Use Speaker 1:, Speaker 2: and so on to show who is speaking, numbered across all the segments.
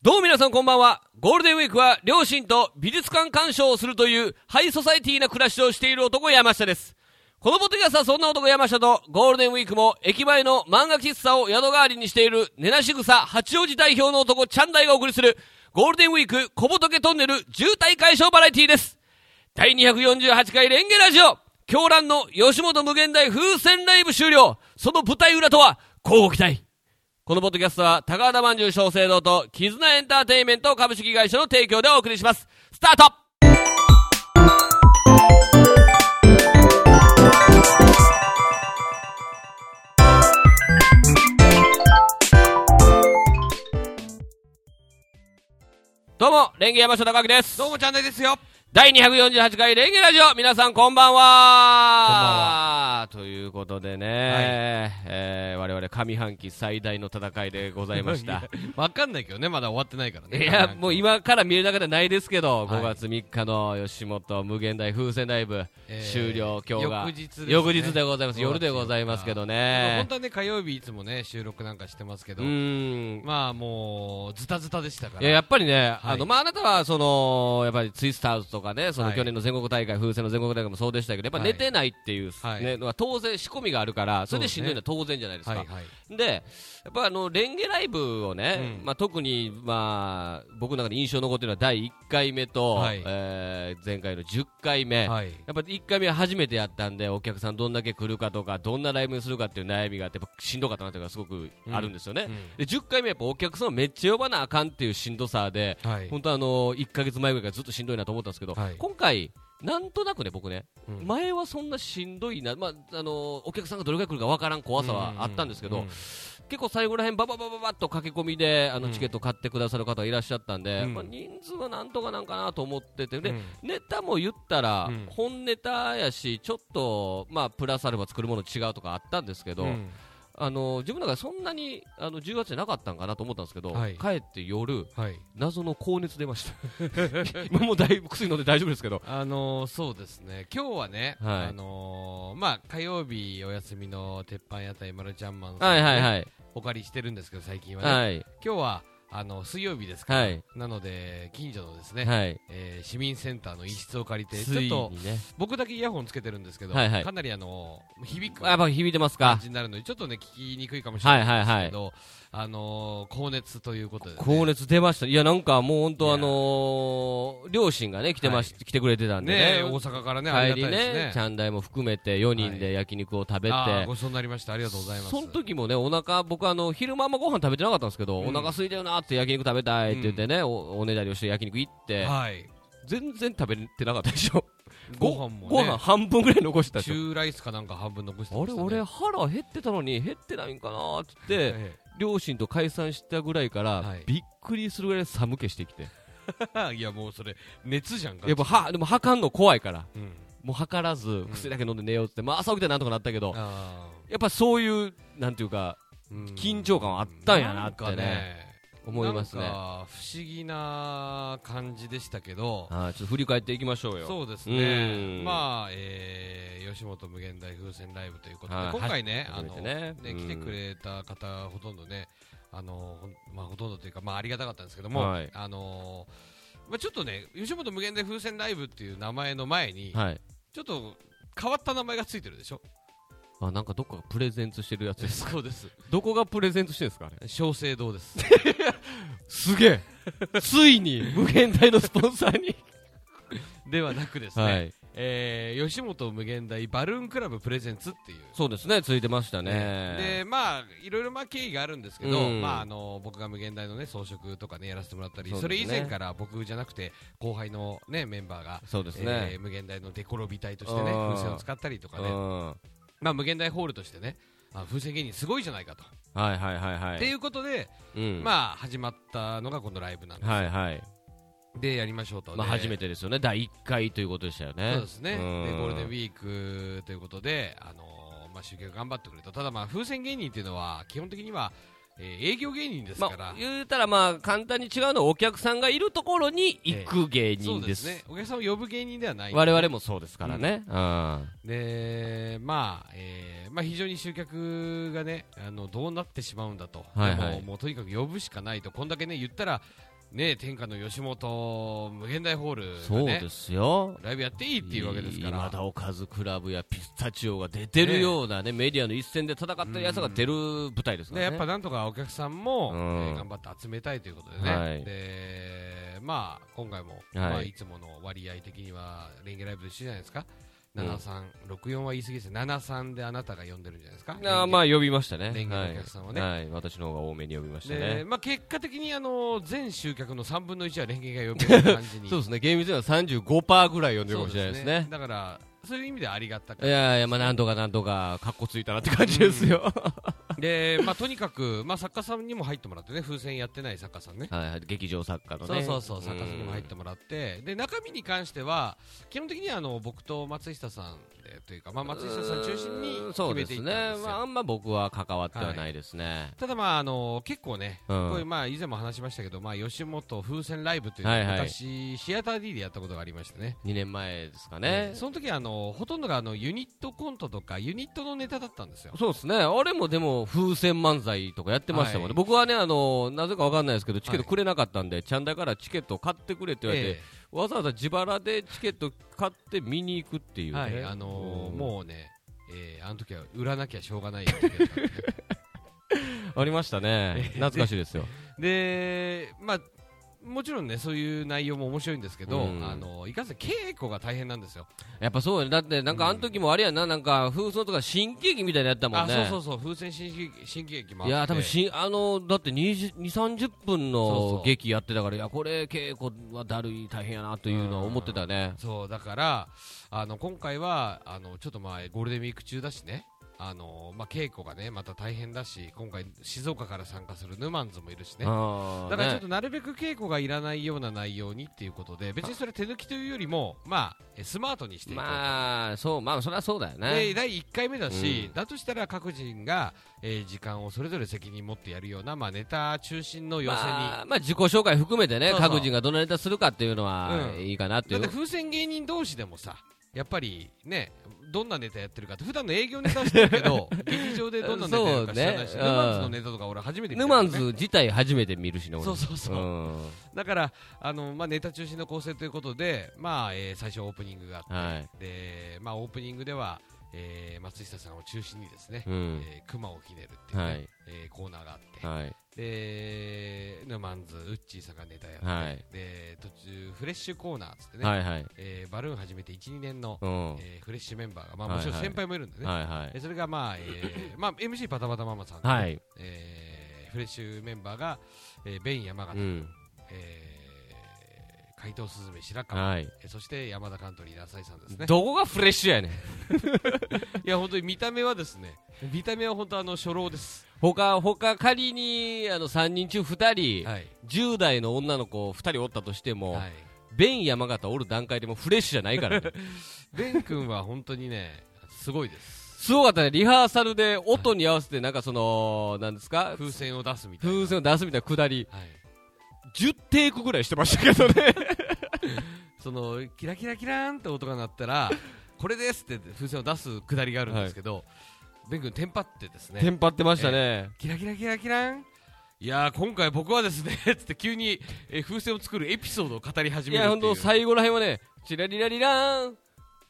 Speaker 1: どうも皆さんこんばんは。ゴールデンウィークは両親と美術館鑑賞をするというハイソサイティな暮らしをしている男山下です。このポッドキャストはそんな男山下とゴールデンウィークも駅前の漫画喫茶を宿代わりにしている根無し草八王子代表の男チャンダイがお送りするゴールデンウィーク小仏トンネル渋滞解消バラエティです。第248回レンゲラジオ狂乱の吉本無限大風船ライブ終了その舞台裏とは交互期待このポッドキャストは高畑まんじゅう小生堂と絆エンターテインメント株式会社の提供でお送りしますスタートどうも、レンゲ山下隆明です。
Speaker 2: どうもチャンネルですよ。
Speaker 1: 第248回レンゲラジオ皆さんこんばんはということでね、えー我々上半期最大の戦いでございました。
Speaker 2: わかんないけどね、まだ終わって ないから
Speaker 1: い
Speaker 2: ね。
Speaker 1: や、もう今から見えるだけではないですけど、
Speaker 2: はい
Speaker 1: 5月3日の吉本無限大風船ライブ、
Speaker 2: えー
Speaker 1: 終了、今日が
Speaker 2: 翌日ですね
Speaker 1: 翌日でございます、
Speaker 2: 5月
Speaker 1: 夜でございますけど
Speaker 2: でも
Speaker 1: ね
Speaker 2: 本当、はね、火曜日いつもね、収録なんかしてますけ
Speaker 1: う
Speaker 2: ど、
Speaker 1: ーん、
Speaker 2: まあもう、ズタズタでしたから。
Speaker 1: いややっぱりね、
Speaker 2: はい
Speaker 1: あのまあ、あなたはそのやっぱりツイスターズとかね、その
Speaker 2: はい
Speaker 1: 去年の全国大会、風船の全国大会もそうでしたけど、やっぱ
Speaker 2: はい
Speaker 1: 寝てないっていう、
Speaker 2: はい
Speaker 1: ねのは当然、仕込みがあるから、それでしんどいのは当然じゃないですか。
Speaker 2: はいはい。
Speaker 1: でやっぱあのレンゲライブをね、
Speaker 2: うん
Speaker 1: まあ、特に、まあ、僕の中で印象に残ってるのは第1回目と、
Speaker 2: はい
Speaker 1: えー前回の10回目、
Speaker 2: はい
Speaker 1: やっぱ1回目は初めてやったんでお客さんどんだけ来るかとかどんなライブにするかっていう悩みがあってやっぱしんどかったなというのがすごくあるんですよね、
Speaker 2: うん
Speaker 1: で10回目やっぱお客さんをめっちゃ呼ばなあかんっていうしんどさで、
Speaker 2: はい
Speaker 1: 本当あの1か月前ぐらいからずっとしんどいなと思ったんですけど、
Speaker 2: はい
Speaker 1: 今回なんとなくね僕ね、
Speaker 2: うん
Speaker 1: 前はそんなしんどいな、まあ、あのお客さんがどれぐらい来るかわからん怖さはあったんですけど、
Speaker 2: ううう
Speaker 1: 結構最後らへんばばばばばっと駆け込みであの
Speaker 2: うん
Speaker 1: チケット買ってくださる方がいらっしゃったんで、
Speaker 2: うん
Speaker 1: まあ、人数はなんとかなんかなと思ってて、で
Speaker 2: うん
Speaker 1: ネタも言ったら
Speaker 2: うん
Speaker 1: 本ネタやしちょっと、まあ、プラスアルファ作るもの違うとかあったんですけど、
Speaker 2: うん
Speaker 1: あの自分の中でそんなにあの10月じゃなかったんかなと思ったんですけど、
Speaker 2: はい
Speaker 1: 帰って夜
Speaker 2: はい。
Speaker 1: 謎の高熱出ました 今もうだいぶ薬飲んで大丈夫ですけど
Speaker 2: あのー、そうですね、今日はね、
Speaker 1: はい
Speaker 2: あのー、まあ、火曜日お休みの鉄板屋台マルちゃんマンさん、。
Speaker 1: はいはいはいい
Speaker 2: お借りしてるんですけど、最近はね。
Speaker 1: はい
Speaker 2: 今日は、あの、水曜日ですから、
Speaker 1: はい
Speaker 2: なので、近所のですね、
Speaker 1: はい
Speaker 2: えー市民センターの一室を借りて、
Speaker 1: つい
Speaker 2: ちょっと
Speaker 1: にね
Speaker 2: 僕だけイヤホンつけてるんですけど、
Speaker 1: はいはい
Speaker 2: かなりあの響く
Speaker 1: あやっ
Speaker 2: 感
Speaker 1: ぱ響いてますか
Speaker 2: じになるので、ちょっとね、聞きにくいかもしれ
Speaker 1: は
Speaker 2: ない
Speaker 1: いはいはい
Speaker 2: けど、あのー、高熱ということで、ね、
Speaker 1: 高熱出ました、いや、なんかもう本
Speaker 2: い
Speaker 1: 当、
Speaker 2: や
Speaker 1: あのー両親がね来てまし、来てくれてたんで
Speaker 2: ね
Speaker 1: ね、
Speaker 2: 大阪からね、あり
Speaker 1: 帰
Speaker 2: が
Speaker 1: り
Speaker 2: たいです
Speaker 1: ね
Speaker 2: ね、、
Speaker 1: ちゃんだいも含めて4人で焼肉を食べて、
Speaker 2: あーごちそうになりました、ありがとうございます。
Speaker 1: その時もね、お腹僕あの昼間あんまご飯食べてなかったんですけど、
Speaker 2: うん
Speaker 1: お腹空いたよなって、焼肉食べたいって言ってね、おおねだりをして焼肉行って、
Speaker 2: はい、
Speaker 1: 全然食べてなかったで しょ、
Speaker 2: ご飯もね、
Speaker 1: ご飯半分ぐらい残してたでしょ。
Speaker 2: 中ライスかなんか半分残して
Speaker 1: あ
Speaker 2: ま
Speaker 1: れ
Speaker 2: した、ね、
Speaker 1: 俺、腹減ってたのに減ってないんかなって言って、
Speaker 2: え
Speaker 1: 両親と解散したぐらいから、
Speaker 2: はい
Speaker 1: びっくりするぐらい寒気してきて、
Speaker 2: え いや、もうそれ、熱じゃんか、
Speaker 1: やっぱはでも測んの怖いから、
Speaker 2: うん、
Speaker 1: もう測らず、薬だけ飲んで寝ようってって、まあ朝起きてなんとかなったけど、
Speaker 2: あ
Speaker 1: やっぱそういう、なんていうか、
Speaker 2: ーうん
Speaker 1: 緊張感はあったんやなってね
Speaker 2: んかね
Speaker 1: 思いますね。
Speaker 2: なん
Speaker 1: あ
Speaker 2: か不思議な感じでしたけど、
Speaker 1: ーちょっと振り返っていきましょうよ。
Speaker 2: そうです
Speaker 1: う
Speaker 2: ね
Speaker 1: ん、
Speaker 2: まあ、えー吉本無限大風船ライブということで、
Speaker 1: はい
Speaker 2: 今回ね、あ
Speaker 1: 初め
Speaker 2: の
Speaker 1: て
Speaker 2: ね
Speaker 1: ねうん
Speaker 2: 来てくれた方、ほとんどね、あのほんまあ、ほとんどというか、まあ、ありがたかったんですけども、
Speaker 1: はい
Speaker 2: あのまあ、ちょっとね、吉本無限大風船ライブっていう名前の前に、
Speaker 1: はい。
Speaker 2: ちょっと変わった名前がついてるでしょ、
Speaker 1: あ、なんかどっかがプレゼンツしてるやつです。
Speaker 2: そうです、
Speaker 1: どこがプレゼンツしてるんですかあれ。
Speaker 2: 小生 堂です、
Speaker 1: すげ えついに、無限大のスポンサーに。
Speaker 2: ではなくです ね、
Speaker 1: はい。
Speaker 2: えー吉本無限大バルーンクラブプレゼンツっていう。
Speaker 1: そうですね、ついてましたね。
Speaker 2: でまあいろいろまあ経緯があるんですけど、
Speaker 1: うん
Speaker 2: まああの僕が無限大のね装飾とかねやらせてもらったりそ,、
Speaker 1: そうです
Speaker 2: れ
Speaker 1: ね
Speaker 2: 以前から僕じゃなくて後輩のねメンバーが。
Speaker 1: そうですね
Speaker 2: え。ー無限大のデコロビ隊としてね
Speaker 1: うん
Speaker 2: 風船を使ったりとか
Speaker 1: う
Speaker 2: ね、
Speaker 1: ん。はい
Speaker 2: まあ、無限大ホールとしてねあ風船芸人すごいじゃないかと、
Speaker 1: はいはいはい。
Speaker 2: っていうことで、
Speaker 1: うん
Speaker 2: まあ始まったのがこのライブなんです、
Speaker 1: はいはい。
Speaker 2: でやりましょうと、
Speaker 1: まあ
Speaker 2: で
Speaker 1: 初めてですよね。第1回ということでしたよね。
Speaker 2: そうですね、で
Speaker 1: うん
Speaker 2: ゴールデンウィークということで、あのーまあ、集客頑張ってくれた、ただ、まあ、風船芸人っていうのは、基本的には、えー営業芸人ですか
Speaker 1: ま
Speaker 2: ら、
Speaker 1: あ、言うたらまあ簡単に違うのはお客さんがいるところに行く芸
Speaker 2: そ
Speaker 1: 人
Speaker 2: う
Speaker 1: で,、
Speaker 2: ですすね、お客さんを呼ぶ芸人ではない、
Speaker 1: 我々もそうですからね、うん
Speaker 2: でまあえーまあ、非常に集客がねあの、どうなってしまうのだと、
Speaker 1: はいはい
Speaker 2: でももうとにかく呼ぶしかないと、こんだけね、言ったら、ね、天下の吉本無限大ホール
Speaker 1: そう
Speaker 2: が、ね、
Speaker 1: ですよ。
Speaker 2: ライブやっていいっていうわけですから
Speaker 1: 今田おかずクラブやピスタチオが出てるようなね、メディアの一戦で戦ったやつが出る舞台ですか
Speaker 2: で
Speaker 1: ら
Speaker 2: や
Speaker 1: ね。
Speaker 2: っぱなんとかお客さんも、
Speaker 1: うん
Speaker 2: えー頑張って集めたいということでね、
Speaker 1: はい
Speaker 2: でまあ、今回も、いまあ、いつもの割合的にはレンゲライブでしてじゃないですか、
Speaker 1: うん
Speaker 2: 73、64は言い過ぎですね、73であなたが呼んでるんじゃないですか、
Speaker 1: あーまあ呼びましたね。
Speaker 2: レンゲのお客さんをね
Speaker 1: はい。はい私の方が多めに呼びました
Speaker 2: で
Speaker 1: ね。
Speaker 2: まあ、結果的にあの全集客の3分の1はレンゲが呼べる感じに
Speaker 1: そうですね、厳密には35%ぐらい呼んでるか
Speaker 2: そう
Speaker 1: もしれないですね。
Speaker 2: だから、そういう意味ではありがたか
Speaker 1: いやいや、まあなんとかなんとか、かっこついたなって感じですよ。
Speaker 2: で、まあ、とにかく、まあ、作家さんにも入ってもらってね、風船やってない作家さんね。
Speaker 1: はいはい、劇場作家の
Speaker 2: そう
Speaker 1: ね。
Speaker 2: そうそう、作家さんにも入っ
Speaker 1: うん
Speaker 2: てもらって、で、中身に関しては、基本的にはあの僕と松下さんでというか、まあ、松下さん中心に
Speaker 1: うーんそう
Speaker 2: 決め
Speaker 1: で
Speaker 2: てい
Speaker 1: す
Speaker 2: ったん
Speaker 1: ね
Speaker 2: ですよ。
Speaker 1: まあ、あんま僕は関わってはないですね。
Speaker 2: ただ、まあ、あの結構ね、
Speaker 1: うん
Speaker 2: こういうまあ、以前も話しましたけど、まあ、吉本風船ライブというのを
Speaker 1: はいはい
Speaker 2: 昔、シアター D でやったことがありましてね。
Speaker 1: 2年前ですかね。
Speaker 2: その時あのほとんどがあのユニットコントとかユニットのネタだったんですよ。
Speaker 1: そうですね。あれもでも、風船漫才とかやってましたもんね。
Speaker 2: はい
Speaker 1: 僕はね、あの、なぜかわかんないですけど、チケットくれなかったんで、ちゃんだからチケット買ってくれって言われて、
Speaker 2: え
Speaker 1: わざわざ自腹でチケット買って見に行くってい
Speaker 2: え
Speaker 1: うね。
Speaker 2: はい、あのー
Speaker 1: うん
Speaker 2: もうね、えーあの時は売らなきゃしょうがないよって言ってたんで
Speaker 1: ありましたね。懐かしいです よ。
Speaker 2: で、まあ、もちろんね、そういう内容も面白いんですけど、
Speaker 1: うん
Speaker 2: あのいかんせん稽古が大変なんですよ。
Speaker 1: やっぱそうよね。だって、なんかあの時もあれやな、なんか、風船とか新喜劇みたいなのやったもん
Speaker 2: あ、
Speaker 1: ね。
Speaker 2: そうそうそう、風船新喜劇新喜劇もあっ
Speaker 1: い
Speaker 2: て。
Speaker 1: やー多分しあのだって20 20 30分
Speaker 2: そう
Speaker 1: の
Speaker 2: そう
Speaker 1: 劇やってたからいやこれ稽古はだるい大変やなというのは思ってたね
Speaker 2: そうだからあの今回はあのちょっとまあゴールデンウィーク中だしねあの、まあ、稽古がねまた大変だし今回静岡から参加するヌマンズもいるしね
Speaker 1: あー
Speaker 2: だからちょっ
Speaker 1: ね
Speaker 2: となるべく稽古がいらないような内容にっていうことで別にそれ手抜きというよりもまあえスマートにしていこうと
Speaker 1: まあそうまあそりゃそうだよ
Speaker 2: で
Speaker 1: ね
Speaker 2: 第1回目だし、
Speaker 1: うん
Speaker 2: だとしたら各人が、えー時間をそれぞれ責任持ってやるような、まあ、ネタ中心の寄せに、
Speaker 1: まあ、まあ自己紹介含めてね
Speaker 2: そうそう
Speaker 1: 各人がどのネタするかっていうのは
Speaker 2: うん
Speaker 1: いいかなってい
Speaker 2: だっ
Speaker 1: う、
Speaker 2: て風船芸人同士でもさやっぱりねどんなネタやってるかって普段の営業ネタはしてるけ ど劇場でどんなネタやるか知らないし、
Speaker 1: そうね
Speaker 2: ヌマンズのネタとか俺初めて見た
Speaker 1: ヌ
Speaker 2: から
Speaker 1: マ
Speaker 2: ね
Speaker 1: ンズ自体初めて見るしね俺
Speaker 2: そうそうそう、
Speaker 1: うん
Speaker 2: だからあの、まあ、ネタ中心の構成ということで、まあえー最初オープニングがあって、
Speaker 1: はい
Speaker 2: でまあ、オープニングでは、えー松下さんを中心にですね、
Speaker 1: うん
Speaker 2: えー熊をひねるっていうね、
Speaker 1: はい
Speaker 2: えーコーナーがあって、
Speaker 1: はい
Speaker 2: でヌマンズ、ウッチーさんがネタやって、
Speaker 1: はい
Speaker 2: で途中フレッシュコーナーっつってね、
Speaker 1: はいはい
Speaker 2: えーバルーン始めて1、2年の、
Speaker 1: うんはい
Speaker 2: えーフレッシュメンバーが、まあ、
Speaker 1: はい
Speaker 2: もちろん
Speaker 1: はい
Speaker 2: 先輩もいるんでね、
Speaker 1: は
Speaker 2: え
Speaker 1: い
Speaker 2: それが、まあえーまあ、MC パタパタママさんと、
Speaker 1: はい
Speaker 2: えーフレッシュメンバーが、えーベン山
Speaker 1: う
Speaker 2: 形、
Speaker 1: ん
Speaker 2: えー怪盗スズメ白川、
Speaker 1: はい
Speaker 2: えーそして山田カントリーなさいさんですね。
Speaker 1: どこがフレッシュやねん
Speaker 2: いや本当に見た目はですね、見た目は本当あの初老です。
Speaker 1: 他他仮にあの3人中2人、
Speaker 2: はい。
Speaker 1: 10代の女の子2人おったとしても、
Speaker 2: はい。
Speaker 1: ベン山形おる段階でもうフレッシュじゃないからね
Speaker 2: ベン君は本当にね、すごいで す。
Speaker 1: すごかったねリハーサルで音に合わせてなんかそのなんですか
Speaker 2: 風船を出すみたいな。
Speaker 1: 風船を出すみたいなくだり
Speaker 2: はい。
Speaker 1: 10テイクぐらいしてましたけどね
Speaker 2: そのキラキラキラーンって音が鳴ったらこれですって風船を出すくだりがあるんですけど、ベン君テンパってで す
Speaker 1: テ
Speaker 2: ね
Speaker 1: ンパってましたね、
Speaker 2: キラキラキラキラーンいやー今回僕はですね つって急に、えー風船を作るエピソードを語り始
Speaker 1: い
Speaker 2: める
Speaker 1: や
Speaker 2: ってい
Speaker 1: 本
Speaker 2: う
Speaker 1: 当最後らへんはねチラリラリラーン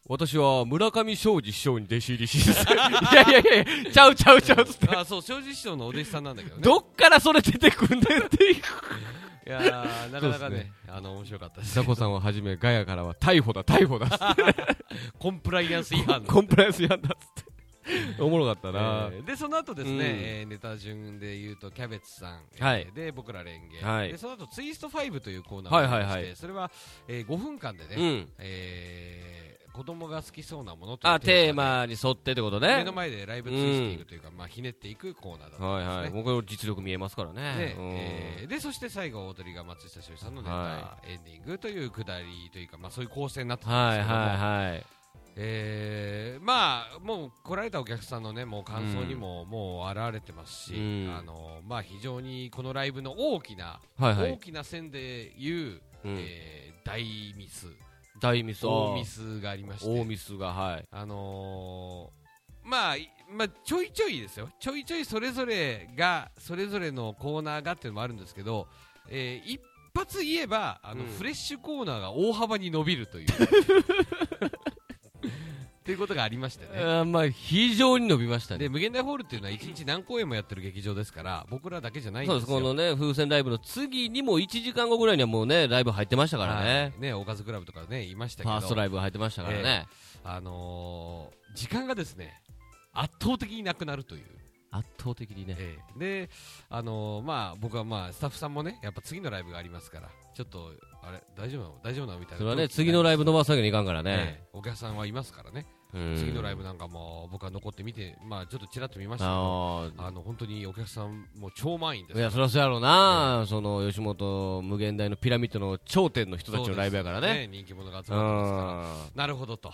Speaker 1: 私は村上庄司師匠に弟子入りし いやいやいやいやちゃうちゃうちゃうっつって
Speaker 2: あーそう庄司師匠のお弟子さんなんだけど ね
Speaker 1: どっからそれ出てくんだよっていう
Speaker 2: いやーなかな
Speaker 1: そ
Speaker 2: か
Speaker 1: う
Speaker 2: ね
Speaker 1: ですね
Speaker 2: あの面白かったです
Speaker 1: ザコさんをはじめガヤからは逮捕だ逮捕だ
Speaker 2: コンプライアンス違反
Speaker 1: コンプライアン ス違反だっつ って。おもろかったな。
Speaker 2: えーでその後ですね、
Speaker 1: うん
Speaker 2: えーネタ順で言うとキャベツさん、えー
Speaker 1: はい
Speaker 2: で僕らレンゲ、
Speaker 1: はい
Speaker 2: でその後ツイスト5というコーナーがありまし
Speaker 1: はい
Speaker 2: て、
Speaker 1: はいはい
Speaker 2: それは、えー5分間でね、
Speaker 1: うん。
Speaker 2: えー子供が好きそうなものという
Speaker 1: あ、テー
Speaker 2: で
Speaker 1: マに沿ってってこと
Speaker 2: 目
Speaker 1: ね
Speaker 2: の。前でライブツイスティングというか、まあ、ひねっていくコーナーだった
Speaker 1: はい
Speaker 2: ん
Speaker 1: は
Speaker 2: で
Speaker 1: い。
Speaker 2: すね。
Speaker 1: 僕の実力見えますから
Speaker 2: で
Speaker 1: ね。うん
Speaker 2: えーでそして最後、大鳥が松下翔さんのネタ、
Speaker 1: は
Speaker 2: エンディングというくだりというか、まあ、そういう構成になってたん
Speaker 1: は
Speaker 2: で
Speaker 1: いは
Speaker 2: すけども、
Speaker 1: いはい。
Speaker 2: えーまあもう来られたお客さんのねもう感想にも、もう現れてますし、
Speaker 1: うん
Speaker 2: あのまあ非常にこのライブの大きな、
Speaker 1: はいは
Speaker 2: 大
Speaker 1: い。
Speaker 2: きな線で言う、
Speaker 1: うん
Speaker 2: えー大ミス
Speaker 1: 大ミス。
Speaker 2: 大ミ。スがありまして
Speaker 1: 大ミスが、はい。
Speaker 2: あのーまあいまあちょいちょいですよちょいちょいそれぞれがそれぞれのコーナーがっていうのもあるんですけど、えー一発言えばあ
Speaker 1: う
Speaker 2: の、
Speaker 1: ん
Speaker 2: フレッシュコーナーが大幅に伸びるという っていうことがありましてね
Speaker 1: あーまあ、非常に伸びました
Speaker 2: で
Speaker 1: ね。
Speaker 2: 無限大ホールっていうのは1日何公演もやってる劇場ですから僕らだけじゃないん
Speaker 1: そう
Speaker 2: で
Speaker 1: ですす、
Speaker 2: よ
Speaker 1: このね、風船ライブの次にも1時間後ぐらいにはもうね、ライブ入ってましたからね。
Speaker 2: はいねおかずクラブとかねいまし
Speaker 1: フ
Speaker 2: たけど
Speaker 1: ァーストライブ入ってましたからね。
Speaker 2: あのー時間がですね圧倒的になくなるという、
Speaker 1: 圧倒的にね。
Speaker 2: ええで、あのーまあ、僕は、まあ、スタッフさんもねやっぱ次のライブがありますからちょっとあれ大丈夫なの大丈夫なのみたいな
Speaker 1: それはね、次のライブ伸ばすわけにいかんからね。
Speaker 2: ええお客さんはいますからね、
Speaker 1: うん
Speaker 2: 次のライブなんかも僕は残って見て、まあ、ちょっとちらっと見ましたけど
Speaker 1: あ
Speaker 2: あの本当にお客さんも超満員で
Speaker 1: あ。
Speaker 2: す
Speaker 1: いや、そりゃそうやろうな。その、吉本無限大のピラミッドの頂点の人たちのライブやからね。
Speaker 2: ね人気者が集
Speaker 1: う
Speaker 2: まってますから
Speaker 1: ん。
Speaker 2: なるほどと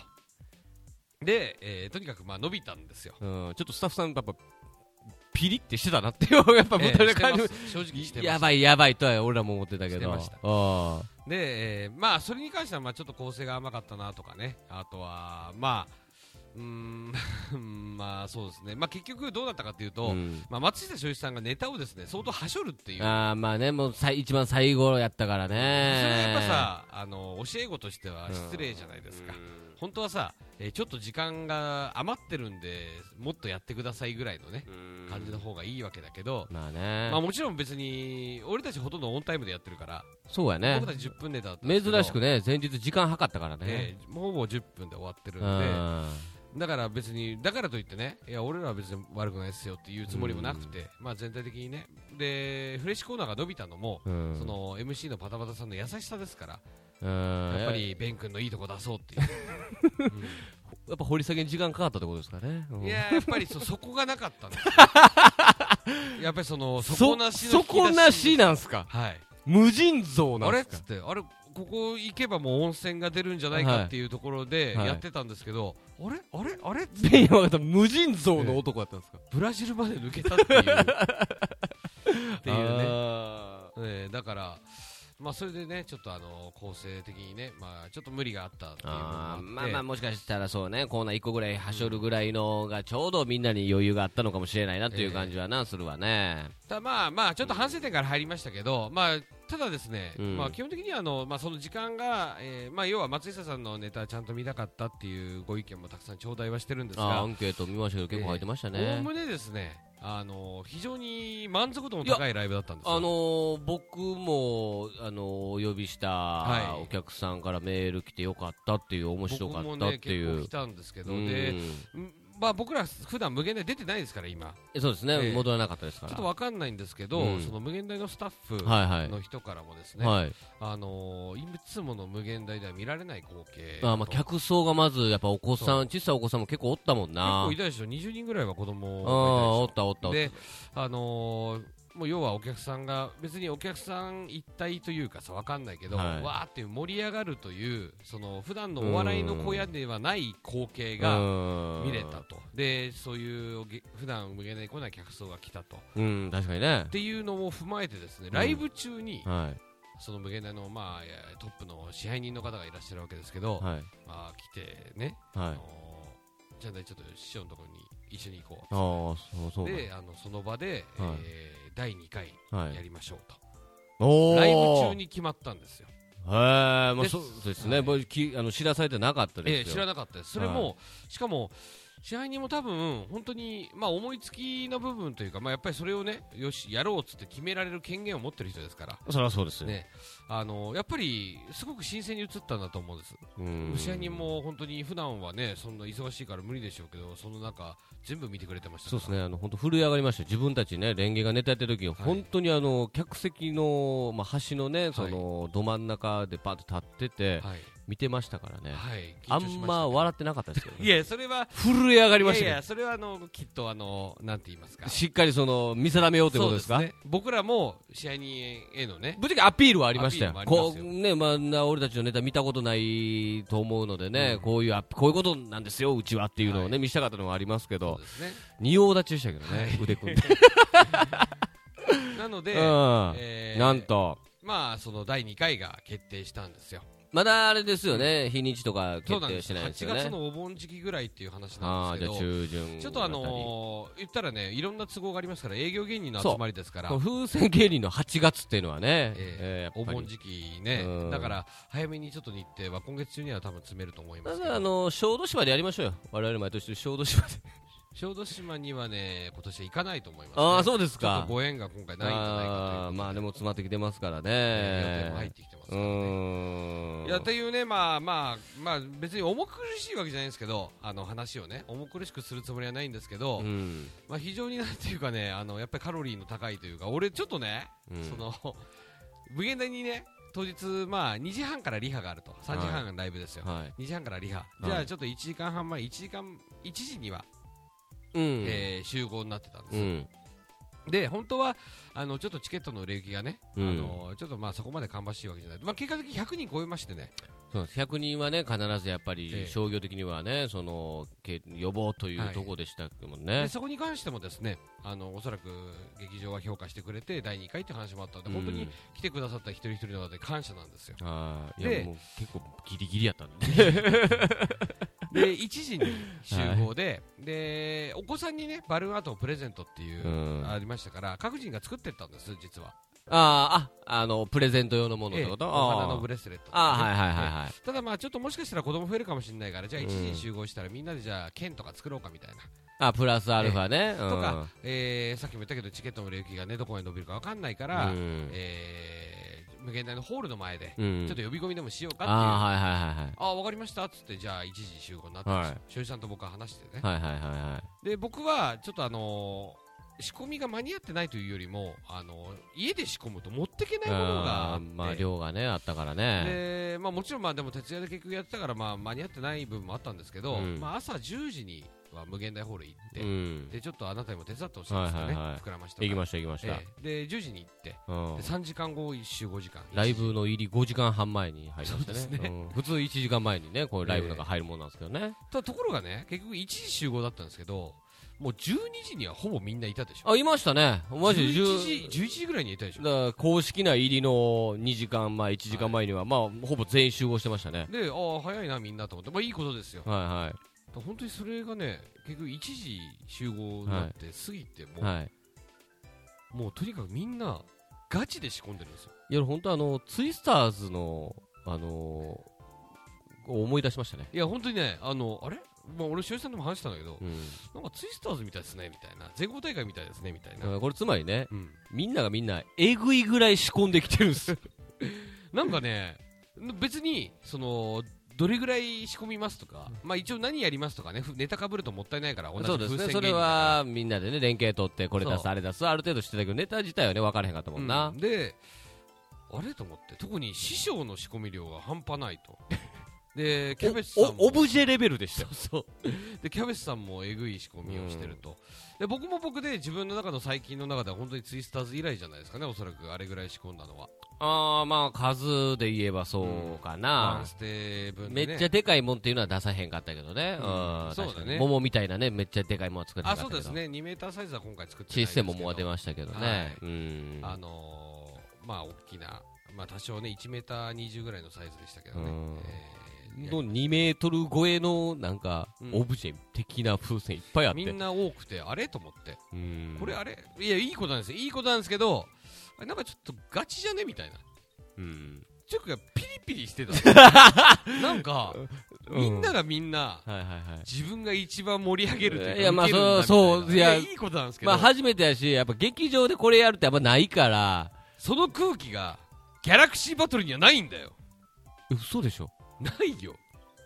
Speaker 2: で、えーとにかくまあ伸びたんですよ
Speaker 1: うんちょっとスタッフさん、やっぱ、ピリってしてたなって いう、やっぱ、も
Speaker 2: え
Speaker 1: たれ
Speaker 2: ー
Speaker 1: な感じ
Speaker 2: してます正直してます
Speaker 1: やばいやばいとは俺らも思ってたけど。
Speaker 2: してました
Speaker 1: あ
Speaker 2: で、えーまあそれに関してはまあちょっと構成が甘かったなとかねあとはまあうーん まあそうですねまあ結局どうだったかという
Speaker 1: あ
Speaker 2: と、まあ、松下昭一さんがネタをですね相当はしょるっていう
Speaker 1: あーまあね、もうさい一番最後やったからね。
Speaker 2: それがやっぱさあの教え子としては失礼じゃないですか、
Speaker 1: うん
Speaker 2: 本当はさ、えーちょっと時間が余ってるんでもっとやってくださいぐらいのね、感じの方がいいわけだけど、
Speaker 1: まあね、
Speaker 2: まあ、もちろん別に俺たちほとんどオンタイムでやってるから、
Speaker 1: そうやね
Speaker 2: 僕。たち10分ネタだったんですけど
Speaker 1: 珍しくね、前日時間計ったからね。
Speaker 2: えーもうほぼ10分で終わってるん
Speaker 1: う
Speaker 2: で、
Speaker 1: ん
Speaker 2: だから別にだからといってねいや俺らは別に悪くないですよっていうつもりもなくて、まあ、全体的にねでフレッシュコーナーが伸びたのも、
Speaker 1: うん
Speaker 2: その MC のパタパタさんの優しさですから
Speaker 1: うん
Speaker 2: やっぱりベン君のいいとこ出そうっていう、
Speaker 1: やっぱ掘り下げに時間かかったってことですかね。うん
Speaker 2: いややっぱ りそそこがなかったんですよやっぱりその
Speaker 1: そ
Speaker 2: 底なしの引き出
Speaker 1: 底なしなんすか
Speaker 2: はい
Speaker 1: 無尽蔵な
Speaker 2: あ
Speaker 1: ん
Speaker 2: れっ
Speaker 1: す
Speaker 2: つっ
Speaker 1: か
Speaker 2: てあれここ行けばもう温泉が出るんじゃないかっていうところで
Speaker 1: はい
Speaker 2: やってたんですけど、あれあれあれ
Speaker 1: ペンヤマが無尽蔵の男だったんですか
Speaker 2: ブラジルまで抜け たっていうっていうね
Speaker 1: あ
Speaker 2: えーだから、まあ、それでね、ちょっとあの構成的にね、まあ、ちょっと無理があったっていうのがあ
Speaker 1: あー
Speaker 2: って、
Speaker 1: まあまあもしかしたらそうねコーナー1個ぐらいはしょるぐらいのがちょうどみんなに余裕があったのかもしれないなっていう感じはな、するわね
Speaker 2: ただまあまあ、ちょっと反省点から入りましたけど、まあ、ただですね、
Speaker 1: うん
Speaker 2: まあ、基本的にはあの、まあ、その時間が、えーまあ、要は松下さんのネタちゃんと見たかったっていうご意見もたくさん頂戴はしてるんです
Speaker 1: あーア
Speaker 2: が、
Speaker 1: ンケート見ましたけど結構入ってましたね、
Speaker 2: おおむねですね、あの非常に満足度の高いライブだったんですよ。
Speaker 1: あのー僕も、あのーお呼びした
Speaker 2: い
Speaker 1: お客さんからメール来てよかったっていう面白
Speaker 2: 僕
Speaker 1: か
Speaker 2: も
Speaker 1: ったっ
Speaker 2: ね、
Speaker 1: てい
Speaker 2: 結
Speaker 1: う,、
Speaker 2: 構来たんですけど、
Speaker 1: うん
Speaker 2: で、うんまあ、僕ら普段無限大出てないですから、今、
Speaker 1: えそうですね、
Speaker 2: ええ
Speaker 1: 戻らなかったですか
Speaker 2: ちょ
Speaker 1: ら
Speaker 2: っとわかんないんですけど、
Speaker 1: うん
Speaker 2: その無限大のスタッフ、
Speaker 1: はいはい、
Speaker 2: の人からもですね、
Speaker 1: はい
Speaker 2: あのーいつもの無限大では見られない光景
Speaker 1: あーまあ客層がまずやっぱお子さ
Speaker 2: そ
Speaker 1: ん小さいお子さんも結構おったもん
Speaker 2: 結
Speaker 1: な
Speaker 2: 構いたでしょ20人ぐらいは子供
Speaker 1: あーお
Speaker 2: が
Speaker 1: ったおったお
Speaker 2: い
Speaker 1: った
Speaker 2: たでしょであのーもう要はお客さんが別にお客さん一体というかさわかんないけど、
Speaker 1: はい
Speaker 2: わーって盛り上がるというその普段のお笑いの小屋ではない光景が
Speaker 1: が
Speaker 2: 見れたとでそういうげ普段無限大に来ない客層が来たとっ
Speaker 1: うん確かにね
Speaker 2: ていうのも踏まえてですね
Speaker 1: ん
Speaker 2: ライブ中に、
Speaker 1: は
Speaker 2: その無限大の、まあ、いやトップの支配人の方がいらっしゃるわけですけど、
Speaker 1: いはい
Speaker 2: まあ、来てね、
Speaker 1: はい
Speaker 2: あのーじゃあねちょっと師匠のところに一緒に行こ
Speaker 1: ああそうそう
Speaker 2: う
Speaker 1: だ
Speaker 2: であのその場で、
Speaker 1: はい
Speaker 2: えー第2回
Speaker 1: は
Speaker 2: や
Speaker 1: い
Speaker 2: りましょうと、
Speaker 1: おー
Speaker 2: ライブ中に決まったんですよ、
Speaker 1: へえまあ
Speaker 2: で
Speaker 1: そうですね
Speaker 2: はい
Speaker 1: 僕きあの知らされてなかった
Speaker 2: え
Speaker 1: で
Speaker 2: ー
Speaker 1: す
Speaker 2: 知
Speaker 1: よ
Speaker 2: らなかったですそれも、しかも支配人も多分本当に、まあ、思いつきの部分というか、まあ、やっぱりそれをねよしやろうっつって決められる権限を持ってる人ですから、
Speaker 1: そりゃそうですよ
Speaker 2: ねあのーやっぱりすごく新鮮に映ったんだと思うんです
Speaker 1: うん
Speaker 2: 支配人も本当に普段はねそんな忙しいから無理でしょうけどその中全部見てくれてましたか
Speaker 1: そうで
Speaker 2: ら
Speaker 1: すねあの本当震え上がりましたよ自分たちねレンゲがネタやってる時本当にあの客席のまあ端のねそのど真ん中でパッと立ってて
Speaker 2: はい
Speaker 1: 見てましたからね
Speaker 2: はい、
Speaker 1: あんま笑ってなかったですけど
Speaker 2: いや、それは、
Speaker 1: 震え上がりまし
Speaker 2: い
Speaker 1: た
Speaker 2: やい
Speaker 1: よ
Speaker 2: や、それはあのきっとあの、なんて言います か、
Speaker 1: しっかりその見定めようということですか
Speaker 2: そうね僕らも試合にへのね、
Speaker 1: ぶっちゃけアピールはありましたよ、
Speaker 2: アピールもあ
Speaker 1: こ
Speaker 2: ります
Speaker 1: う
Speaker 2: よ
Speaker 1: ねまあ、な俺たちのネタ見たことないと思うのでね、
Speaker 2: うん
Speaker 1: こういうアピこういうことなんですよ、うちはっていうのをね、
Speaker 2: は
Speaker 1: 見せたかったのはありますけ
Speaker 2: そう
Speaker 1: ど、
Speaker 2: ですね、
Speaker 1: 仁王立ちでしたけどね、腕 組んで、
Speaker 2: なの
Speaker 1: う
Speaker 2: で、
Speaker 1: ん
Speaker 2: えー
Speaker 1: なんと、
Speaker 2: まあ、その第2回が決定したんですよ、
Speaker 1: まだあれですよね、日にちとか
Speaker 2: そ
Speaker 1: 決
Speaker 2: うなん
Speaker 1: 定
Speaker 2: で
Speaker 1: して
Speaker 2: す
Speaker 1: ないんです
Speaker 2: 8
Speaker 1: よね
Speaker 2: 月。のお盆時期ぐらいっていう話
Speaker 1: あ
Speaker 2: なん
Speaker 1: あ、
Speaker 2: で
Speaker 1: じ
Speaker 2: す
Speaker 1: ゃあ
Speaker 2: けど
Speaker 1: 中旬。
Speaker 2: ちょっとあのー言ったらねいろんな都合がありますから営業芸人の
Speaker 1: そう
Speaker 2: 集まりですから
Speaker 1: この風船芸人の8月っていうのはね、
Speaker 2: え
Speaker 1: えーや
Speaker 2: ーお
Speaker 1: っぱり
Speaker 2: 盆時期ね
Speaker 1: うん
Speaker 2: だから早めにちょっと日程は今月中には多分詰めると思いま
Speaker 1: だ
Speaker 2: す
Speaker 1: か
Speaker 2: け
Speaker 1: らあ
Speaker 2: ど
Speaker 1: のー小豆島でやりましょうよ。我々毎年小豆島で。
Speaker 2: 小豆島にはね今年は行かないと思いますね
Speaker 1: ああ、そう です
Speaker 2: ちょっ
Speaker 1: か
Speaker 2: と。ご縁が今回ないんじゃない
Speaker 1: あ
Speaker 2: か
Speaker 1: あ
Speaker 2: という
Speaker 1: まあでも詰まってきてますから
Speaker 2: えー予定も入っ
Speaker 1: ね。
Speaker 2: てきてます
Speaker 1: う
Speaker 2: からね
Speaker 1: ーん。
Speaker 2: いやっていうね、まあまあ、まあ、別に重苦しいわけじゃないんですけど、あの話をね、重苦しくするつもりはないんですけど、
Speaker 1: うん。
Speaker 2: まあ非常になんていうかね、あのやっぱりカロリーの高いというか、俺、ちょっとね、
Speaker 1: うん
Speaker 2: その 無限大にね、当日、まあ2時半からリハがあると、3時半がライブですよ、
Speaker 1: はい。
Speaker 2: 2時半からリハ、
Speaker 1: い
Speaker 2: じゃあちょっと1時間半前、1時間、1時には、
Speaker 1: うん。
Speaker 2: えー集合になってたんです
Speaker 1: う
Speaker 2: よ、
Speaker 1: ん。
Speaker 2: で本当はあのちょっとチケットの売れ行きがね、
Speaker 1: うん
Speaker 2: あのちょっとまあそこまで芳しいわけじゃない、まあ、結果的に100人超えましてね、
Speaker 1: そうなんです100人はね、必ずやっぱ
Speaker 2: え
Speaker 1: り
Speaker 2: え
Speaker 1: 商業的にはね、そのけ予防とい
Speaker 2: は
Speaker 1: う
Speaker 2: い
Speaker 1: とこでしたけども
Speaker 2: で
Speaker 1: ね、
Speaker 2: そこに関してもですねあのおそらく劇場は評価してくれて第2回っていう話もあったので、本当に来てくださった一人一人の方で感謝な んですよ
Speaker 1: はいい
Speaker 2: で
Speaker 1: やもう結構ギリギリやったんで、
Speaker 2: で1時に集合で,、でお子さんにねバルーンアートをプレゼントっていう、
Speaker 1: うん
Speaker 2: ありましたから各人が作ってったんです実は、
Speaker 1: あーあ、あのプレゼント用のものっ
Speaker 2: え
Speaker 1: て
Speaker 2: え
Speaker 1: こ
Speaker 2: お
Speaker 1: と、
Speaker 2: 花
Speaker 1: あ
Speaker 2: の
Speaker 1: ー
Speaker 2: ブレスレットとかね、
Speaker 1: あー、はいはいはいはい、
Speaker 2: ただまあちょっともしかしたら子供増えるかもしれないからじゃあ1時
Speaker 1: うん
Speaker 2: に集合したらみんなでじゃあ剣とか作ろうかみたいな、
Speaker 1: あプラスアルファね、
Speaker 2: とか、えーさっきも言ったけどチケットの売れ行きがねどこまで伸びるかわかんないか
Speaker 1: うん
Speaker 2: ら、
Speaker 1: うん
Speaker 2: えー無限大のホールの前で
Speaker 1: うん
Speaker 2: ちょっと呼び込みでもしようかっていう。あ
Speaker 1: あ
Speaker 2: あー、わかりましたっつって、じゃあ1時集合になってました、
Speaker 1: は
Speaker 2: しょうじさんと僕は話してね。
Speaker 1: ーはいはいはいはいはいはいはい
Speaker 2: で、僕はちょっとあのー仕込みが間に合ってないというよりも、あのー家で仕込むと持ってけないものがあ
Speaker 1: あ
Speaker 2: っ
Speaker 1: ー
Speaker 2: て。
Speaker 1: まあ量がねあったからね
Speaker 2: でまあ、もちろんまあでも徹夜で結局やってたからまあ間に合ってない部分もあったんですけど、
Speaker 1: うん
Speaker 2: まあ、朝10時には無限大ホール行って、
Speaker 1: うん
Speaker 2: でちょっとあなたにも手伝ってほしいんですかね、
Speaker 1: はいはいはい
Speaker 2: 膨らましたから
Speaker 1: 行きました行きました
Speaker 2: ええで10時に行って
Speaker 1: うん
Speaker 2: で3時間後集合時間
Speaker 1: ライブの入り5時間半前に入りましたね
Speaker 2: そうですね
Speaker 1: うん普通1時間前にねこういうライブなんか入るもんなんですけどね
Speaker 2: ただところがね結局1時集合だったんですけどもう12時にはほぼみんないたでしょ
Speaker 1: あいましたねマジで
Speaker 2: 11
Speaker 1: 10
Speaker 2: 時11時ぐらいにはいたでしょ
Speaker 1: だから公式な入りの2時間前1時間前にはまあほぼ全員集合してましたね
Speaker 2: でああ早いなみんなと思ってまあいいことですよ
Speaker 1: は
Speaker 2: 本当にそれがね結局1時集合になって過ぎて
Speaker 1: い
Speaker 2: も、
Speaker 1: はいはい
Speaker 2: もうとにかくみんなガチで仕込んでるんですよ
Speaker 1: いや本当あのツイスターズのあのー思い出しましたね
Speaker 2: いや本当にねあのあれまあ俺塩井さんとも話したんだけど
Speaker 1: うん
Speaker 2: なんかツイスターズみたいですねみたいな全国大会みたいですねみたい
Speaker 1: だ
Speaker 2: な、
Speaker 1: からこれつまりね
Speaker 2: うん
Speaker 1: みんながみんなえぐいぐらい仕込んできてるんですよ
Speaker 2: なんかね、別に、その、どれぐらい仕込みますとか、まあ一応何やりますとかね、ふネタかぶるともったいないから、同じ
Speaker 1: そうです
Speaker 2: 風
Speaker 1: ね
Speaker 2: 船
Speaker 1: それ
Speaker 2: 芸人だか
Speaker 1: はみんなでね連携取ってこれ出す
Speaker 2: そ
Speaker 1: あれ出すある程度してたけどネタ自体はね分からへんかった
Speaker 2: ら
Speaker 1: もんな、
Speaker 2: うんで、あれと思って、特に師匠の仕込み量が半端ないと。で、キャベツさん
Speaker 1: お
Speaker 2: も
Speaker 1: オ、ブジェレベルでしたよ
Speaker 2: そう。で、キャベツさんもえぐい仕込みをしてると。で、僕も僕で自分の中の最近の中では本当にツイスターズ以来じゃないですかね、おそらくあれぐらい仕込んだのは。
Speaker 1: ああまあ数で言えばそうか
Speaker 2: ワ
Speaker 1: な
Speaker 2: ン、ステ分
Speaker 1: め
Speaker 2: でね。
Speaker 1: っちゃでかいもんっていうのは出さへんかったけどね、
Speaker 2: う
Speaker 1: うんん
Speaker 2: そうだね
Speaker 1: 確かに桃みたいなねめっちゃでかいもんは作ってな
Speaker 2: あ、
Speaker 1: かっ
Speaker 2: そ
Speaker 1: た
Speaker 2: う
Speaker 1: けど
Speaker 2: ですね。2メーターサイズは今回作ってない
Speaker 1: 小
Speaker 2: ですけ
Speaker 1: さい
Speaker 2: ど。
Speaker 1: 桃は出ましたけどね、
Speaker 2: はい
Speaker 1: うん
Speaker 2: あのーまあ大きな、まあ、多少ね1メーター20ぐらいのサイズでしたけどね、
Speaker 1: うん
Speaker 2: えーいや
Speaker 1: の2メートル超えのなんか
Speaker 2: うん
Speaker 1: オブジェ的な風船いっぱいあって、
Speaker 2: みんな多くてあれと思って、
Speaker 1: うん
Speaker 2: これあれいやいいことなんですよいいことなんですけどあれなんかちょっとガチじゃねみたいな
Speaker 1: うん
Speaker 2: チョクがピリピリしてた のなんか、みんながみんな
Speaker 1: はいはいはい。
Speaker 2: 自分が一番盛り上げるというか
Speaker 1: いやまあ
Speaker 2: ウケるんだ
Speaker 1: そうそ
Speaker 2: み
Speaker 1: う
Speaker 2: たいない
Speaker 1: いや
Speaker 2: やいいことなんですけど、
Speaker 1: まあ初めてやし、やっぱ劇場でこれやるってあんまないから、
Speaker 2: その空気がギャラクシーバトルにはないんだよ
Speaker 1: え嘘でしょ
Speaker 2: ないよ。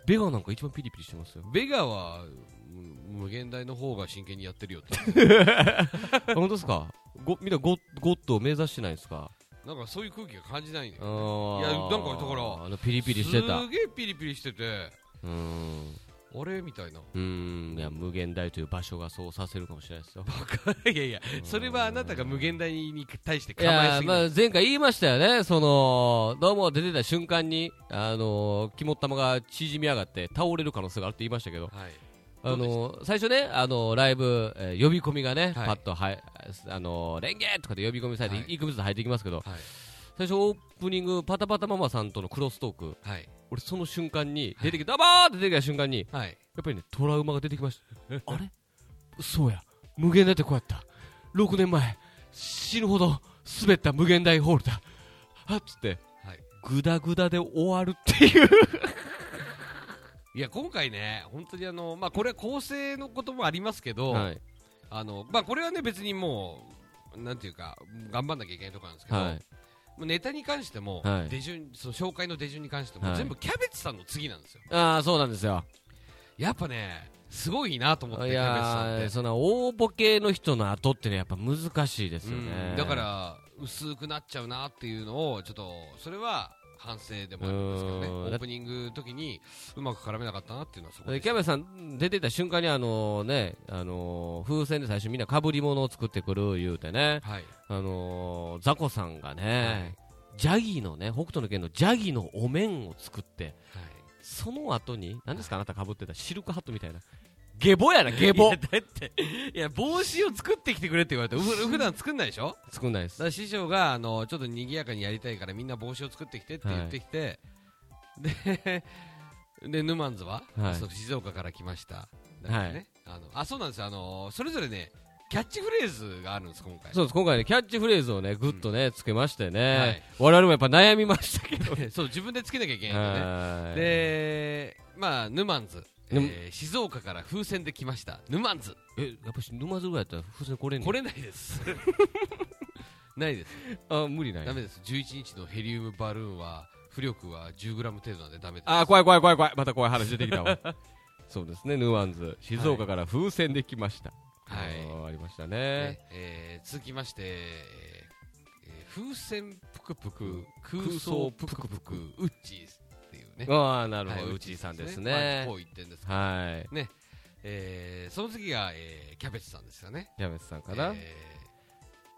Speaker 1: ベガなんか一番ピリピリしてますよ
Speaker 2: ベガはうん無限大の方が真剣にやってるよって
Speaker 1: あ本当ですかごみんなゴゴッドを目指してないですか
Speaker 2: なんかそういう空気が感じないの
Speaker 1: あ
Speaker 2: よ。
Speaker 1: ー
Speaker 2: いやなんかだから
Speaker 1: あのピリピリしてた。
Speaker 2: す
Speaker 1: う
Speaker 2: げえピリピリしてて、
Speaker 1: ーん。
Speaker 2: あれみたいな。
Speaker 1: うーん。いや、無限大という場所がそうさせるかもしれないですよ。
Speaker 2: いやいや、それはあなたが無限大に対して
Speaker 1: い
Speaker 2: 構え
Speaker 1: や
Speaker 2: すぎ
Speaker 1: ま
Speaker 2: る。
Speaker 1: あ、前回言いましたよね、その、どうも出てた瞬間に、あのー、肝っ玉が縮み上がって倒れる可能性があるって言いましたけど、
Speaker 2: はい。
Speaker 1: あのー最初ね、あのーライブ、えー呼び込みがね、
Speaker 2: はい
Speaker 1: パッとはい、あのーレンゲとかで呼び込みされて、
Speaker 2: はい
Speaker 1: い、くつずつ入っていきますけど、
Speaker 2: はい。
Speaker 1: 最初オープニング、パタパタママさんとのクロストーク、
Speaker 2: はい。
Speaker 1: 俺その瞬間に出てきた、ダバーって出てきた瞬間にや
Speaker 2: はい。
Speaker 1: っぱりねトラウマが出てきましたあれそうや無限大ってこうやった6年前死ぬほど滑った無限大ホールだあっつって
Speaker 2: はい。
Speaker 1: グダグダで終わるっていう
Speaker 2: いや、今回ね、本当にあの、まあ、これは構成のこともありますけど、
Speaker 1: はい
Speaker 2: あの、まあ、これはね、別にもう、なんていうか、頑張んなきゃいけないところなんですけど、
Speaker 1: はい
Speaker 2: もうネタに関しても、
Speaker 1: はい
Speaker 2: 手順、その紹介の手順に関しても、
Speaker 1: はい
Speaker 2: 全部キャベツさんの次なんですよ。
Speaker 1: ああそうなんですよ
Speaker 2: やっぱね、すごいなと思って、
Speaker 1: い
Speaker 2: キャベツさんっ
Speaker 1: や
Speaker 2: て
Speaker 1: ー。その大ボケの人の後ってねやっぱ難しいですよね、
Speaker 2: うんだから薄くなっちゃうなっていうのをちょっとそれは反省でもあるんですけどね
Speaker 1: うん
Speaker 2: オープニングの時にうまく絡めなかったなっていうのはそこ
Speaker 1: で
Speaker 2: です
Speaker 1: キャベツさん出てた瞬間にあのね、あのー風船で最初みんな被り物を作ってくる言うてね、
Speaker 2: はい
Speaker 1: あのーザコさんがね、ジャギのね、北斗の拳のジャギのお面を作って、
Speaker 2: は
Speaker 1: その後に、何ですかあなた被ってたシルクハットみたいな。ゲボやな、ゲボ
Speaker 2: いだっていや帽子を作ってきてくれって言われてふ普段作んないでしょ
Speaker 1: 作んないで
Speaker 2: だか
Speaker 1: す。
Speaker 2: ら師匠があのちょっと賑やかにやりたいからみんな帽子を作ってきてって言ってきて、ででヌマンズは、
Speaker 1: はい
Speaker 2: そう静岡から来ましただからね、あのあそうなんですよあのそれぞれねキャッチフレーズがあるんです今回
Speaker 1: そうです、今回ね、キャッチフレーズをね、ぐっとね、つけましてね、
Speaker 2: はい
Speaker 1: 我々もやっぱ悩みましたけど、
Speaker 2: そう自分でつけなきゃいけないんだね
Speaker 1: はい
Speaker 2: でまあヌマンズ、え
Speaker 1: ぬ
Speaker 2: ー静岡から風船で来ましたヌマンズ
Speaker 1: え、やっぱし沼津ぐらいやったら風船来れんの
Speaker 2: 来れないです ないです、
Speaker 1: あ、無理ない。
Speaker 2: ダメです11日のヘリウムバルーンは浮力は 10g 程度なんでダメです
Speaker 1: あー怖い怖い怖い怖いまた怖い話出てきたわ そうですねヌアンズ静岡から風船できました
Speaker 2: はい
Speaker 1: あーありました
Speaker 2: ね
Speaker 1: ね
Speaker 2: えー続きまして、えーえー風船ぷくぷく空
Speaker 1: 空
Speaker 2: 想
Speaker 1: 想
Speaker 2: ぷ
Speaker 1: ぷ
Speaker 2: く
Speaker 1: く
Speaker 2: ぷ
Speaker 1: ぷ
Speaker 2: く
Speaker 1: く
Speaker 2: ウッチーズっていうね
Speaker 1: ああなるほ
Speaker 2: はい
Speaker 1: どうちーさんですね
Speaker 2: こう言ってんですけど、
Speaker 1: はい
Speaker 2: えーその次が、えーキャベツさんですよね
Speaker 1: キャベツさんかな
Speaker 2: えー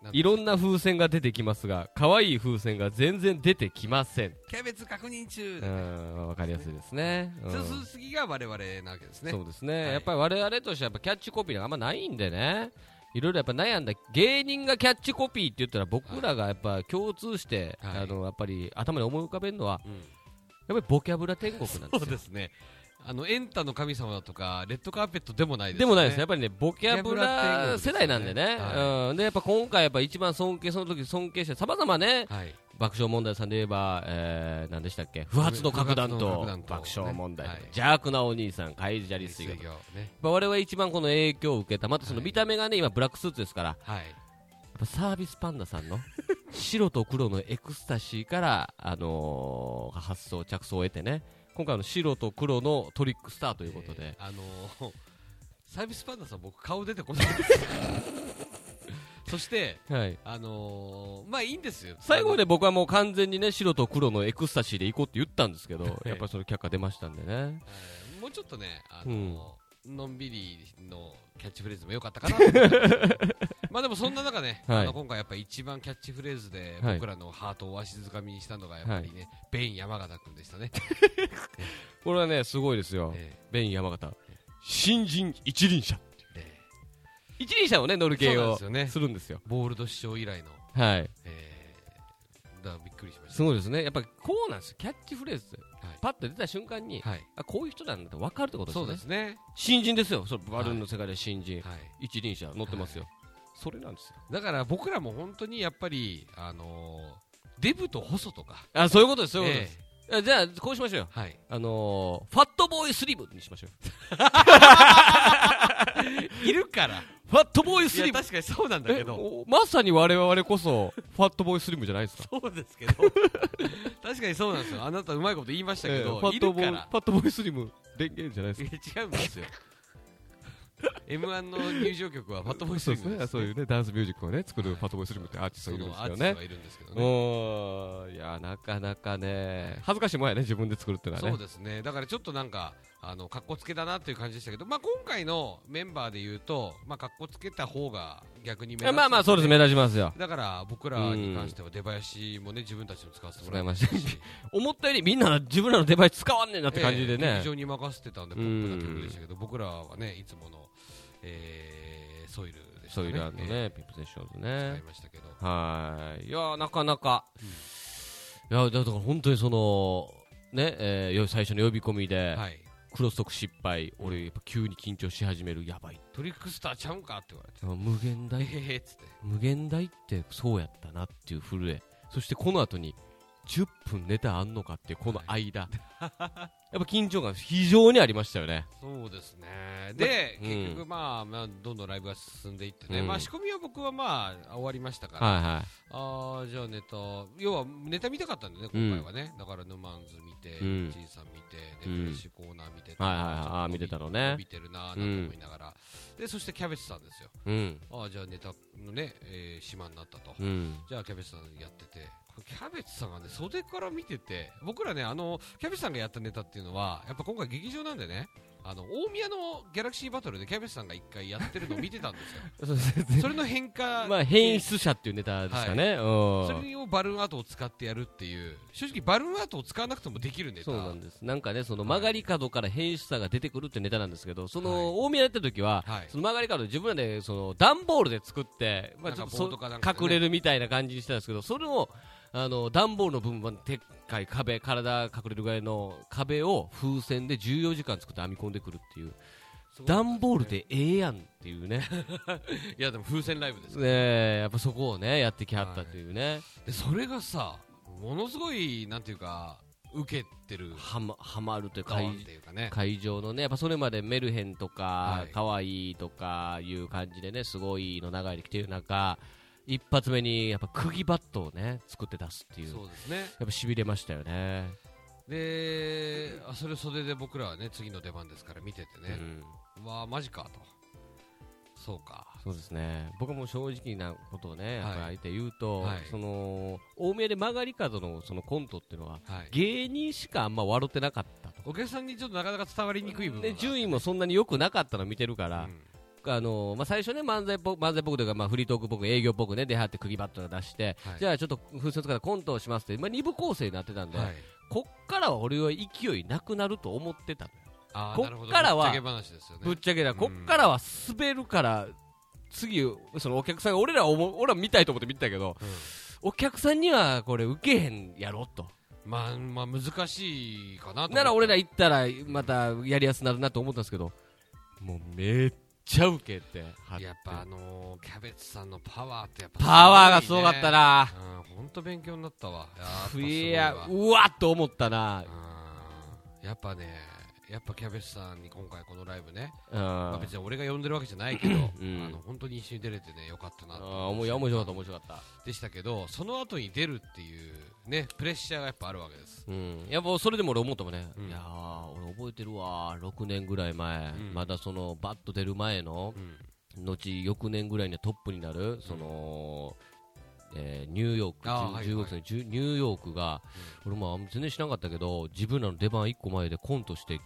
Speaker 2: なんだ
Speaker 1: いろんな風船が出てきますが可愛い風船が全然出てきません
Speaker 2: キャベツ確認中
Speaker 1: う、んわかりやすいですねうん
Speaker 2: そうす次が我々なわけですね
Speaker 1: そうです
Speaker 2: はい
Speaker 1: ねやっぱり我々としてはやっぱキャッチコピーがあんまないんでねいろいろやっぱ悩んだ芸人がキャッチコピーって言ったら僕らがやっぱ共通して
Speaker 2: はい
Speaker 1: あのやっぱり頭に思い浮かべるのは
Speaker 2: うん
Speaker 1: やっぱりボキャブラ天国なんです
Speaker 2: そう
Speaker 1: よ。
Speaker 2: ですねあのエンタの神様だとかレッドカーペットでもないです
Speaker 1: で
Speaker 2: よ
Speaker 1: も
Speaker 2: ね
Speaker 1: ないですね、やっぱりね、ボキャブラ世代なんでね、
Speaker 2: は
Speaker 1: うん、でやっぱ今回、やっぱ一番尊敬、その時尊敬して、さまざまね、
Speaker 2: はい
Speaker 1: 爆笑問題さんで言えば、えー、何でしたっけ、不発の核弾
Speaker 2: 不発の
Speaker 1: と
Speaker 2: 核弾頭
Speaker 1: 爆笑問題、
Speaker 2: はい
Speaker 1: 邪悪なお兄さん、カイジャリ水魚
Speaker 2: 水魚
Speaker 1: と、やっ
Speaker 2: ね
Speaker 1: ぱ我々一番この影響を受けた、またその
Speaker 2: はい
Speaker 1: 見た目がね、今、ブラックスーツですから、や
Speaker 2: はい
Speaker 1: っぱサービスパンダさんの 白と黒のエクスタシーから、あのー発想、着想を得てね、今回、の白と黒のトリックスターということで。
Speaker 2: えーあのー サービスパンダさん僕顔出てこない ですそして
Speaker 1: はい
Speaker 2: あのーまあいいんですよ
Speaker 1: 最後まで僕はもう完全にね白と黒のエクスタシーで行こうって言ったんですけど、やっぱりその却下出ましたんでね
Speaker 2: えーもうちょっとね、あののんびりのキャッチフレーズも良かった かなと思ってまあでもそんな中ね、
Speaker 1: はい
Speaker 2: あの今回やっぱ一番キャッチフレーズで
Speaker 1: はい
Speaker 2: 僕らのハートをわしづかみにしたのがやっぱりね、ベイン山形君でしたね、
Speaker 1: これはねすごいですよ、
Speaker 2: え
Speaker 1: ベイン山形新人一輪車
Speaker 2: ーえ
Speaker 1: 一輪車をね乗る系を
Speaker 2: そうなんです
Speaker 1: するんですよ
Speaker 2: ーボールド師匠以来の、
Speaker 1: はい
Speaker 2: えーだからびっくりしまし
Speaker 1: す
Speaker 2: た、
Speaker 1: ごいですねやっぱりこうなんですよキャッチフレーズ、
Speaker 2: はい
Speaker 1: パッと出た瞬間に、
Speaker 2: はい、
Speaker 1: あこういう人なんだって分かるってことです
Speaker 2: そ
Speaker 1: よ
Speaker 2: う
Speaker 1: ね
Speaker 2: ですね、
Speaker 1: 新人ですよそのバルーンの世界で新人、
Speaker 2: はい、
Speaker 1: 一輪車乗ってますよ、それなんですよ
Speaker 2: だから僕らも本当にやっぱり、あのーデブと細とか、
Speaker 1: あそういうことですそういうことです、あじゃあこうしましょうよ
Speaker 2: えーはい、
Speaker 1: あのー、ファットボーイスリムにしましょう
Speaker 2: いるから、
Speaker 1: ファットボーイ
Speaker 2: い
Speaker 1: ス
Speaker 2: や
Speaker 1: リム
Speaker 2: 確かにそうなんだけ
Speaker 1: え
Speaker 2: ど。
Speaker 1: おまさに我々こそファットボーイスリムじゃないですか
Speaker 2: そうですけど 確かにそうなんですよあなたうまいこと言いましたけ
Speaker 1: ええ
Speaker 2: ど、
Speaker 1: ファ
Speaker 2: い
Speaker 1: ッ
Speaker 2: る
Speaker 1: トボ
Speaker 2: か
Speaker 1: ーイ
Speaker 2: ら
Speaker 1: ファットボーイスリム電源じゃない
Speaker 2: い
Speaker 1: ですか
Speaker 2: や違うん ですよ m 1の入場曲はファットボーイスリム
Speaker 1: そう
Speaker 2: で
Speaker 1: ですすねそ
Speaker 2: ね
Speaker 1: ういうねダンスミュージックをね作るファットボーイスリムってアーティストがい
Speaker 2: そ
Speaker 1: るんです
Speaker 2: のア
Speaker 1: け
Speaker 2: ー
Speaker 1: どね
Speaker 2: ティストはいるんですけどね
Speaker 1: おーいやなかなかね恥ずかしいもんやね自分で作るってのはね
Speaker 2: そうですねだからちょっとなんかあの格好つけだなっていう感じでしたけどまあ今回のメンバーで言うとまあ格好つけた方が逆に目
Speaker 1: い
Speaker 2: 立
Speaker 1: や
Speaker 2: つ
Speaker 1: まあまあそうです目立ちますよ
Speaker 2: だから僕らに関しては出囃子もね自分たちの使わせてもらいましたし
Speaker 1: 思ったよりみんな自分らのデバイス使わんねんなって感じで
Speaker 2: ええ
Speaker 1: ね
Speaker 2: 劇場に任せてたんでポップな曲でしたけど僕らはねいつもの、えーソイルでした
Speaker 1: そう
Speaker 2: ね
Speaker 1: いうの
Speaker 2: え
Speaker 1: ねピンプセッションズ
Speaker 2: え
Speaker 1: ね
Speaker 2: 使いましたけど
Speaker 1: はい。いやー、なかなか。いや、だから本当にその、ね、えーよ最初の呼び込みで、
Speaker 2: はい、
Speaker 1: クロストーク失敗、俺、やっぱ急に緊張し始める、やばい。
Speaker 2: トリックスターちゃうんかって言われて、
Speaker 1: 無限
Speaker 2: え
Speaker 1: 大
Speaker 2: へへっつって、
Speaker 1: 無限大ってそうやったなっていう震えそしてこの後に10分ネタあんのかっていうこの間、やっぱ緊張感非常にありましたよね
Speaker 2: そうですね、で、
Speaker 1: うん
Speaker 2: 結局、まあ、まあ、どんどんライブが進んでいってね、
Speaker 1: うん
Speaker 2: まあ、仕込みは僕はまあ、終わりましたから、
Speaker 1: は
Speaker 2: ああじゃあネタ要はネタ見たかったんだよね今回はね、だからヌマンズ見て、
Speaker 1: うん
Speaker 2: じいさん見てで
Speaker 1: うん
Speaker 2: フレッシュコーナー見て
Speaker 1: はいはいはいあー見てたのね
Speaker 2: 見てるなーなんて思いながら、でそしてキャベツさんですよ
Speaker 1: いはいうん
Speaker 2: ああじゃあネタのね、えー島になったと、
Speaker 1: うん
Speaker 2: じゃあキャベツさんやっててキャベツさんがね袖から見てて僕らねあのキャベツさんがやったネタっていうのはやっぱ今回劇場なんでねあの大宮のギャラクシーバトルでキャベツさんが一回やってるのを見てたんですよ
Speaker 1: そうです ね
Speaker 2: それの変化
Speaker 1: まあ変質者っていうネタですかね、
Speaker 2: そ
Speaker 1: うん
Speaker 2: れをバルーンアートを使ってやるっていう正直バルーンアートを使わなくてもできるネタ
Speaker 1: そうなんですなんかねその曲がり角から変質者が出てくるってネタなんですけどそ
Speaker 2: はい
Speaker 1: の大宮やった時は、
Speaker 2: はい
Speaker 1: その曲がり角自分らでその段ボールで作って、まあ、ち
Speaker 2: な
Speaker 1: ょ
Speaker 2: ん
Speaker 1: っ
Speaker 2: か
Speaker 1: と
Speaker 2: ボ
Speaker 1: そ
Speaker 2: ードかなんかでね
Speaker 1: 隠れるみたいな感じにしてたんですけど、それを、あの、段ボールの部分は、でっかい壁、体隠れるぐらいの壁を風船で14時間作って編み込んでくるっていう、
Speaker 2: そうなんですね
Speaker 1: 段ボールでええやんっていうね、
Speaker 2: いやでも風船ライブです
Speaker 1: ねえやっぱそこをね、やってきはったというね、
Speaker 2: でそれがさものすごいなんていうか受けてる
Speaker 1: はま、はまるという
Speaker 2: ド
Speaker 1: か、
Speaker 2: ーンっていうかね
Speaker 1: 会場のね、やっぱそれまでメルヘンと
Speaker 2: は
Speaker 1: か
Speaker 2: い、
Speaker 1: 可、愛、い、とかいう感じでね、すごいの流れてきてる中、一発目にやっぱ釘バットをね、作って出すっていう、や
Speaker 2: そうですね
Speaker 1: っぱ痺れましたよね。
Speaker 2: であそれ袖で僕らはね次の出番ですから見てて
Speaker 1: う
Speaker 2: ね、
Speaker 1: ん
Speaker 2: うわあマジかとそうか
Speaker 1: そうですね僕も正直なことをね、やっぱ
Speaker 2: はい
Speaker 1: り相手言うと、
Speaker 2: はい
Speaker 1: その大宮で曲がり角のそのコントっていうのは、
Speaker 2: はい
Speaker 1: 芸人しかあんま笑ってなかったと、
Speaker 2: お客さんにちょっとなかなか伝わりにくい部分
Speaker 1: で
Speaker 2: 位
Speaker 1: 順位もそんなに良くなかったの見てるから、あのまあ、最初ね、漫才っぽ漫才っぽくというか、まあ、フリートークっぽく、営業っぽくね、出はって、釘バットが出して、
Speaker 2: はい
Speaker 1: じゃあちょっと風船使ってコントをしますって、まあ、2部構成になってたんで、
Speaker 2: はい
Speaker 1: こっからは俺は勢いなくなると思ってたのよ、
Speaker 2: あー
Speaker 1: こっ
Speaker 2: なるほど
Speaker 1: からは
Speaker 2: ぶっちゃけ話ですよね
Speaker 1: ぶっちゃけだ、
Speaker 2: ん
Speaker 1: こっからは滑るから、次、そのお客さんが俺らおも、俺ら見たいと思って見てたけど、
Speaker 2: うん
Speaker 1: お客さんにはこれ、受けへんやろと、
Speaker 2: まあ、まあ、難しいかなと思って
Speaker 1: なら俺ら行ったら、またやりやすくなるなと思ったんですけど、もうめっちゃ受けてはて
Speaker 2: やっぱあのーキャベツさんのパワーってやっぱ
Speaker 1: パワーがすごかった
Speaker 2: な
Speaker 1: な、
Speaker 2: うん本当勉強になったわやっぱすご
Speaker 1: い
Speaker 2: い
Speaker 1: や
Speaker 2: わ、
Speaker 1: うわっと思ったな、
Speaker 2: うんやっぱねやっぱキャベツさんに今回このライブね、
Speaker 1: うん、
Speaker 2: まあ、
Speaker 1: あ
Speaker 2: 別に俺が呼んでるわけじゃないけど、
Speaker 1: ん
Speaker 2: あの本当に一緒に出れてねよかったな
Speaker 1: ー
Speaker 2: と
Speaker 1: 面白かった、面白かった。
Speaker 2: でしたけどその後に出るっていうねプレッシャーがやっぱあるわけです
Speaker 1: うん、やっぱそれでも俺思ったもんね、
Speaker 2: うん
Speaker 1: いやー俺覚えてるわ6年ぐらい前、
Speaker 2: うん
Speaker 1: まだそのバッと出る前の
Speaker 2: うん
Speaker 1: 後翌年ぐらいにはトップになるその、えーニューヨーク
Speaker 2: あーはい
Speaker 1: 10
Speaker 2: は
Speaker 1: 15
Speaker 2: い
Speaker 1: 歳の10ニューヨークが、俺もあんま全然知らなかったけど自分らの出番1個前でコントして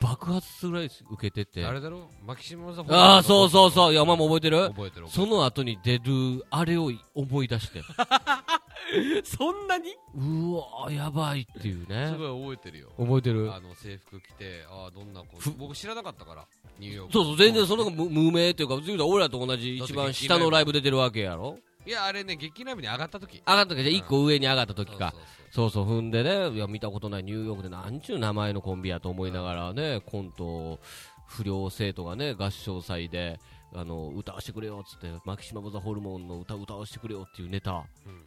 Speaker 1: 爆発するぐらい受けてて
Speaker 2: あ
Speaker 1: あ
Speaker 2: れだろマキシム・ザ・ホ
Speaker 1: あーそうそう
Speaker 2: う
Speaker 1: そういやお前も覚えてる
Speaker 2: 覚えてる覚えてる
Speaker 1: その後に出るあれを思い出して
Speaker 2: そんなに
Speaker 1: うわーやばいっていうね
Speaker 2: すごい覚えてるよ
Speaker 1: 覚えてる
Speaker 2: あの制服着て、ああ、どんな子
Speaker 1: ふ、
Speaker 2: 僕知らなかったから、ニューヨーク。
Speaker 1: そうそう、全然その子無無名というか、言うたら俺らと同じ一番下のライブ出てるわけやろ
Speaker 2: いや、あれね、劇ライブに上がった時
Speaker 1: 上がった時じゃ一個上に上がった時
Speaker 2: そう
Speaker 1: か。
Speaker 2: そうそう
Speaker 1: そうそう、踏んでね、いや、見たことないニューヨークでなんちゅう名前のコンビやと思いながらね、コントを不良生徒がね、合唱祭で、あの、歌わしてくれよっつって、マキシマム・ザ・ホルモンの歌歌わしてくれよっていうネタ、
Speaker 2: うん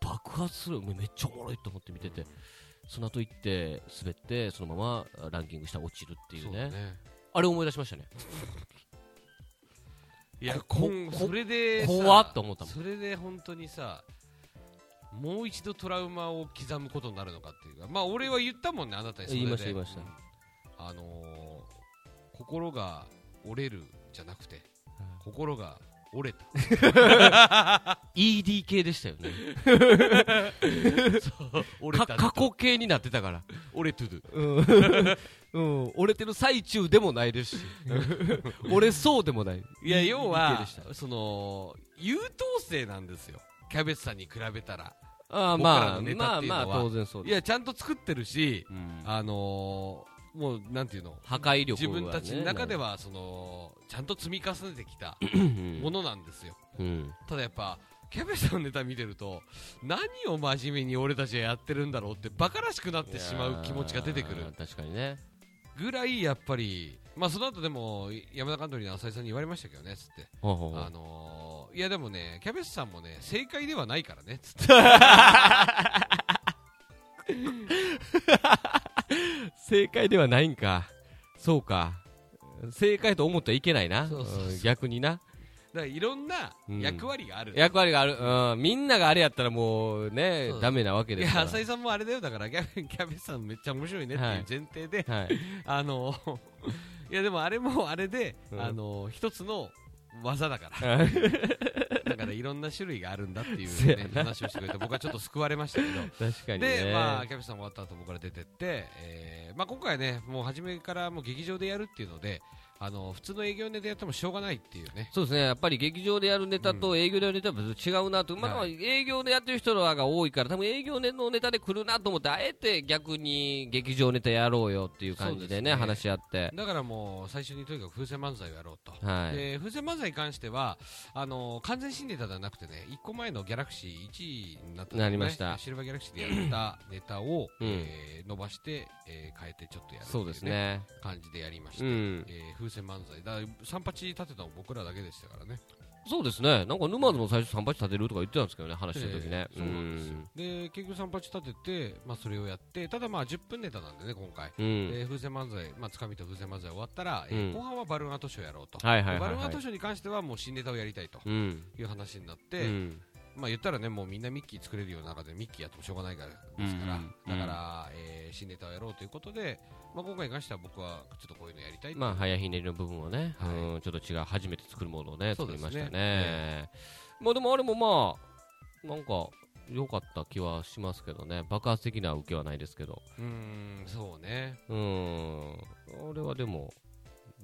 Speaker 1: 爆発する、めめっちゃおもろいと思って見てて、その後行って、滑って、そのままランキング下落ちるってい
Speaker 2: そううだ
Speaker 1: ね。
Speaker 2: ね。
Speaker 1: あれ思い出しましたね。
Speaker 2: いや、
Speaker 1: こ
Speaker 2: こん、それでさ、
Speaker 1: 怖っと思ったもん
Speaker 2: それで本当にさ、もう一度トラウマを刻むことになるのかっていうか、まあ、俺は言ったもんね、あなたにそれ
Speaker 1: 言い
Speaker 2: で。
Speaker 1: ました言いました
Speaker 2: うんあのー、心が折れるじゃなくて、心が 折れた。
Speaker 1: ED 系でしたよ ね。
Speaker 2: 折れた。
Speaker 1: 過去形になってたから。
Speaker 2: 折れとる。
Speaker 1: うん、折れてる最中でもないです し、折れそうでもない。
Speaker 2: いや、要は
Speaker 1: 理系で、
Speaker 2: その、優等生なんですよ。キャベツさんに比べたら。
Speaker 1: ああ、
Speaker 2: 僕ら
Speaker 1: まあ、
Speaker 2: のネ
Speaker 1: ま
Speaker 2: タっ
Speaker 1: あ
Speaker 2: ていうの
Speaker 1: ま
Speaker 2: は
Speaker 1: あ、当然そう
Speaker 2: い
Speaker 1: です。
Speaker 2: や、ちゃんと作ってるし、
Speaker 1: うん
Speaker 2: あのー、もう、なんていうの
Speaker 1: 破壊力
Speaker 2: 自
Speaker 1: はね
Speaker 2: 分たちの中では、その、ちゃんと積み重ねてきた
Speaker 1: うん
Speaker 2: ものなんですよ。
Speaker 1: うん
Speaker 2: ただやっぱ、キャベツさんのネタ見てると何を真面目に俺たちはやってるんだろうってバカらしくなってしまう気持ちが出てく
Speaker 1: い
Speaker 2: る
Speaker 1: やー確かにね
Speaker 2: ぐらいやっぱりまあその後でも山田監督に浅井さんに言われましたけどねつって
Speaker 1: ほうほうほう
Speaker 2: あのー、いやでもねキャベツさんもね正解ではないからねつって
Speaker 1: 正解ではないんかそうか正解と思ってはいけないな
Speaker 2: そうそうそう
Speaker 1: うん逆にな
Speaker 2: だからいろんな
Speaker 1: うん
Speaker 2: 役割がある、
Speaker 1: 役割がある、うん、みんながあれやったらもうね
Speaker 2: そう
Speaker 1: ダメなわけ
Speaker 2: い
Speaker 1: ですか
Speaker 2: や
Speaker 1: ら
Speaker 2: 浅井さんもあれだよだからキャベキャベツさんめっちゃ面白いねって
Speaker 1: はい
Speaker 2: いう前提で、
Speaker 1: はい、
Speaker 2: あのー いやでもあれもあれで、
Speaker 1: うん
Speaker 2: あのー一つの技だから だからいろんな種類があるんだって い
Speaker 1: せ
Speaker 2: う、
Speaker 1: や
Speaker 2: ね
Speaker 1: な、
Speaker 2: 話をしてくれて僕はちょっと救われましたけど
Speaker 1: 確かにね
Speaker 2: で、まあ、キャベツさん終わった後僕から出てって、えーまあ、今回ねもう初めからもう劇場でやるっていうのであの普通の営業でやってもしょうがないっていうね
Speaker 1: そうですねやっぱり劇場でやるネタと営業でやるネタは別に違うなと、まあ
Speaker 2: は
Speaker 1: 営業でやってる人らが多いから多分営業のネタで来るなと思ってあえて逆に劇場ネタやろうよっていう感じでね
Speaker 2: そうですね
Speaker 1: 話し合って
Speaker 2: だからもう最初にとにかく風船漫才をやろうと、
Speaker 1: はい
Speaker 2: で風船漫才に関してはあの完全新ネタではなくてね1個前のギャラクシー1位になった、ね、
Speaker 1: なりました
Speaker 2: シルバーギャラクシーでや ったネタを、
Speaker 1: うん
Speaker 2: えー伸ばして、えー変えてちょっとやるってい
Speaker 1: そうですね
Speaker 2: 感じでやりまし
Speaker 1: う
Speaker 2: た、
Speaker 1: ん
Speaker 2: えー風船漫才だから三八立てたの僕らだけでしたからね
Speaker 1: そうですねなんか沼津も最初三八立てるとか言ってたんですけどね話してる時ね、
Speaker 2: ええそうなんですよで結局三八立てて、まあ、それをやってただまあ10分ネタなんでね今回、
Speaker 1: うんうん
Speaker 2: えー風船漫才、まあ、つかみと風船漫才終わったら、え
Speaker 1: う
Speaker 2: ー
Speaker 1: ん
Speaker 2: 後半はバルーンアートショーやろうと、
Speaker 1: はいはい
Speaker 2: バ
Speaker 1: はい
Speaker 2: ルーンア
Speaker 1: は
Speaker 2: ート
Speaker 1: い
Speaker 2: ショーに関してはもう新ネタをやりたいと
Speaker 1: うん
Speaker 2: いう話になっ
Speaker 1: う
Speaker 2: て、
Speaker 1: ん
Speaker 2: まあ言ったらねもうみんなミッキー作れるような中でミッキーやってもしょうがないからですから、
Speaker 1: うんうん
Speaker 2: だから、えー新ネタをやろうということで、まあ、今回に関しては僕はちょっとこういうのやりたいっていう
Speaker 1: まあ、早ひねりの部分をね、
Speaker 2: はい
Speaker 1: うん、ちょっと違う、初めて作るものをね、
Speaker 2: そう
Speaker 1: 作り
Speaker 2: です
Speaker 1: ま
Speaker 2: ね
Speaker 1: したね。
Speaker 2: え
Speaker 1: まあ、でもあれもまあ、なんか、良かった気はしますけどね、爆発的な受けはないですけど、
Speaker 2: うーんそうね
Speaker 1: うん、あれはでも、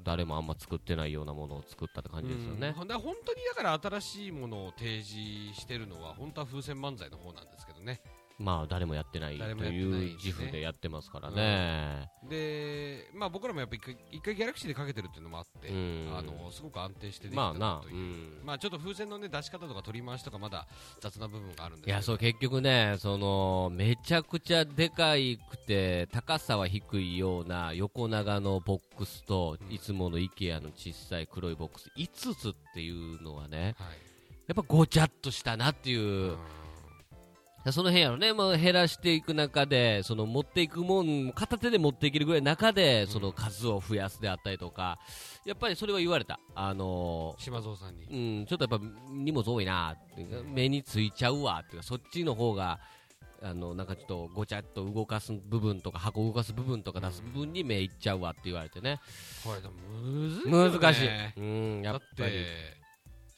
Speaker 1: 誰もあんま作ってないようなものを作ったって感じですよ
Speaker 2: うん
Speaker 1: ね。
Speaker 2: ほんだ本当にだから新しいものを提示してるのは本当は風船漫才の方なんですけどね
Speaker 1: まあ、誰もやってないと
Speaker 2: 誰もやってな
Speaker 1: い
Speaker 2: い
Speaker 1: う
Speaker 2: ですね
Speaker 1: 自負でやってますからね。
Speaker 2: で、まあ、僕らもやっぱ一回一回ギャラクシーでかけてるっていうのもあって、
Speaker 1: うん
Speaker 2: あのすごく安定してでき
Speaker 1: ま
Speaker 2: た
Speaker 1: あなう
Speaker 2: と、いう、
Speaker 1: ん。
Speaker 2: まあ、ちょっと風船の、ね、出し方とか取り回しとかまだ雑な部分があるんです
Speaker 1: いやそう結局ねそのめちゃくちゃでかいくて高さは低いような横長のボックスと
Speaker 2: うん
Speaker 1: いつもの IKEA の小さい黒いボックス5つっていうのはね
Speaker 2: はい
Speaker 1: やっぱごちゃっとしたなっていう、その辺やろね、まあ、減らしていく中でその持っていくもん片手で持っていけるぐらいの中でその数を増やすであったりとかやっぱりそれは言われたあのー
Speaker 2: 島蔵さんに、
Speaker 1: うん、ちょっとやっぱ荷物多いなっていうか目についちゃうわっていうかそっちの方があのなんかちょっとごちゃっと動かす部分とか箱動かす部分とか出す部分に目いっちゃうわって言われてね
Speaker 2: これでもむずいよ
Speaker 1: 難
Speaker 2: ね
Speaker 1: しい、うん、や
Speaker 2: だ
Speaker 1: っ
Speaker 2: っ
Speaker 1: ぱり
Speaker 2: て、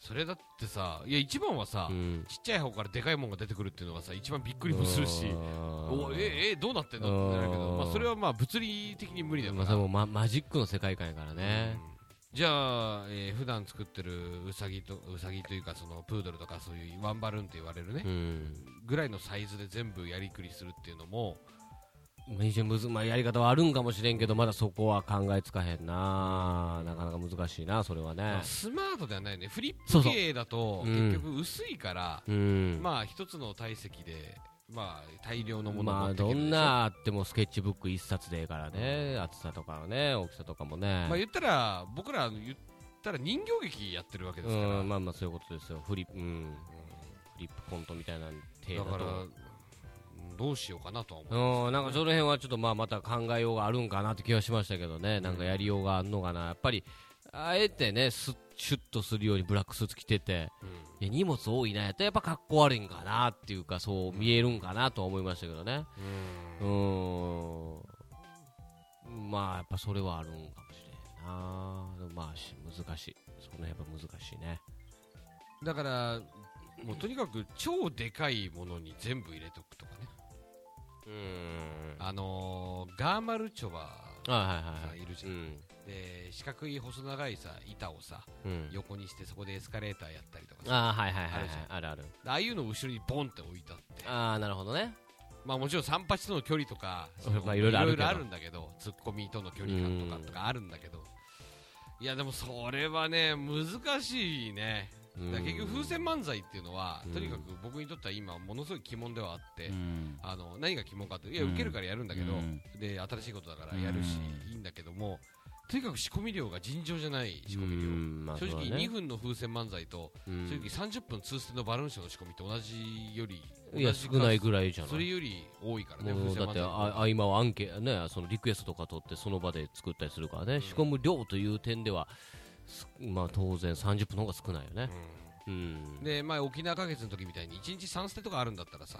Speaker 2: それだってさいや一番はさ、
Speaker 1: うん、
Speaker 2: ちっちゃい方からでかいもんが出てくるっていうのがさ一番びっくりもするしおええどうなってんのってなるけ
Speaker 1: う
Speaker 2: ど、
Speaker 1: ん
Speaker 2: まあ、それはまあ物理的に無理だか
Speaker 1: まあ、
Speaker 2: ら、
Speaker 1: それもママジックの世界観やからね、
Speaker 2: うんじゃあ、えー普段作ってるウサギとウサギというかそのプードルとかそういうワンバルーンって言われるね
Speaker 1: う、ん
Speaker 2: ぐらいのサイズで全部やりくりするっていうのも
Speaker 1: まあ非常にむずまあ、やり方はあるんかもしれんけどまだそこは考えつかへんななかなか難しいなそれはね
Speaker 2: スマートではないよねフリ
Speaker 1: そ
Speaker 2: ッ
Speaker 1: うそ
Speaker 2: プ
Speaker 1: う
Speaker 2: 系だと
Speaker 1: うん
Speaker 2: 結局薄いから、
Speaker 1: うん
Speaker 2: まあ一つの体積で、まあ、大量のものを
Speaker 1: ま
Speaker 2: 持
Speaker 1: あ
Speaker 2: ってけ
Speaker 1: ど
Speaker 2: るでしょ
Speaker 1: んなあってもスケッチブック一冊でええからね厚さとかはね大きさとかもね
Speaker 2: まあ言ったら僕ら言ったら人形劇やってるわけですから、
Speaker 1: うんまあまあそういうことですよフリップうんフリップコントみたいな程度
Speaker 2: だから
Speaker 1: と
Speaker 2: うんどうしようかなとは思う
Speaker 1: うんなんかその辺はちょっとまあまた考えようがあるんかなって気はしましたけどね
Speaker 2: ん
Speaker 1: なんかやりようがあるのかなやっぱりあえてねスッシュッとするようにブラックスーツ着てていや荷物多いなやったらやっぱ格好悪いんかなっていうかそう見えるんかなとは思いましたけどね
Speaker 2: うん
Speaker 1: うーんまあやっぱそれはあるんかもしれんなでもまあし難しいそのやっぱ難しいね
Speaker 2: だからもうとにかく超でかいものに全部入れとくとかね
Speaker 1: うーん
Speaker 2: あのー、ガーマルチョバ
Speaker 1: あはいはい
Speaker 2: さ
Speaker 1: は
Speaker 2: ん
Speaker 1: い
Speaker 2: いるじ
Speaker 1: う
Speaker 2: ゃん、
Speaker 1: ん
Speaker 2: で四角い細長いさ板をさ
Speaker 1: うん
Speaker 2: 横にしてそこでエスカレーターやったりとかさ
Speaker 1: ああはいはいはい
Speaker 2: あ
Speaker 1: はい
Speaker 2: るじゃん
Speaker 1: あるある
Speaker 2: ああいうのを後ろにボンって置いたって
Speaker 1: ああなるほどね
Speaker 2: まあもちろん三八との距離とかその
Speaker 1: まあいろいろあるけど
Speaker 2: いんだけどツッコミとの距離感とかとかあるんだけどいやでもそれはね難しいね
Speaker 1: うん
Speaker 2: だから結局風船漫才っていうのは、
Speaker 1: うん
Speaker 2: とにかく僕にとっては今ものすごい鬼門ではあって、
Speaker 3: うん
Speaker 2: あの何が鬼門かっていや
Speaker 3: うん
Speaker 2: 受けるからやるんだけど、
Speaker 3: うん
Speaker 2: で新しいことだからやるし、
Speaker 3: うん
Speaker 2: いいんだけどもとにかく仕込み量が尋常じゃない仕
Speaker 1: う
Speaker 2: 込み量、
Speaker 1: んまあ
Speaker 2: 正
Speaker 1: そう
Speaker 2: 直
Speaker 1: だね
Speaker 2: 2分の風船漫才と、
Speaker 1: うん
Speaker 2: 正直30分通捨てのバルーンショーの仕込みって同じより
Speaker 1: いや
Speaker 2: 同じ
Speaker 1: 少
Speaker 2: 数
Speaker 1: ないぐらいじゃな
Speaker 2: それ
Speaker 1: い
Speaker 2: より多いからね
Speaker 1: も
Speaker 2: 風
Speaker 1: う
Speaker 2: 船
Speaker 1: だっ
Speaker 2: 漫
Speaker 1: てあ
Speaker 2: 才
Speaker 1: 合間はアンケねそのリクエストとか取ってその場で作ったりするからね、仕込む量という点ではすまあ当然30分の方が少ないよねうん
Speaker 2: うんで前沖縄花月の時みたいに1日3捨てとかあるんだったらさ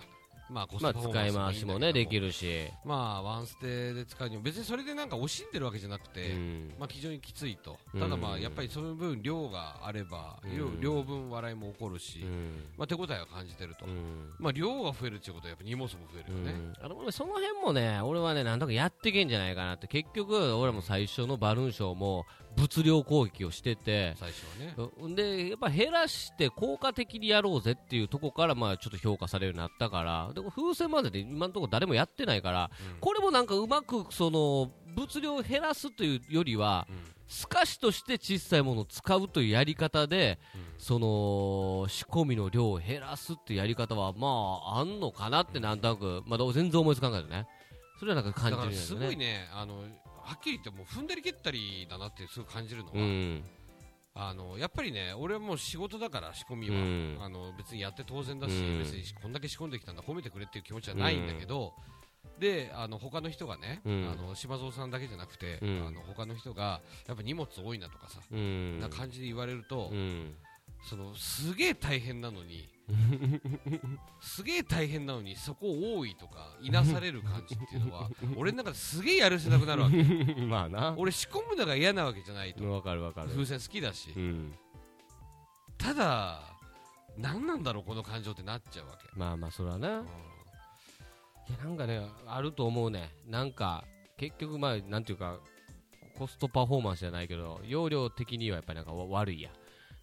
Speaker 2: まあコス
Speaker 1: ま
Speaker 2: ト
Speaker 1: あ
Speaker 2: パフォー
Speaker 1: 使い
Speaker 2: マン
Speaker 1: 回
Speaker 2: スいい
Speaker 1: し
Speaker 2: んだけど
Speaker 1: もねできるし、
Speaker 2: まあワンステで使うにも別にそれでなんか惜しんでるわけじゃなくて、
Speaker 1: うん
Speaker 2: まあ非常にきついと
Speaker 1: うん
Speaker 2: ただまあやっぱりその分量があれば、
Speaker 1: うん
Speaker 2: 量量分笑いも起こるし、
Speaker 1: うん
Speaker 2: まあ手応えは感じてると、
Speaker 1: うん
Speaker 2: まあ量が増えるっていうことはやっぱ荷物も増えるよね、
Speaker 1: うん、あの俺その辺もね、俺はね、なんとかやってけんじゃないかなって、結局、俺も最初のバルーンショーも物量攻撃をしてて、
Speaker 2: 最初はね
Speaker 1: うんで、やっぱ減らして効果的にやろうぜっていうとこから、まあちょっと評価されるようになったから、で風船までで今のところ誰もやってないから、
Speaker 2: うん
Speaker 1: これもなんかうまく、その、物量を減らすというよりは、
Speaker 2: うん
Speaker 1: 透かしとして小さいものを使うというやり方で、
Speaker 2: うん
Speaker 1: その仕込みの量を減らすってやり方はまああんのかなってなんとなくまだ全然思いつかんからねそれはなんか感
Speaker 2: だから
Speaker 1: じ
Speaker 2: す
Speaker 1: るよね
Speaker 2: ごいねあのはっきり言ってもう踏んだり蹴ったりだなってすごい感じるのは、
Speaker 1: うん
Speaker 2: あのやっぱりね俺はもう仕事だから仕込みは、
Speaker 1: うん
Speaker 2: あの別にやって当然だし、
Speaker 1: うん
Speaker 2: 別にこんだけ仕込んできたんだ褒めてくれっていう気持ちはないんだけど、であの他の人がね、
Speaker 1: うん
Speaker 2: あの島蔵さんだけじゃなくて、
Speaker 1: うん
Speaker 2: あの他の人がやっぱ荷物多いなとかさ、
Speaker 1: うん
Speaker 2: な感じで言われると、
Speaker 1: うん
Speaker 2: そのすげえ大変な のにすげえ大変なのにそこ多いとかいなされる感じっていう のは俺の中ですげえやるせなくなるわけ
Speaker 1: まあな
Speaker 2: 俺仕込むのが嫌なわけじゃないと
Speaker 1: わかるわかる
Speaker 2: 風船好きだし、
Speaker 1: うん
Speaker 2: ただ何なんだろうこの感情ってなっちゃうわけ、
Speaker 1: まあまあそれはな
Speaker 2: うん
Speaker 1: いやなんかねあると思うねなんか結局まあなんていうかコストパフォーマンスじゃないけど容量的にはやっぱりなんかわ悪いや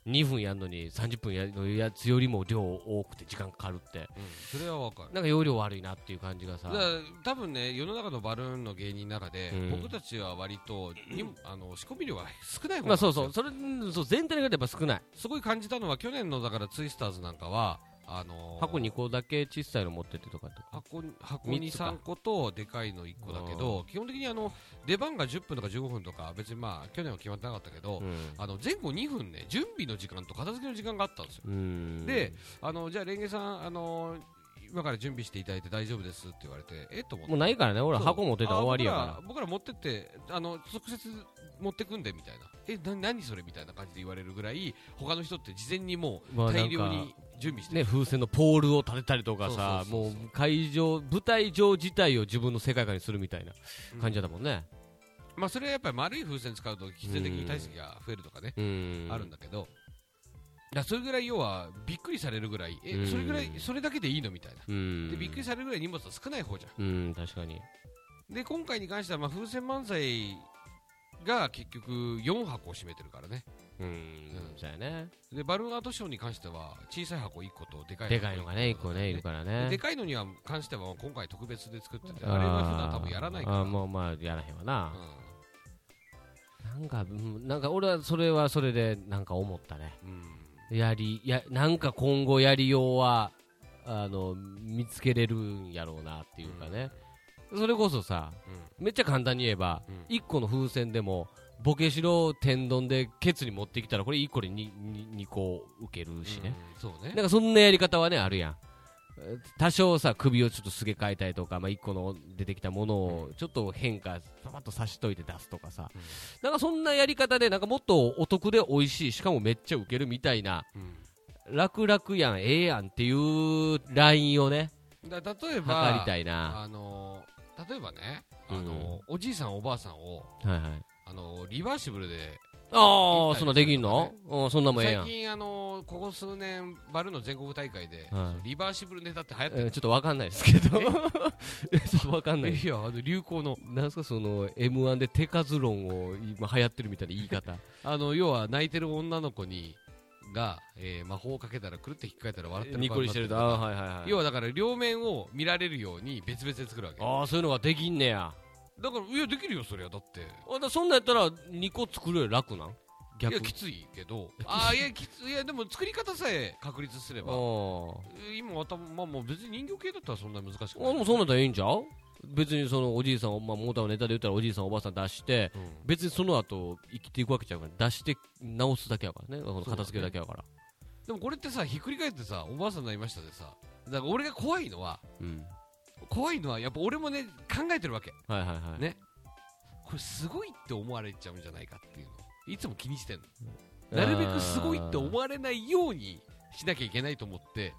Speaker 1: 2分やるのに30分やるのやつよりも量多くて時間かかるって
Speaker 2: うんそれはわかる
Speaker 1: なんか容量悪いなっていう感じがさ
Speaker 2: だから多分ね世の中のバルーンの芸人の中で、
Speaker 1: うん
Speaker 2: 僕たちは割とに あの仕込み量が少ない方
Speaker 1: まあ
Speaker 2: なんですよ
Speaker 1: そうそう、それ、うんそう全体の方やっぱ少ない。
Speaker 2: すごい感じたのは去年のだからツイスターズなんかはあのー
Speaker 1: 箱2個だけ小さいの持ってってとかとか。
Speaker 2: 箱に箱に
Speaker 1: 三つか
Speaker 2: 3個とでかいの1個だけど基本的にあの出番が10分とか15分とか別にまあ去年は決まってなかったけど、
Speaker 1: うん
Speaker 2: あの前後2分ね準備の時間と片付けの時間があったんですよ
Speaker 1: うん。
Speaker 2: で、あのじゃあレンゲさんあの今から準備していただいて大丈夫ですって言われてえっと思って
Speaker 1: もうないからね、俺
Speaker 2: そう
Speaker 1: 箱持ってたら終わりや
Speaker 2: あ
Speaker 1: か
Speaker 2: 僕ら僕ら持ってってあの直接持ってくんでみたいなえな何それみたいな感じで言われるぐらい他の人って事前にも
Speaker 1: まあ
Speaker 2: う
Speaker 1: なんか
Speaker 2: 大量に準備し
Speaker 1: ら。
Speaker 2: て
Speaker 1: ね、風船のポールを立てたりとかさ、
Speaker 2: そうそう
Speaker 1: も
Speaker 2: そううそう
Speaker 1: 会場、舞台上自体を自分の世界観にするみたいな
Speaker 2: うん
Speaker 1: 感じだったもんね。
Speaker 2: まあそれはやっぱり丸い風船使うと必然的に体積が増えるとかね
Speaker 1: うん。
Speaker 2: あるんだけど、だからそれぐらい要はびっくりされるぐらい、え
Speaker 1: うん
Speaker 2: それぐらいそれだけでいいのみたいな、
Speaker 1: うん。
Speaker 2: でびっくりされるぐらい荷物は少ない方じゃ
Speaker 1: うん、確かに。
Speaker 2: ん、で今回に関してはまあ風船漫才が結局4箱を占めてるからね、
Speaker 1: うん。そうやね。
Speaker 2: でバルーンアートショーに関しては小さい箱1個とでかい
Speaker 1: でかいのがね、
Speaker 2: 一
Speaker 1: 1個ね、いるから
Speaker 2: で
Speaker 1: ね
Speaker 2: で。かいのには関しては今回特別で作ってて、あれは普段多分やらないか
Speaker 1: あー
Speaker 2: ら、
Speaker 1: あーもうまあ、やらへんわな。
Speaker 2: う
Speaker 1: なんか、うんなんか俺はそれはそれで、なんか思ったね。
Speaker 2: んうん
Speaker 1: やりやなんか今後やりようはあの見つけれるんやろうなっていうかね、それこそさめっちゃ簡単に言えば、
Speaker 2: うん
Speaker 1: 一1個の風船でもボケしろ天丼でケツに持ってきたらこれ1個で 2, 2個受けるしね、、
Speaker 2: うんそうね
Speaker 1: なんかそんなやり方はねあるやんえー多少さ首をちょっとすげ替えたりとか、まあ、1個の出てきたものをちょっと変化パパッと差しといて出すとかさ、
Speaker 2: うん
Speaker 1: なんかそんなやり方でなんかもっとお得で美味しいしかもめっちゃ受けるみたいな
Speaker 2: うん
Speaker 1: 楽々やん、ええやんっていうラインをね、
Speaker 2: だから例えば
Speaker 1: 測りたいな。
Speaker 2: あのー例えばね、
Speaker 1: うん
Speaker 2: あのーおじいさん、おばあさんを、
Speaker 1: はいはい。
Speaker 2: あのーリバーシブルで、
Speaker 1: ああ、そんなできんの、うん、そんなんもええや
Speaker 2: 最
Speaker 1: ん。
Speaker 2: 近、あのーここ数年、バルーンの全国大会で、
Speaker 1: はい
Speaker 2: そのリバーシブルネタって流行って
Speaker 1: えー
Speaker 2: る
Speaker 1: ちょっとわかんないですけど。え ちょっとわかんない。
Speaker 2: いや、あの流行の、
Speaker 1: なんすかその M1 で手数論を今流行ってるみたいな言い 方。
Speaker 2: あの要は泣いてる女の子にが、えー魔法をかけたら、くるって引っかえたら笑ってる
Speaker 1: ニコリしてると。あーはいはいはい。
Speaker 2: 要はだから両面を見られるように別々で作るわけだか
Speaker 1: ああ、そういうのができんねや。
Speaker 2: らいやできるよそりゃだって
Speaker 1: あだからそんなんやったら2個作るより楽なん
Speaker 2: いや
Speaker 1: 逆
Speaker 2: きついけどああいやきついやでも作り方さえ確立すれば
Speaker 1: ああ
Speaker 2: 今頭まあもう別に人形系だったらそんなに難しく
Speaker 1: あ
Speaker 2: ない
Speaker 1: でもそうなんだらいいんじゃう別にそのおじいさんを、まあ、モーターのネタで言ったらおじいさんおばあさん出して
Speaker 2: うん
Speaker 1: 別にその後生きていくわけちゃうから出して直すだけやからねこの片付けるだけやから
Speaker 2: でもこれってさひっくり返ってさおばあさんになりましたでさだから俺が怖いのは
Speaker 1: うん
Speaker 2: 怖いのはやっぱ俺もね考えてるわけ
Speaker 1: はいはいはい、
Speaker 2: ねこれすごいって思われちゃうんじゃないかっていうのをいつも気にしてんのなるべくすごいって思われないようにしなきゃいけないと思って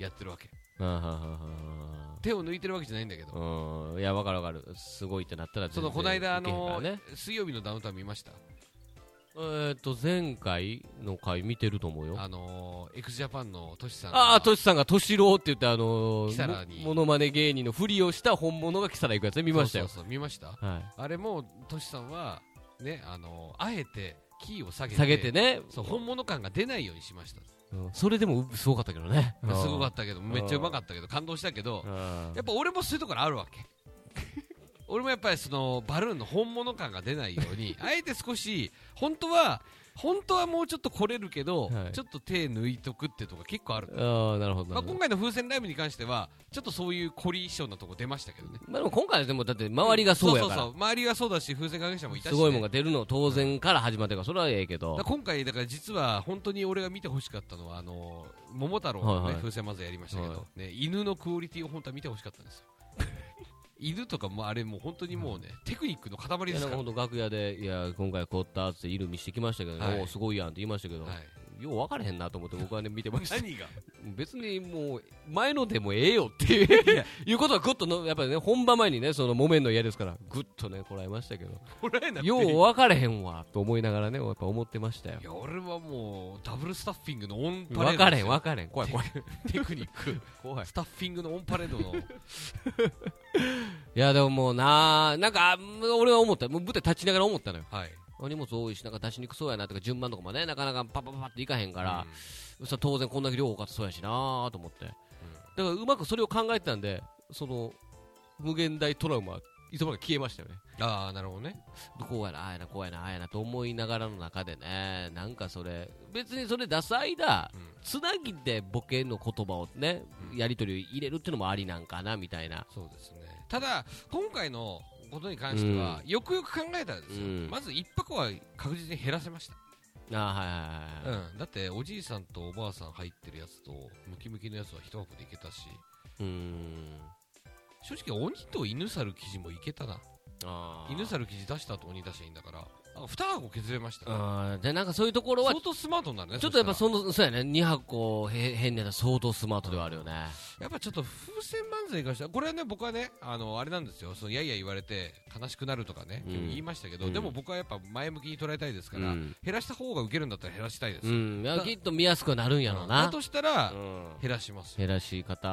Speaker 2: やってるわけ
Speaker 1: あーはいはいはいはい
Speaker 2: 手を抜いてるわけじゃないんだけど
Speaker 1: うんいやわかるわかるすごいってなったら
Speaker 2: そ
Speaker 1: 全然
Speaker 2: のこの間あ
Speaker 1: いけ
Speaker 2: の
Speaker 1: へんからね
Speaker 2: 水曜日のダウンタウン見ました
Speaker 1: えー、っと前回の回見てると思うよ
Speaker 2: あのー、x ジャパンのトシさんが
Speaker 1: ああトシさんが「としろう」って言ってあの
Speaker 2: キサラに
Speaker 1: もものまね芸人のふりをした本物がキサラ行くやつね見ましたよ
Speaker 2: そうそうそう見ました
Speaker 1: は
Speaker 2: あれもトシさんはねあのー、あえてキーを下
Speaker 1: い
Speaker 2: げて
Speaker 1: 下げてね
Speaker 2: そう本物感が出ないようにしました
Speaker 1: うんそれでもすごかったけどね
Speaker 2: すごか
Speaker 1: っ
Speaker 2: ったけどめっちゃうまかったけど感動したけど
Speaker 1: や
Speaker 2: やっぱ俺もそういうところあるわ け俺もやっぱりそのバルーンの本物感が出ないように あえて少し本当は本当はもうちょっと来れるけど、
Speaker 1: はい
Speaker 2: ちょっと手抜いとくってとこ結構ある、
Speaker 1: ああなるほど
Speaker 2: ま
Speaker 1: な
Speaker 2: あ、
Speaker 1: るほ
Speaker 2: 今
Speaker 1: ど
Speaker 2: 回の風船ライブに関してはちょっとそういう凝り性なとこ出ましたけどね
Speaker 1: まあでも今回はでもだって周りがそうやか
Speaker 2: そう
Speaker 1: ら
Speaker 2: そう周りがそうだし風船関係者もいたし、
Speaker 1: す
Speaker 2: ね、
Speaker 1: ごいもんが出るの当然から始まってるからそれはええけど
Speaker 2: だから今回だから実は本当に俺が見てほしかったのはあの桃太郎の、ね
Speaker 1: はいはい
Speaker 2: 風船まずやりましたけど、
Speaker 1: は
Speaker 2: ね、犬のクオリティを本当は見てほしかったんですよ 犬とかもあれもう本当にもうね、テクニックの塊
Speaker 1: い
Speaker 2: で
Speaker 1: や
Speaker 2: す
Speaker 1: なんか
Speaker 2: か
Speaker 1: らほんと楽屋で「いや今回凍った」っつってイル見してきましたけどね、
Speaker 2: はい
Speaker 1: おーすごいやんって言いましたけど、
Speaker 2: はい
Speaker 1: よう分かれへんなと思って僕はね見てました
Speaker 2: 何が
Speaker 1: 別にもう前のでもええよって いう
Speaker 2: や
Speaker 1: いうことはグッとのやっぱりね本番前にねその揉めんの嫌ですからグッとねこらえましたけど
Speaker 2: こらえなくていい
Speaker 1: よう分かれへんわと思いながらねやっぱ思ってましたよ
Speaker 2: いや俺はもうダブルスタッフィングのオンパレー
Speaker 1: 分
Speaker 2: ド
Speaker 1: かれへん分かれへん怖い怖い
Speaker 2: テクニッ ク
Speaker 1: 怖い
Speaker 2: スタッフィングのオンパレードの
Speaker 1: いやでももうなあなんかあ俺は思ったもう舞台立ちながら思ったのよ
Speaker 2: はい
Speaker 1: 荷物多いしなんか出しにくそうやなとか順番とかもねなかなかパッパッパッっていかへんから、さ当然こんだけ量多かったらそうやしなーと思って、だからうまくそれを考えてたんでその無限大トラウマいつの間にか消えましたよね
Speaker 2: うんああなるほどね
Speaker 1: こうやなああやなこうやなああやなと思いながらの中でねなんかそれ別にそれ出す間
Speaker 2: うん
Speaker 1: つなぎでボケの言葉をね
Speaker 2: うん
Speaker 1: やり取り入れるっていうのもありなんかなみたいな
Speaker 2: そうですねただ今回のことに関しては、よくよく考えたらですよ、
Speaker 1: うん
Speaker 2: まず一泊は確実に減らせました
Speaker 1: あーはいはいはいはい
Speaker 2: うん、だっておじいさんとおばあさん入ってるやつとムキムキのやつは一箱でいけたし
Speaker 1: うーん
Speaker 2: 正直鬼と犬猿記事もいけたな
Speaker 1: あー
Speaker 2: 犬猿記事出した後鬼出したらいいんだからあ二箱削れましたね
Speaker 1: あーでなんかそういうところは
Speaker 2: 相当スマートになるね
Speaker 1: ちょっとやっぱ
Speaker 2: そ
Speaker 1: そのそうやね2箱へ変なやつ相当スマートではあるよね
Speaker 2: したらやっぱちょっと風船漫才に関してはこれはね僕はねあのあれなんですよそのやいやい言われて悲しくなるとかね、
Speaker 1: うん
Speaker 2: 言いましたけど、
Speaker 1: うん
Speaker 2: でも僕はやっぱ前向きに捉えたいですから、
Speaker 1: うん
Speaker 2: 減らした方がウケるんだったら減らしたいです、
Speaker 1: うん、いや
Speaker 2: だ
Speaker 1: きっと見やすくなるんやろうな、
Speaker 2: だとしたら
Speaker 1: うん
Speaker 2: 減らしますよ
Speaker 1: 減らし方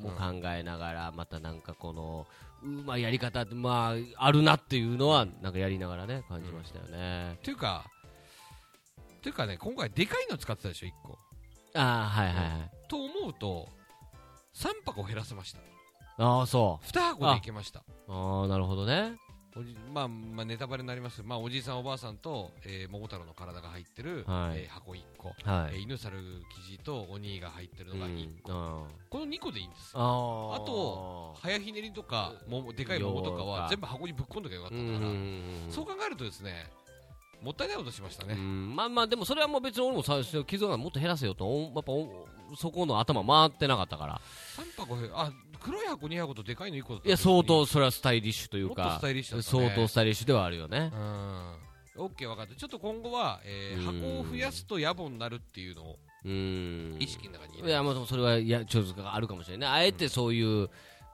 Speaker 1: も考えながら、またなんかこのうまいやり方ってまああるなっていうのはなんかやりながらね感じましたよね、
Speaker 2: っていうかっていうかね今回でかいの使ってたでしょ一個
Speaker 1: ああはいはいはい
Speaker 2: と思うと3箱減らせました
Speaker 1: ああそ
Speaker 2: 2箱でいけました
Speaker 1: うああなるほどね
Speaker 2: おじまあ、まあネタバレになりますけど、まあ、おじいさんおばあさんと、えー桃太郎の体が入ってる、
Speaker 1: はい
Speaker 2: えー箱1個、
Speaker 1: は
Speaker 2: えー
Speaker 1: い、
Speaker 2: 犬猿生地と鬼が入ってる
Speaker 1: う
Speaker 2: のが1、
Speaker 1: ん、あ
Speaker 2: この2個でいいんです
Speaker 1: あ
Speaker 2: よ
Speaker 1: あ
Speaker 2: あと早ひねりとか桃でかい桃とか
Speaker 1: よ
Speaker 2: は
Speaker 1: う
Speaker 2: 全部箱にぶっ込んどけばよか
Speaker 1: う
Speaker 2: ったんだから、
Speaker 1: ん
Speaker 2: そう考えるとですねもったいないことしました
Speaker 1: う
Speaker 2: ね、
Speaker 1: んまあまあでもそれはもう別に俺も最初傷がもっと減らせよとおやっぱおそこの頭回ってなかったから
Speaker 2: 三3箱減あ黒い箱2箱とでかいの1個だった
Speaker 1: いや
Speaker 2: ら別に
Speaker 1: 相当それはスタイリッシュという
Speaker 2: もっと
Speaker 1: か
Speaker 2: スタイリッシュだったね
Speaker 1: 相当スタイリッシュではあるよね
Speaker 2: うん。オッケー分かった。ちょっと今後は、えー
Speaker 1: うん
Speaker 2: 箱を増やすと野暮になるっていうのを
Speaker 1: うん
Speaker 2: 意識の中に入れ
Speaker 1: いや、まあ、でもそれはいや、ちょっとあるかもしれないね。あえてそういう、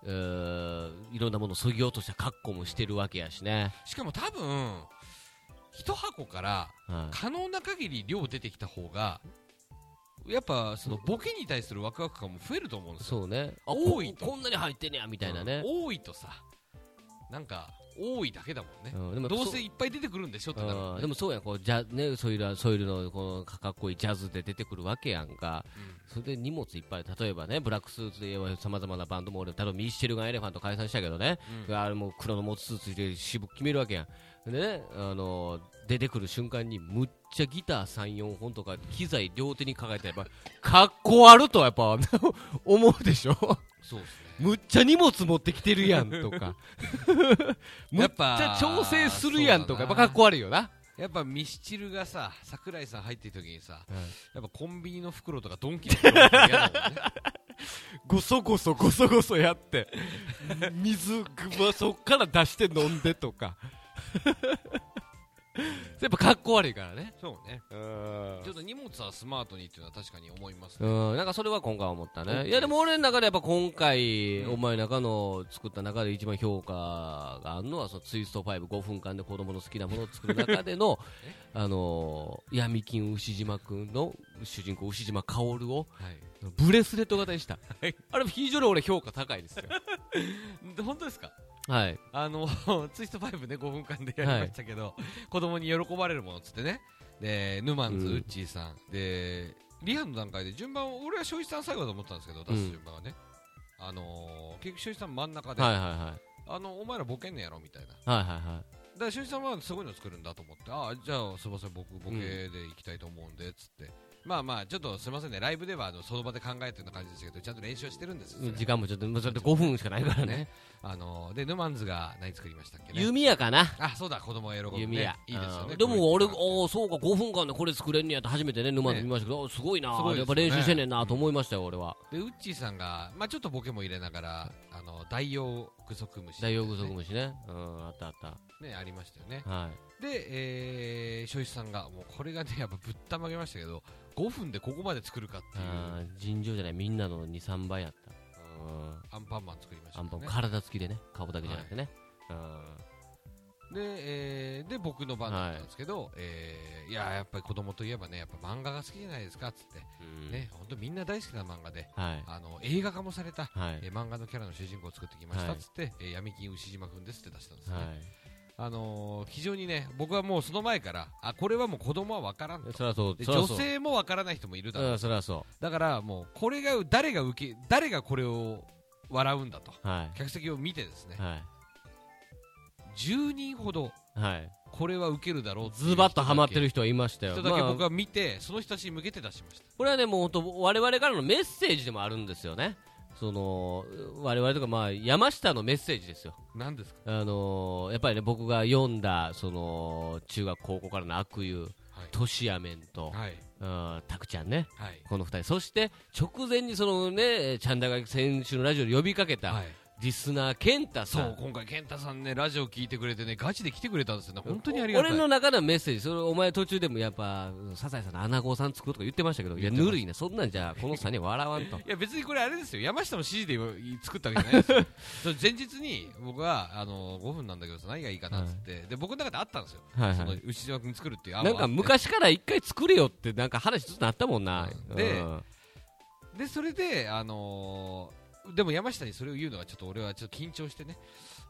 Speaker 1: えーいろんなものを削ぎ落とした格好もしてるわけやしね。
Speaker 2: しかも多分、一箱から
Speaker 1: はい
Speaker 2: 可能な限り量出てきた方が、やっぱそのボケに対するワクワク感も増えると思うんですよ。
Speaker 1: そうね。あ、
Speaker 2: 多
Speaker 1: 多
Speaker 2: い
Speaker 1: い
Speaker 2: と
Speaker 1: こんなに入ってんねや、みたいなね。
Speaker 2: うん多いとさ、なんか、多いだけだもんね。
Speaker 1: うんでも
Speaker 2: どう
Speaker 1: そ
Speaker 2: せいっぱい出てくるんでしょってなるもん
Speaker 1: うん
Speaker 2: ね
Speaker 1: でもそうやんこうジャね、ソイルはソイルのこのかっこいいジャズで出てくるわけやんか、それで荷物いっぱい、例えばね、ブラックスーツで言えばさまざまなバンドも俺、例えばミッシェルガン・エレファント解散したけどね、
Speaker 2: うん
Speaker 1: あれもう黒のモツスーツで渋く決めるわけやん。でね、あの出てくる瞬間にむっちゃギター3、4本とか機材両手に抱えてやっぱかっこ悪とはやっぱ 思うでしょ
Speaker 2: そうですね
Speaker 1: むっちゃ荷物持ってきてるやんとかむ
Speaker 2: や
Speaker 1: っ
Speaker 2: っ
Speaker 1: ち
Speaker 2: ぱ
Speaker 1: ゃ調整するやんとかや
Speaker 2: そう
Speaker 1: っ
Speaker 2: だ
Speaker 1: ぱ
Speaker 2: な
Speaker 1: かっこ悪いよな、
Speaker 2: やっぱミスチルがさ桜井さん入ってる時にさ
Speaker 1: うん
Speaker 2: やっぱコンビニの袋とかドンキの袋とか嫌だもんね
Speaker 1: ごそごそごそごそやって水ぐばそっから出して飲んでとかやっぱかっこ悪いからね
Speaker 2: そうね
Speaker 1: うん
Speaker 2: ちょっと荷物はスマートにっていうのは確かに思いますね
Speaker 1: うん、なんかそれは今回思った
Speaker 2: 大きいで
Speaker 1: ね。
Speaker 2: す
Speaker 1: いやでも俺の中でやっぱ今回、
Speaker 2: うん
Speaker 1: お前の中の作った中で一番評価があるのは、そのツイスト5、5分間で子供の好きなものを作る中で の、あのー、闇金牛島くんの主人公牛島薫を
Speaker 2: はい
Speaker 1: ブレスレット型にした。あれ非常に俺評価高いですよ。
Speaker 2: で本当ですか
Speaker 1: はい。
Speaker 2: あの ツイスト5ね5分間でやりましたけど、子供に喜ばれるものっつってねでヌマンズ、
Speaker 1: うん
Speaker 2: ウッチーさんでリハの段階で順番を俺は翔一さん最後だと思ったんですけど出す順番はね、あのー、結局翔一さん真ん中で、
Speaker 1: はいはいはい。
Speaker 2: あのお前らボケんねやろみたいなだか
Speaker 1: はいはいはい。
Speaker 2: ら翔一さんはすごいの作るんだと思ってああじゃあすいません僕ボケでいきたいと思うんでっつって、まあまあちょっとすいませんねライブではあのその場で考えてるような感じですけどちゃんと練習はしてるんですよそれ
Speaker 1: 時間もちょっと、もうちょっと5分しかないからね。
Speaker 2: あのー、でヌマンズが何作りましたっけね
Speaker 1: 弓矢かな。
Speaker 2: あそうだ子供が喜ぶ、ね、
Speaker 1: 弓矢。
Speaker 2: いいですよ
Speaker 1: う
Speaker 2: ね
Speaker 1: んでも俺、
Speaker 2: こういう時間
Speaker 1: おーそうか、5分間でこれ作れんねやって初めてね、沼で見ましたけど、おーすごいな
Speaker 2: すごい
Speaker 1: や
Speaker 2: ですよ
Speaker 1: っ
Speaker 2: ね
Speaker 1: ぱ練習してんねんなと思いましたよ、俺は。
Speaker 2: でウッチーさんが、まあ、ちょっとボケも入れながらあの大用グソクムシ
Speaker 1: 大洋具足
Speaker 2: ム
Speaker 1: 虫ね。うん、あったあった。
Speaker 2: シねありましたよね
Speaker 1: はい。
Speaker 2: で、えー、庄司さんがもうこれがねやっぱぶったまげましたけど5分でここまで作るかっていう
Speaker 1: あー尋常じゃない、みんなの2、3倍やった。うん。
Speaker 2: アンパンマン作りました
Speaker 1: あ
Speaker 2: よ
Speaker 1: んぱ
Speaker 2: ね
Speaker 1: 体つきでね、顔だけじゃなくてね。うん。
Speaker 2: で,、えーで僕の番だったんですけど、いえーいややっぱり子供といえばねやっぱ漫画が好きじゃないですかっつって、
Speaker 1: うん
Speaker 2: ね。本当みんな大好きな漫画で
Speaker 1: はい。
Speaker 2: あの映画化もされた、
Speaker 1: はい。
Speaker 2: えー漫画のキャラの主人公を作ってきました
Speaker 1: は
Speaker 2: っ
Speaker 1: い
Speaker 2: つって、えー闇金牛島くんですって出したんですね、
Speaker 1: はい。
Speaker 2: あのー非常にね、僕はもうその前から、あ、これはもう子供は分からんと。
Speaker 1: そらそう、
Speaker 2: で
Speaker 1: そら
Speaker 2: 女
Speaker 1: そう。
Speaker 2: 性も分からない人もいるだろう。
Speaker 1: うん、そらそ
Speaker 2: だからもう、これが、誰が受け、誰がこれを笑うんだと。
Speaker 1: う。は
Speaker 2: 客席を見てですね
Speaker 1: い。、は
Speaker 2: 10人ほど、
Speaker 1: い。はい。
Speaker 2: これは受けるだろうっていう
Speaker 1: ズバッとハマってる人はいましたよ。
Speaker 2: 人だけ
Speaker 1: まあ
Speaker 2: 僕は見て、その人たちに向けて出しました。
Speaker 1: これはね、もう本当、我々からのメッセージでもあるんですよね。その、我々とか、まあ、山下のメッセージですよ。
Speaker 2: 何ですか
Speaker 1: あのーやっぱりね、僕が読んだ、その、中学、高校からの悪友、
Speaker 2: はい。
Speaker 1: トシアメンと、
Speaker 2: はい。
Speaker 1: うんタクちゃんね。
Speaker 2: はい。
Speaker 1: この二人。そして、直前にそのね、チャンダが先週のラジオで呼びかけた、
Speaker 2: はい
Speaker 1: リスナー、ケンタ
Speaker 2: そ
Speaker 1: さ。、
Speaker 2: うん今回、健太さんね、ラジオ聞いてくれてね、ガチで来てくれたんですよね。本当にありがたい。
Speaker 1: 俺の中でのメッセージ、それお前途中でもやっぱ、うんサザエさんの穴子さん作るとか言ってましたけど、いや、
Speaker 2: 言って
Speaker 1: ぬ
Speaker 2: ました
Speaker 1: るいな、そんなんじゃ、この3人笑わん と。
Speaker 2: いや別にこれあれですよ山下の指示で今作ったわけじゃないです よその前日に僕はあの5分なんだけどさ何がいいかなっつって、で僕の中であったんですよ、
Speaker 1: はい
Speaker 2: そ
Speaker 1: は
Speaker 2: の
Speaker 1: い。
Speaker 2: 内島君作るっていう案は
Speaker 1: なんか昔から一回作れよってなんか話ずっとあったもんな。
Speaker 2: うんで
Speaker 1: うん
Speaker 2: でそれであのーでも山下にそれを言うのがちょっと俺はちょっと緊張してね、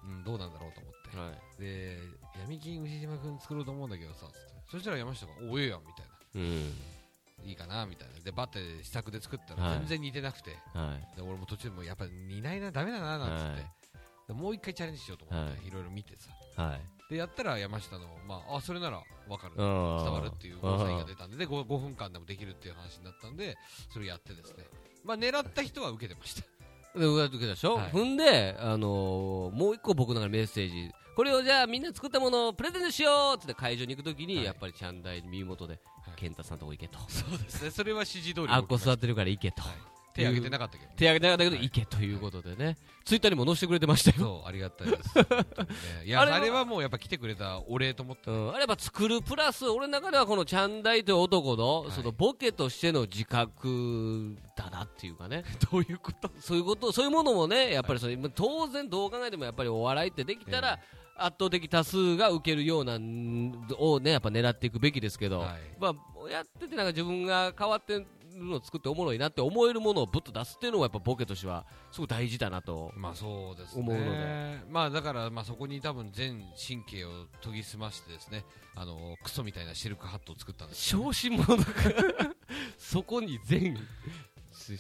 Speaker 2: うん、どうなんだろうと思って、
Speaker 1: は。
Speaker 2: で闇金牛島君作ろうと思うんだけどさつってそしたら山下が「おええやん」みたいない
Speaker 1: うん。
Speaker 2: いいかなみたいなでバッて試作で作った
Speaker 1: はい
Speaker 2: ら全然似てなくて、
Speaker 1: はい。
Speaker 2: で俺も途中でもうやっぱ似ないなダメだななんつって、
Speaker 1: はい
Speaker 2: でもう一回チャレンジしようと思って、、
Speaker 1: はい
Speaker 2: ろいろ見てさ
Speaker 1: はい。
Speaker 2: でやったら山下の、まあ、あそれなら分かる伝
Speaker 1: 伝
Speaker 2: わるっていうサインが出たんでで 5, 5分間でもできるっていう話になったんでそれやってですねまあ狙った人は受けてました
Speaker 1: で、受けたでしょ、
Speaker 2: はい
Speaker 1: 踏んで、あのーもう一個僕の中でメッセージ。これをじゃあみんな作ったものをプレゼントしようっつって会場に行くときに、
Speaker 2: はい
Speaker 1: やっぱりちゃんだい耳元で、
Speaker 2: い
Speaker 1: 健太さんとこ行けと。
Speaker 2: そうですねそれは指示通り
Speaker 1: あっこ座
Speaker 2: は
Speaker 1: ってるから行け
Speaker 2: い
Speaker 1: と。、
Speaker 2: 手挙げてなかったけど、ね、
Speaker 1: 手挙げてなかったけど、
Speaker 2: はい
Speaker 1: 行けということでね。ツイッターにも載せてくれてましたよ。
Speaker 2: そうありがたいです、本当にねいや
Speaker 1: あ
Speaker 2: あ
Speaker 1: れ
Speaker 2: れ
Speaker 1: は
Speaker 2: はもうやっぱ来てくれたお礼と思って
Speaker 1: うん、あれば作るプラス、俺の中ではこのチャンダイという男の、
Speaker 2: はい
Speaker 1: そのボケとしての自覚だなっていうかね。
Speaker 2: どういうこと
Speaker 1: そういうこと、そういうものもね、やっぱりそれ、まあ当然どう考えてもやっぱりお笑いってできたら、圧倒的多数が受けるようなんをね、やっぱ狙っていくべきですけど、
Speaker 2: はい
Speaker 1: まあ、やっててなんか自分が変わってるのを作っておもろいなって思えるものをぶっと出すっていうのはやっぱボケとしてはすごい大事だなと。
Speaker 2: まあそうですね
Speaker 1: 思うの
Speaker 2: まあだからまあそこに多分全神経を研ぎ澄ましてですねあのクソみたいなシルクハットを作ったんです
Speaker 1: 小心者がそこに全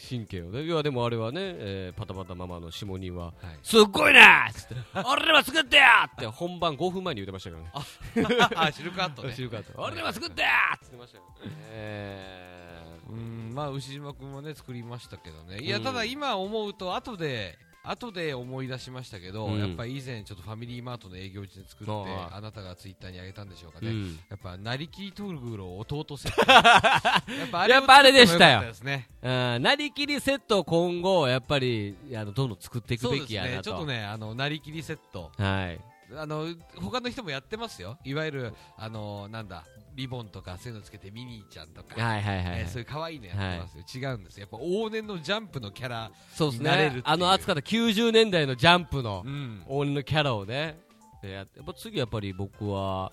Speaker 1: 神経をね。いや、でもあれはね、えーパタパタママの下人は、
Speaker 2: はい
Speaker 1: すっごいなーっつって、俺らは作ってよって本番5分前に言ってましたけどね。
Speaker 2: あ、シルクアットね。
Speaker 1: シルクアット俺らは作ってよって言ってましたけどね。え
Speaker 2: うん、まあ、牛島君はね、作りましたけどね。いうや、
Speaker 1: ん
Speaker 2: ただ今思うと、後で、後で思い出しましたけど、
Speaker 1: うん
Speaker 2: やっぱり以前ちょっとファミリーマートの営業中に作って、
Speaker 1: ああ
Speaker 2: あなたがツイッターにあげたんでしょうか
Speaker 1: ー
Speaker 2: ね。
Speaker 1: うん
Speaker 2: やっぱ、なりきりトルグロ弟セ やっぱ
Speaker 1: やっぱあれでしたよ
Speaker 2: 良かですね
Speaker 1: うんなりきりセットを今後、やっぱり、あの、どんどん作っていく
Speaker 2: そう
Speaker 1: べ
Speaker 2: です
Speaker 1: きや
Speaker 2: ね
Speaker 1: な。
Speaker 2: ちょっとね、あの、なりきりセット。
Speaker 1: はい。
Speaker 2: あの、他の人もやってますよ。いわゆる、あの、なんだ、リボンとか、そういうのつけてミニーちゃんとか。
Speaker 1: はいはいはいは
Speaker 2: え
Speaker 1: い
Speaker 2: ー。そういう可愛いのやってますよ、違うんですよやっぱ往年のジャンプのキャラ、
Speaker 1: そうです
Speaker 2: 慣れるってい
Speaker 1: ね
Speaker 2: う。
Speaker 1: あの熱かった90年代のジャンプの、
Speaker 2: ん、
Speaker 1: 俺のキャラをね、でやっやっぱ次やっぱり僕は、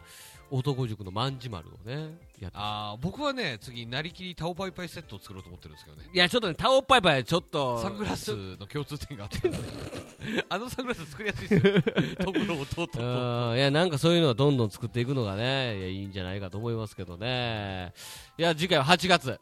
Speaker 1: 男塾の万事丸をね、やって。
Speaker 2: あー僕はね次なりきりタオパイパイセットを作ろうと思ってるんですけどね
Speaker 1: いや、ちょっとね、タオパイパイちょっと、
Speaker 2: サングラスの共通点が あってあのサングラス作りやすいですよところをとうとう
Speaker 1: う
Speaker 2: とう
Speaker 1: ーんいやなんかそういうのをどんどん作っていくのがねいやいいんじゃないかと思いますけどねいや次回は8月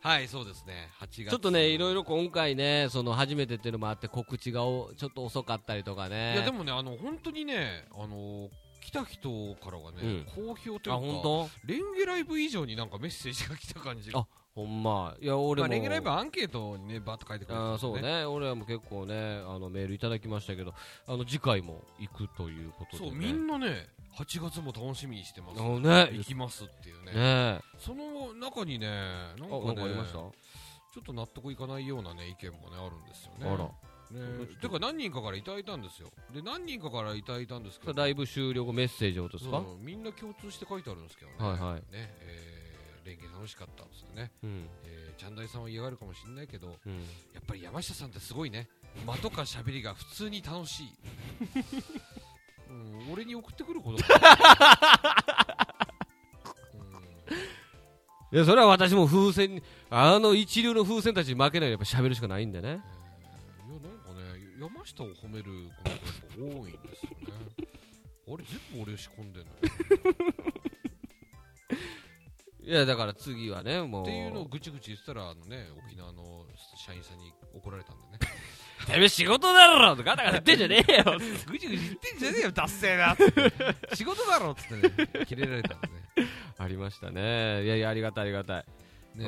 Speaker 2: はいそうですね8月
Speaker 1: ちょっとねいろいろ今回ねその初めてっていうのもあって告知がおちょっと遅かったりとかね
Speaker 2: いやでもねあの本当にねあの来た人からがね、好評と
Speaker 1: あ
Speaker 2: いうか
Speaker 1: 本
Speaker 2: レンゲライブ以上になんかメッセージが来た感じが
Speaker 1: あ当ほんまいや俺
Speaker 2: ま
Speaker 1: も、
Speaker 2: あ、レンゲライブはアンケートにねバーッと書いてくれて
Speaker 1: あー
Speaker 2: た
Speaker 1: そうね俺らも結構ねあのメールいただきましたけどあの次回も行くということで、
Speaker 2: そ
Speaker 1: ね、
Speaker 2: うみんなね8月も楽しみにしてます
Speaker 1: あのね
Speaker 2: 行きますっていうね
Speaker 1: ね
Speaker 2: その中にねなんか
Speaker 1: あ
Speaker 2: ね
Speaker 1: なんかありました、
Speaker 2: ちょっと納得いかないようなね意見もねあるんですよね
Speaker 1: あら
Speaker 2: ねてか何人かからいただいたんですよで何人かからいただいたんです
Speaker 1: そ
Speaker 2: け
Speaker 1: れ
Speaker 2: ど
Speaker 1: ライブ終了後メッセージをですか、
Speaker 2: うんみんな共通して書いてあるんですけどね
Speaker 1: はいはい
Speaker 2: ねえー連携楽しかったですね、
Speaker 1: うん
Speaker 2: えー、ちゃんだいさんは嫌がるかもしれないけど
Speaker 1: うん、
Speaker 2: やっぱり山下さんってすごいね間とか喋りが普通に楽しい、 うん、俺に送ってくること がない、う
Speaker 1: い
Speaker 2: ん
Speaker 1: やそれは私も風船にあの一流の風船たちに負けないようにやっぱ喋るしかないんでね
Speaker 2: いやなんかね山下を褒めるコメントがやっぱ多いんですよねあれ全部俺仕込んでんの
Speaker 1: いやだから次はねもう
Speaker 2: っていうのをぐちぐち言ってたらあのね沖縄の社員さんに怒られたんで ね
Speaker 1: てめえ仕事だろガタガタ言ってんじゃねえよ
Speaker 2: ぐちぐち言ってんじゃねえよ達成だっつって 仕事だろっつってねキレられたんでね
Speaker 1: ありましたねいやいやありがたいありがたい、
Speaker 2: ね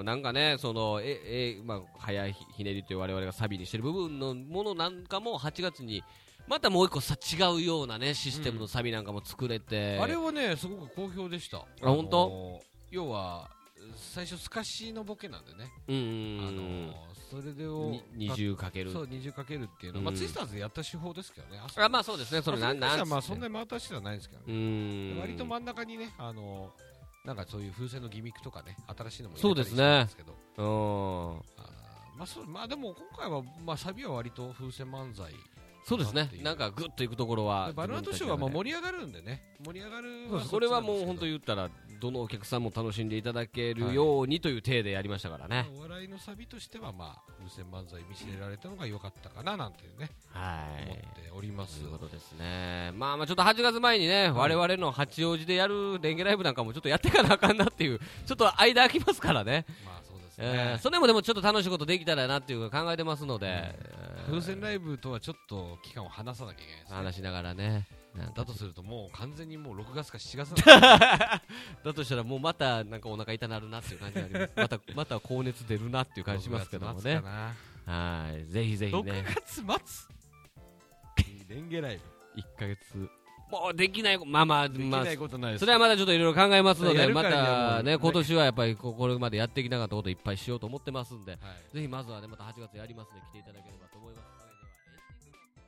Speaker 1: うんなんかねそのええ、まあ、早いひねりという我々がサビにしてる部分のものなんかも8月にまたもう一個さ違うようなねシステムのサビなんかも作れて、
Speaker 2: あれはねすごく好評でしたあ
Speaker 1: 本
Speaker 2: 当要は最初スカシのボケなんでね、
Speaker 1: うん
Speaker 2: あのそれでを
Speaker 1: に二重かける
Speaker 2: そう二重かけるっていうのは、まあ
Speaker 1: うん
Speaker 2: ツイスターズでやった手法ですけどね朝
Speaker 1: あまあそうですねそれ
Speaker 2: まあ
Speaker 1: なんなん
Speaker 2: そ
Speaker 1: つ
Speaker 2: れ
Speaker 1: って
Speaker 2: まあそんなに回った人ではないんですけどね、
Speaker 1: うん
Speaker 2: 割と真ん中にねあのなんかそういう風船のギミックとかね新しいのも
Speaker 1: そう
Speaker 2: 入
Speaker 1: で
Speaker 2: れ
Speaker 1: す
Speaker 2: た
Speaker 1: ね
Speaker 2: りしたんですけ
Speaker 1: う
Speaker 2: ど
Speaker 1: ん
Speaker 2: あーまあそうまあでも今回はまあサビは割と風船漫才
Speaker 1: そうですね
Speaker 2: っていう
Speaker 1: なんかグッといくところは
Speaker 2: でバナナとしてはまあ
Speaker 1: 自分たちがね
Speaker 2: 盛り上がるんでね盛り上がる
Speaker 1: そうですこれはもう本当
Speaker 2: に
Speaker 1: 言ったらどのお客さんも楽しんでいただけるようにという体でやりましたからね
Speaker 2: お笑いのサビとしてはまあ風船漫才見せられたのが良かったかななんてね
Speaker 1: は
Speaker 2: 思って
Speaker 1: い
Speaker 2: おります
Speaker 1: ということですねまあまあちょっと8月前にね我々の八王子でやるレンゲライブなんかもちょっとやってかなあかんなっていうちょっと間空きますからね
Speaker 2: まあそうです
Speaker 1: え
Speaker 2: ね
Speaker 1: ーそれもでもちょっと楽しいことできたらなっていうのを考えてますのでえ
Speaker 2: 風船ライブとはちょっと期間を離さなきゃいけないで
Speaker 1: ー
Speaker 2: すね
Speaker 1: 話しながらねなんか
Speaker 2: だとするともう完全にもう6月か7月なんで
Speaker 1: だとしたらもうまたなんかお腹痛なるなっていう感じがありますまたまた高熱出るなっていう 感じしますけどもねはいぜひぜひね
Speaker 2: 6月末レンゲライ
Speaker 1: 1ヶ月もうできないまあまあ
Speaker 2: ブでき
Speaker 1: ま
Speaker 2: ない
Speaker 1: あ
Speaker 2: ことないです
Speaker 1: それはまだちょっといろいろ考えますの
Speaker 2: や
Speaker 1: で
Speaker 2: るか
Speaker 1: ま
Speaker 2: らにはもう
Speaker 1: たね
Speaker 2: ね
Speaker 1: 今年はやっぱりここれまでやってきなかったこといっぱいしようと思ってますんで
Speaker 2: はい
Speaker 1: ぜひまずはねまた8月やりますんで来ていただければと思います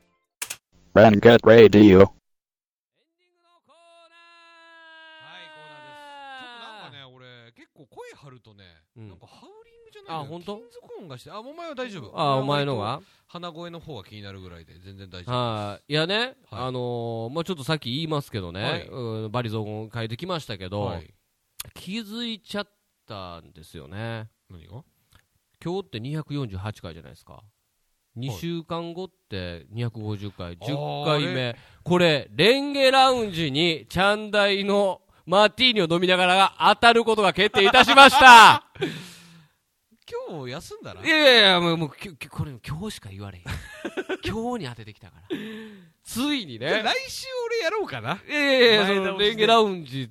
Speaker 1: エンディングのコー
Speaker 2: はいコーナーですちょっとなんか
Speaker 3: Rangat Radio.
Speaker 1: ナー
Speaker 2: ね俺結構声張るとね
Speaker 1: うん
Speaker 2: なんかハウリングじゃない
Speaker 1: あ本当
Speaker 2: 金属音がしてあお前は大丈夫
Speaker 1: あお前のが
Speaker 2: 鼻声の方が気になるぐらいで全然大丈夫
Speaker 1: はい、いやね、
Speaker 2: はい
Speaker 1: あのーまあ、ちょっとさっき言いますけどね、
Speaker 2: はい
Speaker 1: うんバリ雑言変えてきましたけど、
Speaker 2: はい
Speaker 1: 気づいちゃったんですよね、
Speaker 2: 何が
Speaker 1: 今日って248回じゃないですか、2週間後って250回、10回
Speaker 2: あ
Speaker 1: 目、これ、レンゲラウンジにチャンダイのマーティーニを飲みながらが当たることが決定いたしました。
Speaker 2: 今日休んだ ら
Speaker 1: いやいやいや、もう、もう、きょきょこれ、今日しか言 われへん。今日に当ててきたから。ついに
Speaker 2: じゃあ
Speaker 1: ね。
Speaker 2: 来週俺やろうかない
Speaker 1: やいやいや、そ
Speaker 2: 前倒しで
Speaker 1: の、レンゲラウンジ、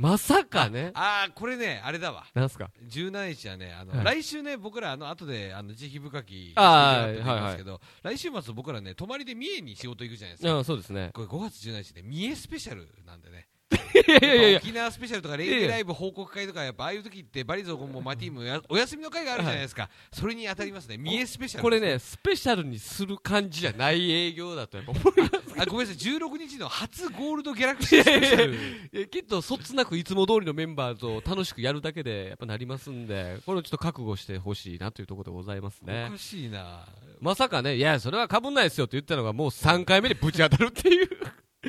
Speaker 1: まさかね。
Speaker 2: ああこれねあれだわ
Speaker 1: なんすか
Speaker 2: 17日はねあの、
Speaker 1: はい
Speaker 2: 来週ね僕らあの後であの慈悲深き
Speaker 1: あー
Speaker 2: 仕事があったと言いますけど、来週末僕らね泊まりで三重に仕事行くじゃないですか、
Speaker 1: うん、そうですね。
Speaker 2: これ5月17日で三重スペシャルなんでね
Speaker 1: いやいやいやいや。
Speaker 2: 沖縄スペシャルとかレイディライブ報告会とかやっぱああいう時ってバリゾーゴンもマティーンもやお休みの会があるじゃないですか、それに当たりますね三重スペシャル
Speaker 1: これね、スペシャルにする感じじゃない営業だとやっぱ思います
Speaker 2: あごめんなさい16日の初ゴールドギャラクシースペシャル
Speaker 1: えきっとそつなくいつも通りのメンバーと楽しくやるだけでやっぱなりますんでこれをちょっと覚悟してほしいなというところでございますね
Speaker 2: おかしいな
Speaker 1: まさかねいやそれはかぶんないですよって言ったのがもう3回目でぶち当たるっていう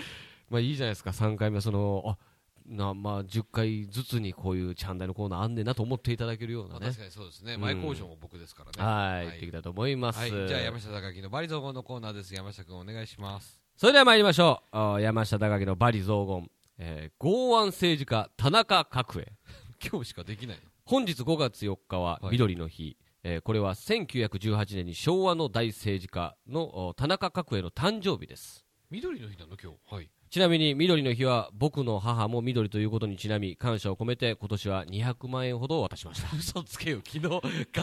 Speaker 1: まあいいじゃないですか3回目はそのあなまあ10回ずつにこういうチャンダイのコーナーあんねんなと思っていただけるような
Speaker 2: まあ
Speaker 1: ね
Speaker 2: 確かにそうですね、
Speaker 1: うん
Speaker 2: 前工場も僕ですからね
Speaker 1: はい
Speaker 2: は
Speaker 1: 行って
Speaker 2: い
Speaker 1: きたいと思います、
Speaker 2: はいじゃあ山下隆のバリゾーゴンのコーナーです山下君お願いします
Speaker 1: それでは参りましょうあ山下高木のバリ雑言、えー、剛腕政治家田中角栄
Speaker 2: 今日しかできない
Speaker 1: 本日5月4日は
Speaker 2: はい
Speaker 1: 緑の日、えーこれは1918年に昭和の大政治家のお田中角栄の誕生日です
Speaker 2: 緑の日なの今日はい
Speaker 1: ちなみに緑の日は僕の母も緑ということにちなみ感謝を込めて今年は200万円ほどを渡しました、
Speaker 2: 嘘つけよ昨日がっ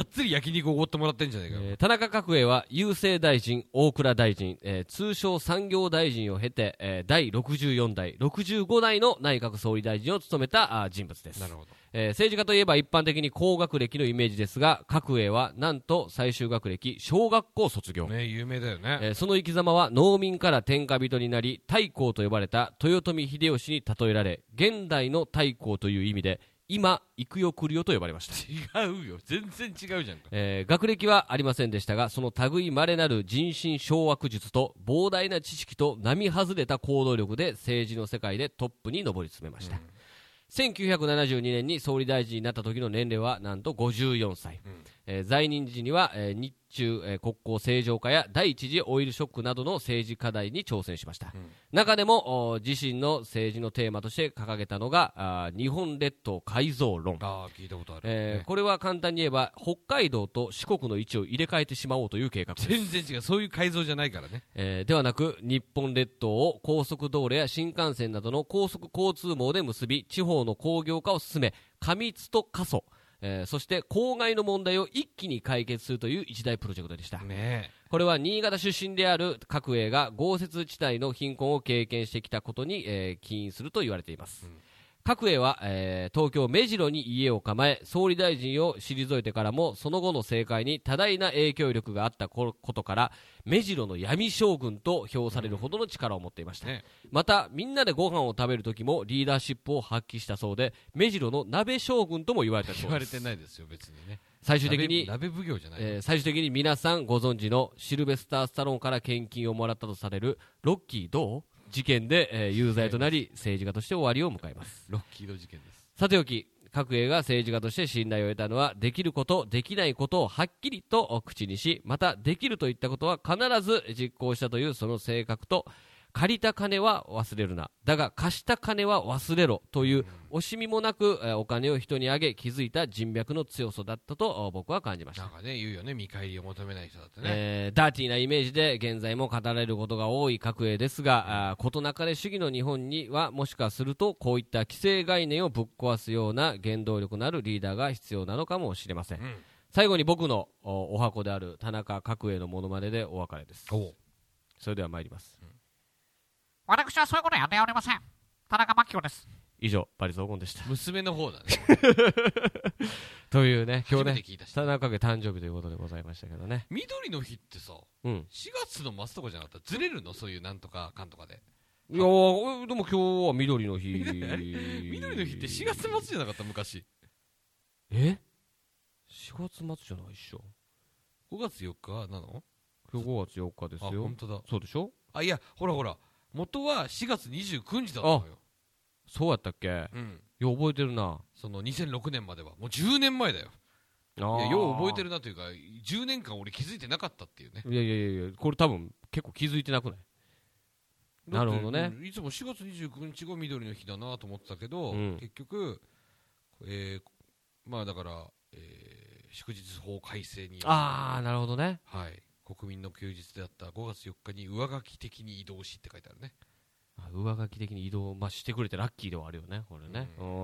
Speaker 2: つり焼肉おごってもらってんじゃないかよ、
Speaker 1: えー田中角栄は郵政大臣大蔵大臣、えー通称産業大臣を経て、えー第64代65代の内閣総理大臣を務めたあー人物です
Speaker 2: なるほど
Speaker 1: えー政治家といえば一般的に高学歴のイメージですが角栄はなんと最終学歴小学校卒業、
Speaker 2: ね有名だよね、
Speaker 1: えーその生き様は農民から天下人になり太閤と呼ばれた豊臣秀吉に例えられ現代の太閤という意味で今幾代栗代と呼ばれました
Speaker 2: 違うよ全然違うじゃんか
Speaker 1: えー学歴はありませんでしたがその類まれなる人心掌握術と膨大な知識と並外れた行動力で政治の世界でトップに上り詰めました、1972年に総理大臣になった時の年齢はなんと54歳、えー在任時には、えー日中、えー国交正常化や第一次オイルショックなどの政治課題に挑戦しました、中でもお自身の政治のテーマとして掲げたのがあー日本列島改造論
Speaker 2: ああ聞いたことある、
Speaker 1: えー
Speaker 2: ね
Speaker 1: これは簡単に言えば北海道と四国の位置を入れ替えてしまおうという計画です、
Speaker 2: 全然違うそういう改造じゃないからね
Speaker 1: えーではなく日本列島を高速道路や新幹線などの高速交通網で結び地方の工業化を進め過密と過疎、えーそして公害の問題を一気に解決するという一大プロジェクトでした、
Speaker 2: ね
Speaker 1: これは新潟出身である角栄が豪雪地帯の貧困を経験してきたことに、えー起因すると言われています、
Speaker 2: うん
Speaker 1: 角栄は、えー東京目白に家を構え総理大臣を退いてからもその後の政界に多大な影響力があったこことから目白の闇将軍と評されるほどの力を持っていました、
Speaker 2: ね
Speaker 1: またみんなでご飯を食べる時もリーダーシップを発揮したそうで目白の鍋将軍とも言われたそ
Speaker 2: 言
Speaker 1: う
Speaker 2: わ
Speaker 1: で
Speaker 2: れ
Speaker 1: す
Speaker 2: てないですよ別にね
Speaker 1: 最終的に
Speaker 2: 鍋鍋奉行じゃない、
Speaker 1: えー最終的に皆さんご存知のシルベスター・スタローンから献金をもらったとされるロッキー・ドー事件で、えー有罪となり政治家として終わりを迎えます
Speaker 2: ロッキード事件です
Speaker 1: さておき角栄が政治家として信頼を得たのはできることできないことをはっきりと口にしまたできるといったことは必ず実行したというその性格と借りた金は忘れるなだが貸した金は忘れろという惜しみもなくえーお金を人にあげ築いた人脈の強さだったと僕は感じました
Speaker 2: なんかね言うよね見返りを求めない人だってね、
Speaker 1: えーダーティーなイメージで現在も語られることが多い角栄ですが、あー事なかれ主義の日本にはもしかするとこういった既成概念をぶっ壊すような原動力のあるリーダーが必要なのかもしれません、
Speaker 2: うん
Speaker 1: 最後に僕のおお箱である田中角栄のモノマネでお別れです
Speaker 2: おう
Speaker 1: それでは参ります
Speaker 3: 私はそういうことやっておりません。田中真紀子です。
Speaker 1: 以上バリ雑言でした
Speaker 2: 娘の方だね
Speaker 1: というね今日
Speaker 2: 初めて
Speaker 1: ね
Speaker 2: 聞いた人
Speaker 1: 田中家誕生日ということでございましたけどね
Speaker 2: 緑の日ってさ
Speaker 1: うん
Speaker 2: 4月の末とかじゃなかったずれるのそういうなんとかかんとかで
Speaker 1: いやーでも今日は緑の日
Speaker 2: 緑の日って4月末じゃなかった昔
Speaker 1: え ?4 月末じゃないっしょ
Speaker 2: 5月4日はなの
Speaker 1: 今日5月4日で
Speaker 2: あ
Speaker 1: すよ
Speaker 2: 本当だ
Speaker 1: そうでしょ
Speaker 2: あいやほらほら元は4月29日だったのよ
Speaker 1: そうやったっけいや
Speaker 2: うん
Speaker 1: 覚えてるな
Speaker 2: その2006年まではもう10年前だよ
Speaker 1: い
Speaker 2: いやよう覚えて
Speaker 1: る
Speaker 2: るなというか10年間俺気づいてなかったっていうね
Speaker 1: いやいやいやいやこれ多分結構気づいてなくないなるほどね
Speaker 2: だってうんいつも4月29日が緑の日だなと思ってたけど、
Speaker 1: うん
Speaker 2: 結局、えーまあだから、え祝日法改正により
Speaker 1: ああなるほどね
Speaker 2: はい、国民の休日であった5月4日に上書き的に移動しって書いてあるね、
Speaker 1: あ上書き的に移動、まあ、してくれてラッキーではあるよねこれねう
Speaker 2: うん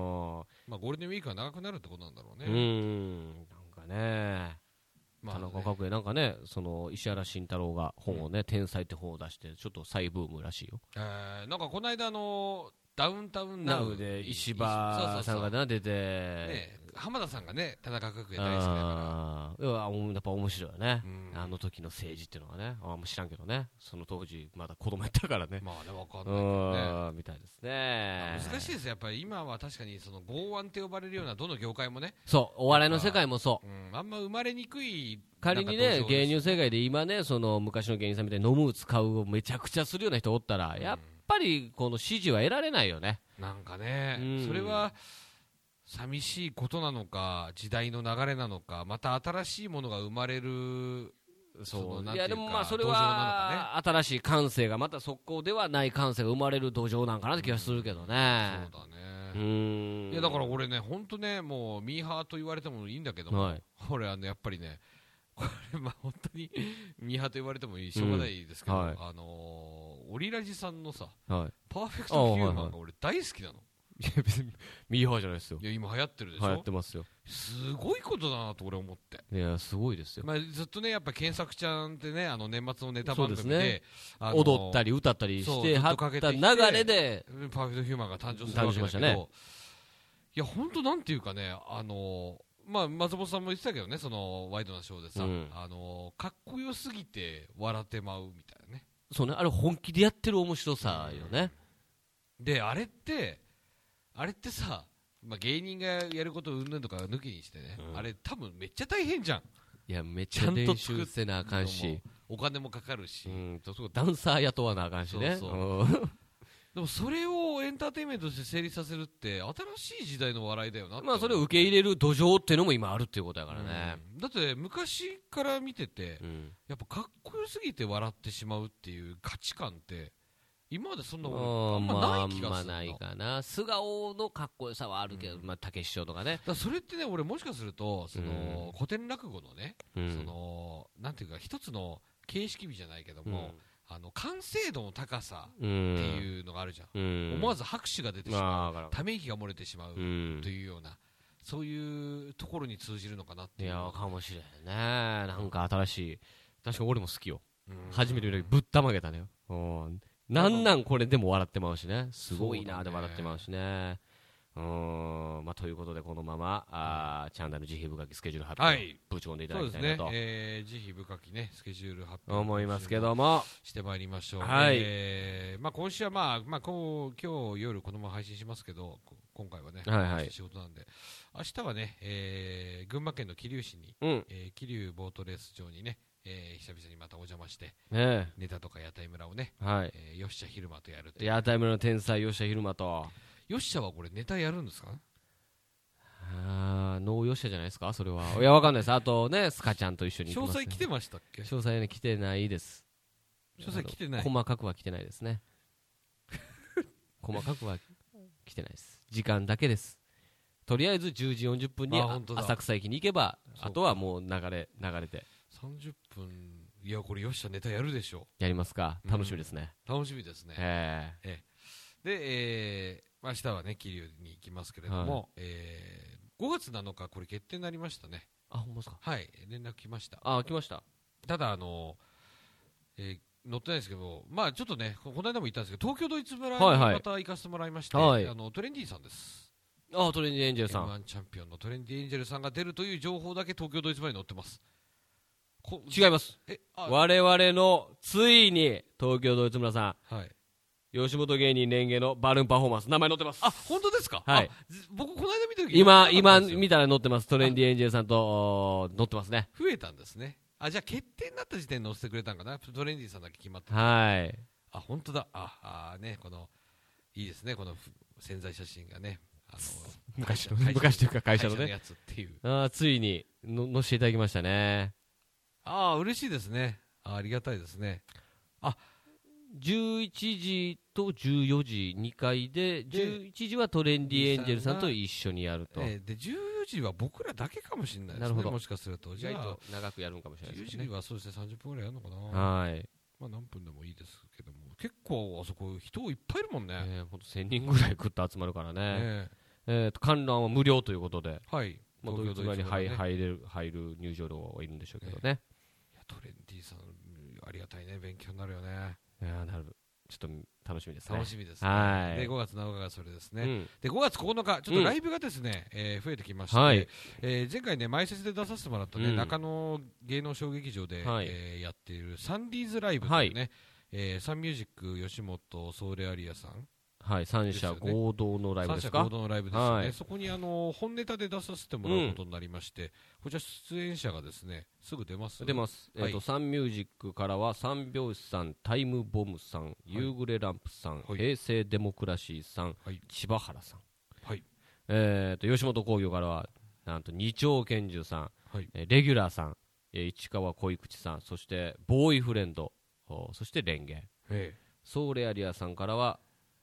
Speaker 2: まあ、ゴールデンウィークが長くなるってことなんだろう
Speaker 1: う
Speaker 2: ね、
Speaker 1: んなんかね
Speaker 2: まあ
Speaker 1: 田
Speaker 2: ね
Speaker 1: 中角栄なんかねその石原慎太郎が本をね「天才」って本を出してちょっと再ブームらしいよ
Speaker 2: えーなんかこの間あのダウンタウン
Speaker 1: な
Speaker 2: ナ
Speaker 1: の
Speaker 2: ウ
Speaker 1: で石破さんが
Speaker 2: ね
Speaker 1: な出て
Speaker 2: 浜田さんがね田中角栄大好きだか
Speaker 1: あーいやあもうやっぱ面白いよね
Speaker 2: ら、うん
Speaker 1: あの時の政治っていうのはねあんま知らんけどねその当時まだ子供やったからね
Speaker 2: まあねわかんないけ
Speaker 1: う
Speaker 2: どね
Speaker 1: んみたいですね
Speaker 2: 難しいですよやっぱり今は確かにその剛腕って呼ばれるようなどの業界もね、
Speaker 1: そうお笑いの世界もそう
Speaker 2: うん、あんま生まれにくい
Speaker 1: 仮に
Speaker 2: なん
Speaker 1: ね
Speaker 2: か土壌
Speaker 1: 芸
Speaker 2: です
Speaker 1: 人世界で今ねその昔の芸人さんみたいに飲む使うをめちゃくちゃするような人おったら、やっぱりこの支持は得られないよね
Speaker 2: なんかね、
Speaker 1: うん
Speaker 2: それは寂しいことなのか時代の流れなのかまた新しいものが生まれるのなん
Speaker 1: い
Speaker 2: てい
Speaker 1: や
Speaker 2: う
Speaker 1: で
Speaker 2: か
Speaker 1: もまあそれ
Speaker 2: 土壌なのか
Speaker 1: は新しい感性がまたそこではない感性が生まれる土壌なんかなって気がするけど
Speaker 2: ね
Speaker 1: ね
Speaker 2: そうだ
Speaker 1: う
Speaker 2: ね、
Speaker 1: ーん
Speaker 2: いやだから俺ね本当ねもうミーハーと言われてもいいんだけども、
Speaker 1: はい
Speaker 2: 俺あのやっぱりねこれまあ本当に ミーハーと言われてもいいしょうがないですけど、
Speaker 1: うんはい
Speaker 2: あのーオリラジさんのさ
Speaker 1: はい
Speaker 2: パーフェクトヒューマ
Speaker 1: あはい
Speaker 2: ン
Speaker 1: は
Speaker 2: が俺大好きなの、
Speaker 1: いや別にミーハーじゃないですよ
Speaker 2: いや今流行ってるでし
Speaker 1: 流
Speaker 2: ょ、
Speaker 1: 行ってますよ
Speaker 2: すごいことだなと俺思って
Speaker 1: いやすごいですよ、
Speaker 2: まあ、ずっとね、やっぱ検索ちゃんってね、あの年末のネタ番
Speaker 1: そう
Speaker 2: 組
Speaker 1: ですね
Speaker 2: で、あの
Speaker 1: 踊ったり歌ったりし
Speaker 2: そう
Speaker 1: て
Speaker 2: ずっ
Speaker 1: は
Speaker 2: と
Speaker 1: った
Speaker 2: かけ
Speaker 1: 流
Speaker 2: てきて
Speaker 1: れで
Speaker 2: パーフェクトヒューマンが誕生する
Speaker 1: 誕
Speaker 2: わけ
Speaker 1: 生し
Speaker 2: だ
Speaker 1: ま
Speaker 2: け
Speaker 1: した
Speaker 2: ど、
Speaker 1: ね
Speaker 2: いや、本当なんていうかね、あのまあ、松本さんも言ってたけどね、そのワイドなショーでさ、
Speaker 1: うん
Speaker 2: あのかっこよすぎて笑ってまうみたいなね。
Speaker 1: そうねあれ本気でやってる面白さよね、
Speaker 2: で、あれって、あれってさ、まあ、芸人がやることうんぬんとか抜きにしてね、
Speaker 1: うん
Speaker 2: あれ多分めっちゃ大変じゃん。
Speaker 1: いやめっちゃ練習せなあかんし
Speaker 2: お金もかかるし。
Speaker 1: うんとそうダンサー雇わなあかんしね
Speaker 2: そう
Speaker 1: う
Speaker 2: そ
Speaker 1: ん
Speaker 2: でもそれをエンターテインメントとして成立させるって新しい時代の笑いだよな って
Speaker 1: まあそれを受け入れる土壌っていうのも今あるっていうことだからね、
Speaker 2: うんだって昔から見てて
Speaker 1: うん
Speaker 2: やっぱかっこよすぎて笑ってしまうっていう価値観って今までそんな俺
Speaker 1: あ
Speaker 2: あん
Speaker 1: まあ
Speaker 2: ま
Speaker 1: あ
Speaker 2: ない
Speaker 1: ん
Speaker 2: 気が
Speaker 1: ます
Speaker 2: るんだ
Speaker 1: ないかな素顔のかっこよさはあるけど、まあ竹師匠とかね、
Speaker 2: だからそれってね俺もしかするとその古典落語のね
Speaker 1: う
Speaker 2: そのなんていうか一つの形式美じゃないけどもあの完成度の高さって
Speaker 1: う、
Speaker 2: いうのがあるじゃん
Speaker 1: ん、
Speaker 2: 思わず拍手が出てしまう
Speaker 1: まあだから
Speaker 2: ため息が漏れてしまう
Speaker 1: うん
Speaker 2: というような、そういうところに通じるのかなって
Speaker 1: い
Speaker 2: いう。
Speaker 1: やかもしれんねなんか新しい確かに俺も好きよ、
Speaker 2: うん
Speaker 1: 初めて見た時ぶったまげたねうんなんなんこれでも笑ってまうしねすごいなで
Speaker 2: そうだね
Speaker 1: 笑ってまうしねうんまあということでこのままあーチャンダル慈悲深きスケジュール発表、
Speaker 2: はい
Speaker 1: ぶち込んでいただ
Speaker 2: そう
Speaker 1: き
Speaker 2: で
Speaker 1: た
Speaker 2: す
Speaker 1: いな
Speaker 2: ね
Speaker 1: と、
Speaker 2: えー、慈悲深きね、スケジュール発表
Speaker 1: 思いますけども
Speaker 2: してまいりましょう、
Speaker 1: はい
Speaker 2: えーまあ、今週は、まあまあ、こう今日夜、このまま配信しますけど、こ今回はね、
Speaker 1: はいはい
Speaker 2: 明日仕事なんで、明日はね、えー群馬県の桐生市に、
Speaker 1: うん
Speaker 2: えー桐生ボートレース場にね、えー久々にまたお邪魔して、
Speaker 1: ね
Speaker 2: ネタとか屋台村をね、
Speaker 1: えはい
Speaker 2: えーよっしゃ昼間とやるって
Speaker 1: いやタイムの天才吉田昼間と
Speaker 2: よっしゃはこれ、ネタやるんですか
Speaker 1: あーノー吉田じゃないですかそれはいやわかんないですあとねスカちゃんと一緒に行
Speaker 2: 詳
Speaker 1: きますね
Speaker 2: 細来てましたっけ
Speaker 1: 詳細ね来てないです
Speaker 2: 詳細来てない
Speaker 1: 細かくは来てないです ね細かくは来てないです時間だけですとりあえず10時40分に
Speaker 2: あ
Speaker 1: あ
Speaker 2: 本当だ
Speaker 1: 浅草駅に行けば
Speaker 2: そう
Speaker 1: あとはもう流れ流れて
Speaker 2: 30分いやこれよっしゃネタやるでしょ
Speaker 1: やりますか楽しみですね、
Speaker 2: 楽しみですね
Speaker 1: え
Speaker 2: で、えー、明日はね桐生に行きますけれども、えー、5月7日これ決定になりましたね
Speaker 1: ーあほんまですか
Speaker 2: はい連絡来ました
Speaker 1: あ来ました
Speaker 2: ただあのえー乗ってないですけど、まあちょっとね、ここの間も言ったんですけど、東京ドイツ村に
Speaker 1: はいはい
Speaker 2: また行かせてもらいまして、
Speaker 1: はい
Speaker 2: あのトレンディーさんです、
Speaker 1: あトレンディエンジェルさん
Speaker 2: M1 チャンピオンのトレンディーエンジェルさんが出るという情報だけ東京ドイツ村に載ってます。こ
Speaker 1: 違います
Speaker 2: えあ
Speaker 1: 我々のついに東京ドイツ村さん
Speaker 2: はい、
Speaker 1: 吉本芸人連芸のバルーンパフォーマンス名前載ってます
Speaker 2: あ本当ですか、
Speaker 1: はい
Speaker 2: あず僕、この間見た時
Speaker 1: 今
Speaker 2: 知ら
Speaker 1: 今
Speaker 2: なかったんですよ
Speaker 1: 見たら載ってますトレンディエンジェルさんとおー載ってますね
Speaker 2: 増えたんですねあじゃあ決定になった時点で載せてくれたんかなトレンディーさんだけ決まった
Speaker 1: はい
Speaker 2: あ本当だああーねこのいいですねこのふ宣材写真がねあの
Speaker 1: 昔の
Speaker 2: 会社
Speaker 1: 昔というか会社のね
Speaker 2: やつっていう
Speaker 1: あーついにの載せていただきましたね
Speaker 2: ああ嬉しいですねあーありがたいですね
Speaker 1: 11時と14時2回で
Speaker 2: で
Speaker 1: 11時はトレンディエンジェルさんと一緒にやると、
Speaker 2: えーで14 10時は僕らだけかもしれないで
Speaker 1: な
Speaker 2: す
Speaker 1: るほ
Speaker 2: ね
Speaker 1: ど
Speaker 2: もしかすると
Speaker 1: 意
Speaker 2: じ
Speaker 1: 外
Speaker 2: ゃあ
Speaker 1: と長くやるんかもしれない
Speaker 2: 10
Speaker 1: です
Speaker 2: 時
Speaker 1: ね。
Speaker 2: はそうですね30分ぐらいやるのかな
Speaker 1: はい。
Speaker 2: まあ何分でもいいですけども結構あそこ人いっぱいいるもんね
Speaker 1: えー、ほんと1000人ぐらい食って集まるからね。
Speaker 2: え
Speaker 1: えーと、観覧は無料ということで、
Speaker 2: えはい
Speaker 1: まあ、ドイツ側に入
Speaker 2: い
Speaker 1: 入れる、入る入場料はいるんでしょうけどね。
Speaker 2: トレンディさんありがたいね勉強になるよね
Speaker 1: いやーなるほどちょっと楽しみですね。
Speaker 2: 楽しみです
Speaker 1: はい
Speaker 2: で5月7日がそれですね、
Speaker 1: うん
Speaker 2: で5月9日、ちょっ
Speaker 1: うん
Speaker 2: とライブがですね、えー増えてきまして、
Speaker 1: はい
Speaker 2: えー前回ね、前説で出させてもらったね、
Speaker 1: うん
Speaker 2: 中野芸能小劇場で、
Speaker 1: はい
Speaker 2: えーやっているサンディーズライブというね、えーサンミュージック吉本ソウルアリアさん、
Speaker 1: はい、三者合同のライブ
Speaker 2: 三
Speaker 1: です
Speaker 2: 者
Speaker 1: か
Speaker 2: 合同のライブですよね、
Speaker 1: はい
Speaker 2: そこにあの本ネタで出させてもらうことになりまして、こちら出演者がですね、すぐ出ます。
Speaker 1: 出ます、えっ
Speaker 2: は
Speaker 1: と
Speaker 2: い
Speaker 1: サンミュージックからは三拍子さん、タイムボムさん、夕暮れランプさん、
Speaker 2: はい
Speaker 1: 平成デモクラシーさん、
Speaker 2: はい
Speaker 1: 千葉原さん、
Speaker 2: はい
Speaker 1: えっと吉本興業からはなんと二丁拳銃さん、
Speaker 2: はい
Speaker 1: えーレギュラーさん、えー市川恋口さん、そしてボーイフレンド、おそしてレンゲン、
Speaker 2: え
Speaker 1: ソウレアリアさんからは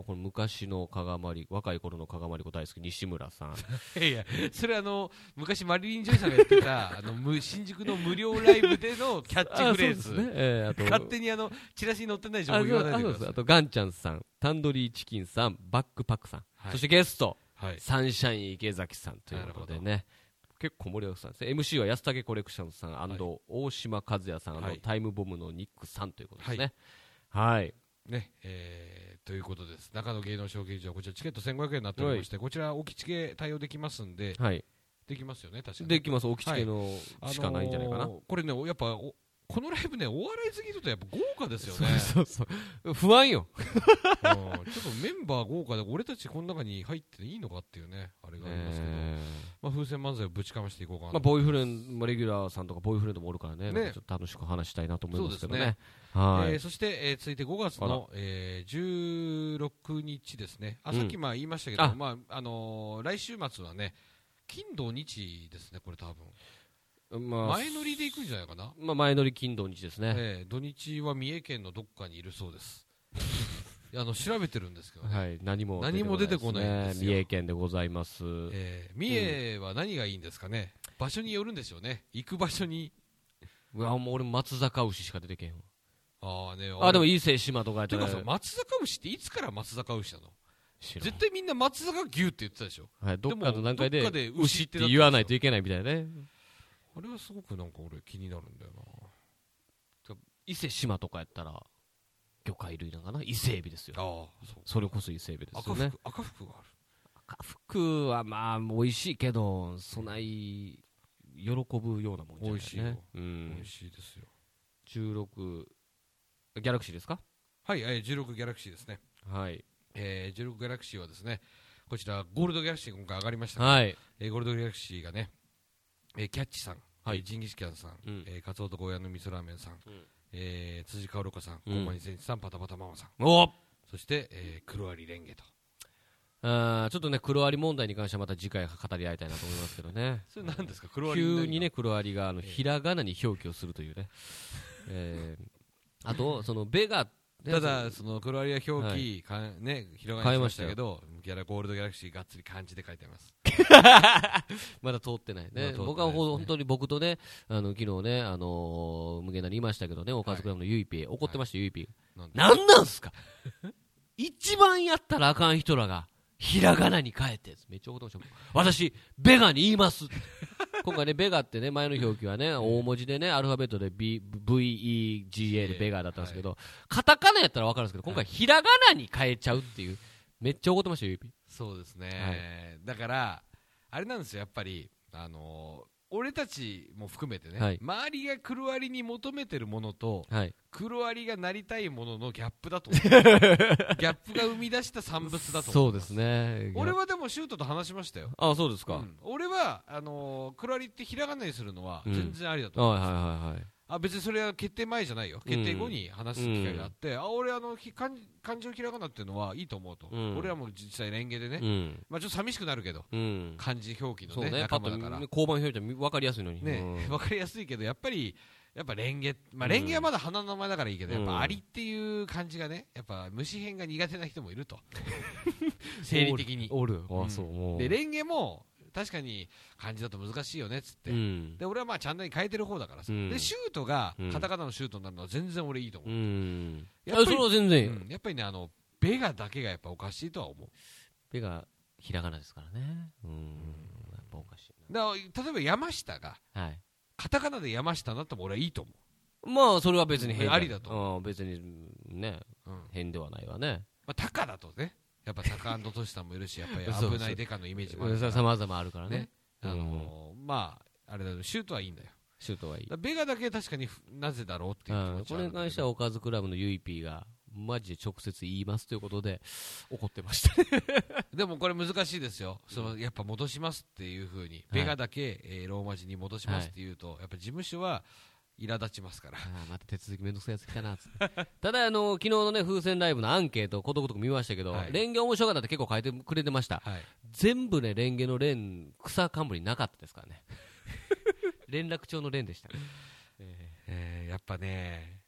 Speaker 1: この昔の加賀まり若い頃の加賀まり子大好き西村さん、
Speaker 2: えいやいや、それあの、昔マリリン・ジョイさんがやってた、あの、む新宿の無料ライブでのキャッチフレーズ。
Speaker 1: あそうですね、えーあと
Speaker 2: 勝手にあのチラシに載ってない情
Speaker 1: あ
Speaker 2: 報言わ
Speaker 1: そう
Speaker 2: ないで
Speaker 1: あそ
Speaker 2: く
Speaker 1: うです
Speaker 2: ださい
Speaker 1: あ。とガンちゃんさんタンドリーチキンさんバックパックさん、
Speaker 2: はい
Speaker 1: そしてゲスト
Speaker 2: はい、
Speaker 1: サンシャイン池崎さんということでね結構盛りだくさんですね MC は安武コレクションさん、
Speaker 2: い
Speaker 1: 大島和也さん、
Speaker 2: はい
Speaker 1: タイムボムのニックさんということですねはい、
Speaker 2: ね、えーということです。中野芸能小劇場、こちらチケット1500円になっておりまして、こちら置きチケ対応できますんで、
Speaker 1: はい、
Speaker 2: できますよね、確かに。
Speaker 1: できます置き付けの
Speaker 2: あのー
Speaker 1: しかないんじゃないかな、
Speaker 2: これね、おやっぱ、おこのライブね、お笑い好きにとってやっぱ豪華ですよね。
Speaker 1: そうそう不安よ、
Speaker 2: うんちょっとメンバー豪華で、俺たちこの中に入っていいのかっていうね、あれがありますけど、
Speaker 1: え
Speaker 2: まあ、風船漫才をぶちかましていこうかな
Speaker 1: ー
Speaker 2: と
Speaker 1: まあ、ボーイフレンドレギュラーさんとかボーイフレンドもおるからね
Speaker 2: ね
Speaker 1: なんかちょっと楽しく話したいなと思いますけどね
Speaker 2: そうで
Speaker 1: はい、
Speaker 2: えーそして、えー続いて5月の、えー16日ですね、あ
Speaker 1: うん
Speaker 2: さっきまあ言いましたけど、
Speaker 1: あ
Speaker 2: まああのー来週末はね、金土日ですね、これ、多分
Speaker 1: まあ
Speaker 2: 前乗りで行くんじゃないかな、
Speaker 1: まあ、前乗り金土日ですね、
Speaker 2: えー土日は三重県のどっかにいるそうです、 いやあの調べてるんですけどね、
Speaker 1: はい、何も
Speaker 2: 何も出てこないんですよ
Speaker 1: 三重県でございます、
Speaker 2: えー三重は何がいいんですかね、場所によるんですよね、行く場所に、
Speaker 1: うわもう俺松坂牛しか出てけへんわ
Speaker 2: あーね、
Speaker 1: あでも
Speaker 2: い
Speaker 1: 伊勢志摩とかやっ
Speaker 2: と
Speaker 1: た
Speaker 2: いう
Speaker 1: ら
Speaker 2: かさ、松阪牛っていつから松阪牛なの
Speaker 1: 知らん
Speaker 2: 絶対みんな松阪牛って言ってたでしょ。
Speaker 1: はい、どっか
Speaker 2: で
Speaker 1: の
Speaker 2: も
Speaker 1: 段階で
Speaker 2: どっかで
Speaker 1: 牛
Speaker 2: 牛
Speaker 1: っ
Speaker 2: ってて
Speaker 1: 言わないといけないみたいなね
Speaker 2: あれはすごくなんか俺気になるんだよな
Speaker 1: 伊勢志摩とかやったら魚介類なんかな伊勢エビですよ
Speaker 2: ああそう
Speaker 1: それこそ伊勢エビです
Speaker 2: 赤
Speaker 1: よ
Speaker 2: 服、
Speaker 1: ね
Speaker 2: 赤服がある
Speaker 1: 赤福はまあ美味しいけどそない喜ぶようなもんじゃない、ね、
Speaker 2: 美味しいよ
Speaker 1: う
Speaker 2: 美
Speaker 1: ん
Speaker 2: 味しいですよ
Speaker 1: 16ギャラクシーですか
Speaker 2: はい、えー、16ギャラクシーですね、
Speaker 1: はい
Speaker 2: えー、16ギャラクシーはですねこちらゴールドギャラクシー今回上がりました、
Speaker 1: はい
Speaker 2: えーゴールドギャラクシーがね、えー、キャッチさん、
Speaker 1: はい
Speaker 2: えージンギスキャンさん、
Speaker 1: うん
Speaker 2: えー、カツオとゴーヤの味噌ラーメンさん、
Speaker 1: うん
Speaker 2: えー、辻香織子さん、
Speaker 1: うん
Speaker 2: 本間にセンチさん、パタパタママさん、
Speaker 1: お
Speaker 2: そして、えー、黒有レンゲと、
Speaker 1: あーちょっとね、黒アリ問題に関してはまた次回語り合いたいなと思いますけどね。
Speaker 2: それ何ですか、黒有
Speaker 1: 急にね、黒アリがあのひらがなに表記をするというね。えーあと、その、ベガ、ね、
Speaker 2: ただ、その黒有は表
Speaker 1: は
Speaker 2: 記、かんね、広がりましたけど、ギャラゴールドギャラクシー、がっつり漢字で書いてます。
Speaker 1: まだ通ってないね。
Speaker 2: まだ通ってないですね
Speaker 1: 僕はほ本当に僕とね、あの、昨日ね、あのー無限なにいましたけどね、おかずクラブのゆいぴー、怒ってましたよ、ゆいぴー
Speaker 2: なん。で
Speaker 1: なんなんすか一番やったらあかん人らが、ひらがなに変えて、めっちゃ怒ってました。私、ベガに言い ます。今回ね、ベガってね、前の表記はね、大文字でね、アルファベットで B、VEGA でベガだったんですけど、カタカナやったらわかるんですけど、今回ひらがなに変えちゃうっていう、めっちゃ怒ってましたよ、ゆいぴー。
Speaker 2: そうですね、だから、あれなんですよ、やっぱり、あのー俺たちも含めてね、
Speaker 1: はい
Speaker 2: 周りが黒割りに求めてるものと、
Speaker 1: はい。
Speaker 2: 黒割りがなりたいもののギャップだ と思うギャップが生み出した産物だと
Speaker 1: そ
Speaker 2: 思
Speaker 1: うですね。
Speaker 2: 俺、はでも、シュートと話しましたよ、
Speaker 1: あ、そうですか。
Speaker 2: うん俺はあのー黒割りってひらがなにするのは、
Speaker 1: うん
Speaker 2: 全然ありだと思う、
Speaker 1: はいはいはいはい。
Speaker 2: あ別にそれは決定前じゃないよ、決定後に話す機会があって、あ俺あの、ひ漢字漢字のひらがなっていうのはいいと思うと、
Speaker 1: うん
Speaker 2: 俺はもう実際、連携でね、
Speaker 1: うん。
Speaker 2: まあ、ちょっと寂しくなるけど。
Speaker 1: うん。
Speaker 2: 漢字表記
Speaker 1: そ
Speaker 2: の
Speaker 1: う
Speaker 2: ね
Speaker 1: ね、パ
Speaker 2: 仲
Speaker 1: ッと
Speaker 2: 間だから
Speaker 1: ね交番表示は分かりやすいのに。
Speaker 2: ね、
Speaker 1: うん
Speaker 2: わかりやすいけどやっぱりやっぱレンゲ、
Speaker 1: う
Speaker 2: まあ、
Speaker 1: ん
Speaker 2: レンゲはまだ花の名前だからいいけど、
Speaker 1: うん
Speaker 2: やっぱアリっていう漢字がねやっぱ虫編 が苦手な人もいると生理的に
Speaker 1: おる。
Speaker 2: う
Speaker 1: あ、
Speaker 2: ん
Speaker 1: そう、もう。
Speaker 2: でレンゲも確かに漢字だと難しいよねっつって、
Speaker 1: うん
Speaker 2: で俺はまあチャンネルに変えてる方だからさ、
Speaker 1: うん
Speaker 2: でシュートが
Speaker 1: うん
Speaker 2: カタカナのシュートになるのは全然俺いいと思
Speaker 1: う
Speaker 2: う、
Speaker 1: んあ
Speaker 2: やっぱ
Speaker 1: それ
Speaker 2: り、
Speaker 1: は全然いいよ
Speaker 2: うんやっぱりねあのベガだけがやっぱおかしいとは思う
Speaker 1: ペがひらがなですからねうんやっぱおかしい
Speaker 2: だから例えば山下が
Speaker 1: なはい
Speaker 2: カタカナで山下になっても俺はいいと思
Speaker 1: まあそれは別に変
Speaker 2: ありだと
Speaker 1: うん別にね
Speaker 2: う、うんま
Speaker 1: 変ではないわね
Speaker 2: あ、タカだとねやっぱタカトシさんもいるしやっ ぱ
Speaker 1: そうそう
Speaker 2: り危ないデカのイメージもあるから
Speaker 1: さまざまあるからね
Speaker 2: ねあのーまああれだけどシュートはいいんだよ
Speaker 1: シュートはいい
Speaker 2: だからベガだけ確かにふなぜだろうっていう気
Speaker 1: うん
Speaker 2: 持ち
Speaker 1: こ
Speaker 2: はあ
Speaker 1: れ
Speaker 2: る
Speaker 1: に
Speaker 2: んだ
Speaker 1: 関し
Speaker 2: け
Speaker 1: ては
Speaker 2: ど
Speaker 1: おかずクラブのゆいぴーがマジで直接言いますということで怒ってましたね
Speaker 2: でもこれ難しいですよそのやっぱ戻しますっていうふうに
Speaker 1: はい
Speaker 2: ベガだけえーローマ字に戻しますっていうとやっぱ事務所は苛立ちますから
Speaker 1: ああまた手続きめんどくさいやつ来たなっつってただあの昨日のね風船ライブのアンケートことごとく見ましたけど、
Speaker 2: はい
Speaker 1: レンゲ面白かったって結構書いてくれてました
Speaker 2: はい
Speaker 1: 全部ねレンゲのレン草冠なかったですからね 連絡帳のレンでしたね
Speaker 2: えーやっぱね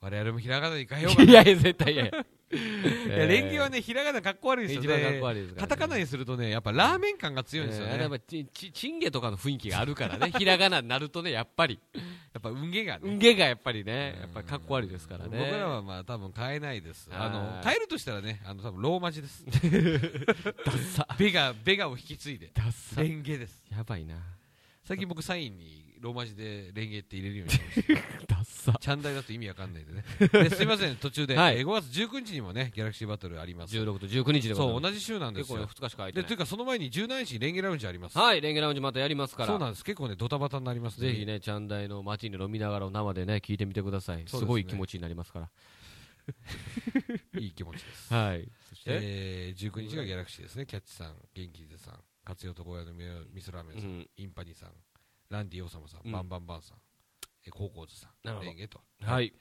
Speaker 2: 我々もひらがなに変えようか
Speaker 1: い
Speaker 2: な
Speaker 1: やいや絶対いやいや
Speaker 2: いや連携はねひらがなかっこ悪いですよ
Speaker 1: 一番かっこ
Speaker 2: ね
Speaker 1: 悪いですからね
Speaker 2: カタカナにするとねやっぱラーメン感が強いんですよ
Speaker 1: えーあ
Speaker 2: ね
Speaker 1: れ
Speaker 2: や
Speaker 1: はやっぱちちチンゲとかの雰囲気があるからねひらがなになるとねやっぱり
Speaker 2: っぱ運ゲがね
Speaker 1: んげがやっぱりねやっぱりかっこ悪いですからね
Speaker 2: 僕らはまあ多分変えないです
Speaker 1: はい
Speaker 2: あの変えるとしたらねあの多分ローマ字です
Speaker 1: ダッサ
Speaker 2: ベガベガを引き継いで
Speaker 1: ダッサ
Speaker 2: レンゲです
Speaker 1: やばいな
Speaker 2: 最近僕サインにローマ字でレンゲって入れるようにしまし た
Speaker 1: ダッサ
Speaker 2: チャンダイだと意味わかんな いんでね。ですいません、途中で。
Speaker 1: はい
Speaker 2: えー5月19日にもね、ギャラクシーバトルあります。
Speaker 1: 16と19日でございます
Speaker 2: そう、同じ週なんで
Speaker 1: 結
Speaker 2: す
Speaker 1: 構ね
Speaker 2: よ。
Speaker 1: 2日しか空いて
Speaker 2: で、
Speaker 1: な
Speaker 2: と
Speaker 1: い
Speaker 2: い
Speaker 1: う
Speaker 2: かその前に17日にレンゲラウンジあります。
Speaker 1: はいレンゲラウンジまたやりますから
Speaker 2: そうなんです。結構ね、ドタバタになりますんで
Speaker 1: ぜひ。ねチャンダイの街に飲みながらを生でね聞いてみてくださいす,、
Speaker 2: そうですね
Speaker 1: ごい気持ちになりますから
Speaker 2: いい気持ちです。
Speaker 1: はいそして、
Speaker 2: えー19日がギャラクシーですね。キャッチさん、元気でさん、活用と小屋のみみそラーメンさ、
Speaker 1: うんん
Speaker 2: インパニさん、ランディ王様さ
Speaker 1: うん
Speaker 2: ん、バンバンバンさん、えーコーコーズさ
Speaker 1: なる
Speaker 2: ん、
Speaker 1: ほど
Speaker 2: レンゲと。
Speaker 1: はい、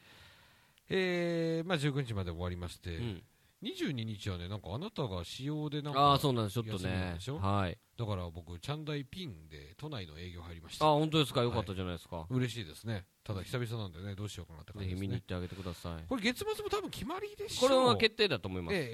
Speaker 2: えーまあ19日まで終わりまして
Speaker 1: う、ん、
Speaker 2: 22日はね、なんかあなたが仕様でなんか、
Speaker 1: ああそうなんですちょっと
Speaker 2: 休みなん
Speaker 1: ね
Speaker 2: でしょ
Speaker 1: はい
Speaker 2: だから僕、チャンダイピンで都内の営業入りまし
Speaker 1: あ
Speaker 2: た。
Speaker 1: 本当ですかよかったじゃないですか、
Speaker 2: 嬉しいですね。ただ久々なんでね、どうしようかなって感
Speaker 1: ぜひ
Speaker 2: じです
Speaker 1: 見に行
Speaker 2: ね
Speaker 1: っ。てあげてください
Speaker 2: これ月末も多分決まりでし
Speaker 1: こ
Speaker 2: ょう。
Speaker 1: れは決定だと思います、
Speaker 2: で、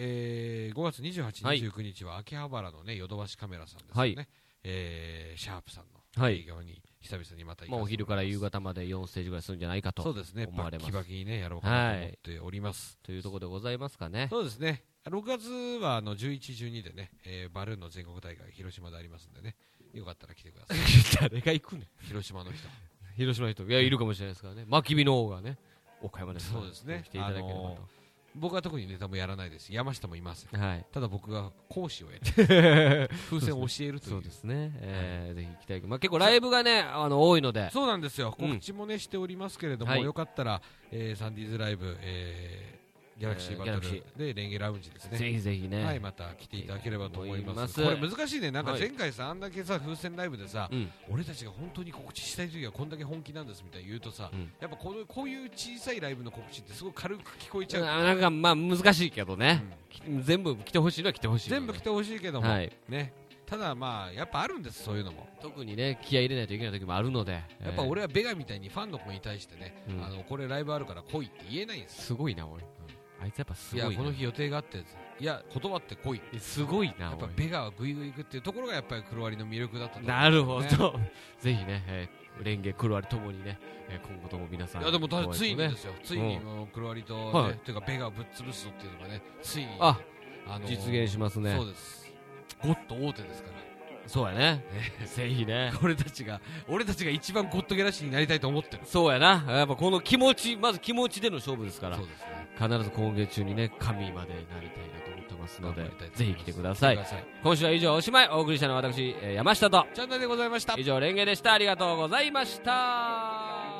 Speaker 2: えー、5月
Speaker 1: は
Speaker 2: 28
Speaker 1: い
Speaker 2: 日、29日は秋葉原のね、ヨドバシカメラさんですよね。
Speaker 1: はい
Speaker 2: えーシャープさんの
Speaker 1: はい
Speaker 2: 営業に久々にまた行かせてもらいます
Speaker 1: まあ、お昼から夕方まで4ステージぐらいするんじゃないかと
Speaker 2: そうですね、
Speaker 1: 思わ
Speaker 2: バ
Speaker 1: れ
Speaker 2: ッ
Speaker 1: ま
Speaker 2: キ
Speaker 1: す
Speaker 2: バキにね、やろうかなと思っております。
Speaker 1: というところでございますかね
Speaker 2: そうですね。6月はあの11、12でね、えーバルーンの全国大会、広島でありますんでね、よかったら来てください。
Speaker 1: 誰が行くね
Speaker 2: 広島の人。
Speaker 1: 広島の人いやいるかもしれないですからねまき火の王がね岡山ですから
Speaker 2: そうですね
Speaker 1: 来ていただければと、
Speaker 2: 僕は特にネタもやらないです山下もいません
Speaker 1: はい
Speaker 2: ただ僕が講師をやって 風船を教えるとい
Speaker 1: そううですね、えーぜひ来ていただきまあ、結構ライブがねあの多いので
Speaker 2: そうなんですよ
Speaker 1: うん
Speaker 2: 告知もね、しておりますけれども、
Speaker 1: はい
Speaker 2: よかったら、えーサンディーズライブ、えーギャラクシーバト
Speaker 1: えーギャ
Speaker 2: ルでレンゲラウンジですね
Speaker 1: ぜひぜひね、
Speaker 2: はい、また来ていただければと思います
Speaker 1: 思います
Speaker 2: これ難しいねなんか
Speaker 1: はい
Speaker 2: 前回さ、あんだけさ風船ライブでさ、
Speaker 1: うん
Speaker 2: 俺たちが本当に告知したい時はこんだけ本気なんですみたいに言うとさ、
Speaker 1: うん
Speaker 2: やっぱこのこういう小さいライブの告知ってすごく軽く聞こえちゃう、
Speaker 1: なんかまあ難しいけどね、
Speaker 2: うん
Speaker 1: き全部来てほしいのは来てほしいので
Speaker 2: 全部来てほしいけども、
Speaker 1: はい
Speaker 2: ね、ただまあやっぱあるんですそういうのも
Speaker 1: 特にね気合い入れないといけない時もあるので
Speaker 2: やっぱ俺はベガみたいにファンの子に対してね、
Speaker 1: うん
Speaker 2: あのこれライブあるから来いって言えないんです
Speaker 1: すごいな俺、あいつやっぱす
Speaker 2: い
Speaker 1: ごいな
Speaker 2: やこの日予定があっていや断って来い
Speaker 1: すごいな
Speaker 2: やっぱ
Speaker 1: 俺
Speaker 2: ベガはグイグイ行くっていうところがやっぱり黒割りの魅力だったと思うんですよね
Speaker 1: なるほ ど、ぜひね、えー、レンゲ、クロアリともにね、えー、今後とも皆さん、
Speaker 2: いやでもだ
Speaker 1: ご愛
Speaker 2: つい
Speaker 1: 顧
Speaker 2: に
Speaker 1: ね
Speaker 2: ですよついにもう黒割りと、ね
Speaker 1: はい
Speaker 2: というかベガをぶっ潰すぞっていうのがねついに
Speaker 1: あ
Speaker 2: あのー
Speaker 1: 実現しますね
Speaker 2: そうですゴッド大手ですから
Speaker 1: そうやね、 ぜひね、
Speaker 2: 俺たちが俺たちが一番ゴッドギャラシーになりたいと思ってる
Speaker 1: そうやな、やっぱこの気持ち、まず気持ちでの勝負ですから
Speaker 2: そう、ですね
Speaker 1: 必ず今月中にね、神までなりたいなと思ってますので
Speaker 2: 頑張りたい、と
Speaker 1: ぜ
Speaker 2: 思い
Speaker 1: ひ来
Speaker 2: ます
Speaker 1: てくださ
Speaker 2: 来
Speaker 1: い
Speaker 2: て。ください
Speaker 1: 今週は以上おしまい、お送りしたのは私、えー山下と、
Speaker 2: チャンネルでございました
Speaker 1: 以上、レンゲでした。ありがとうございました。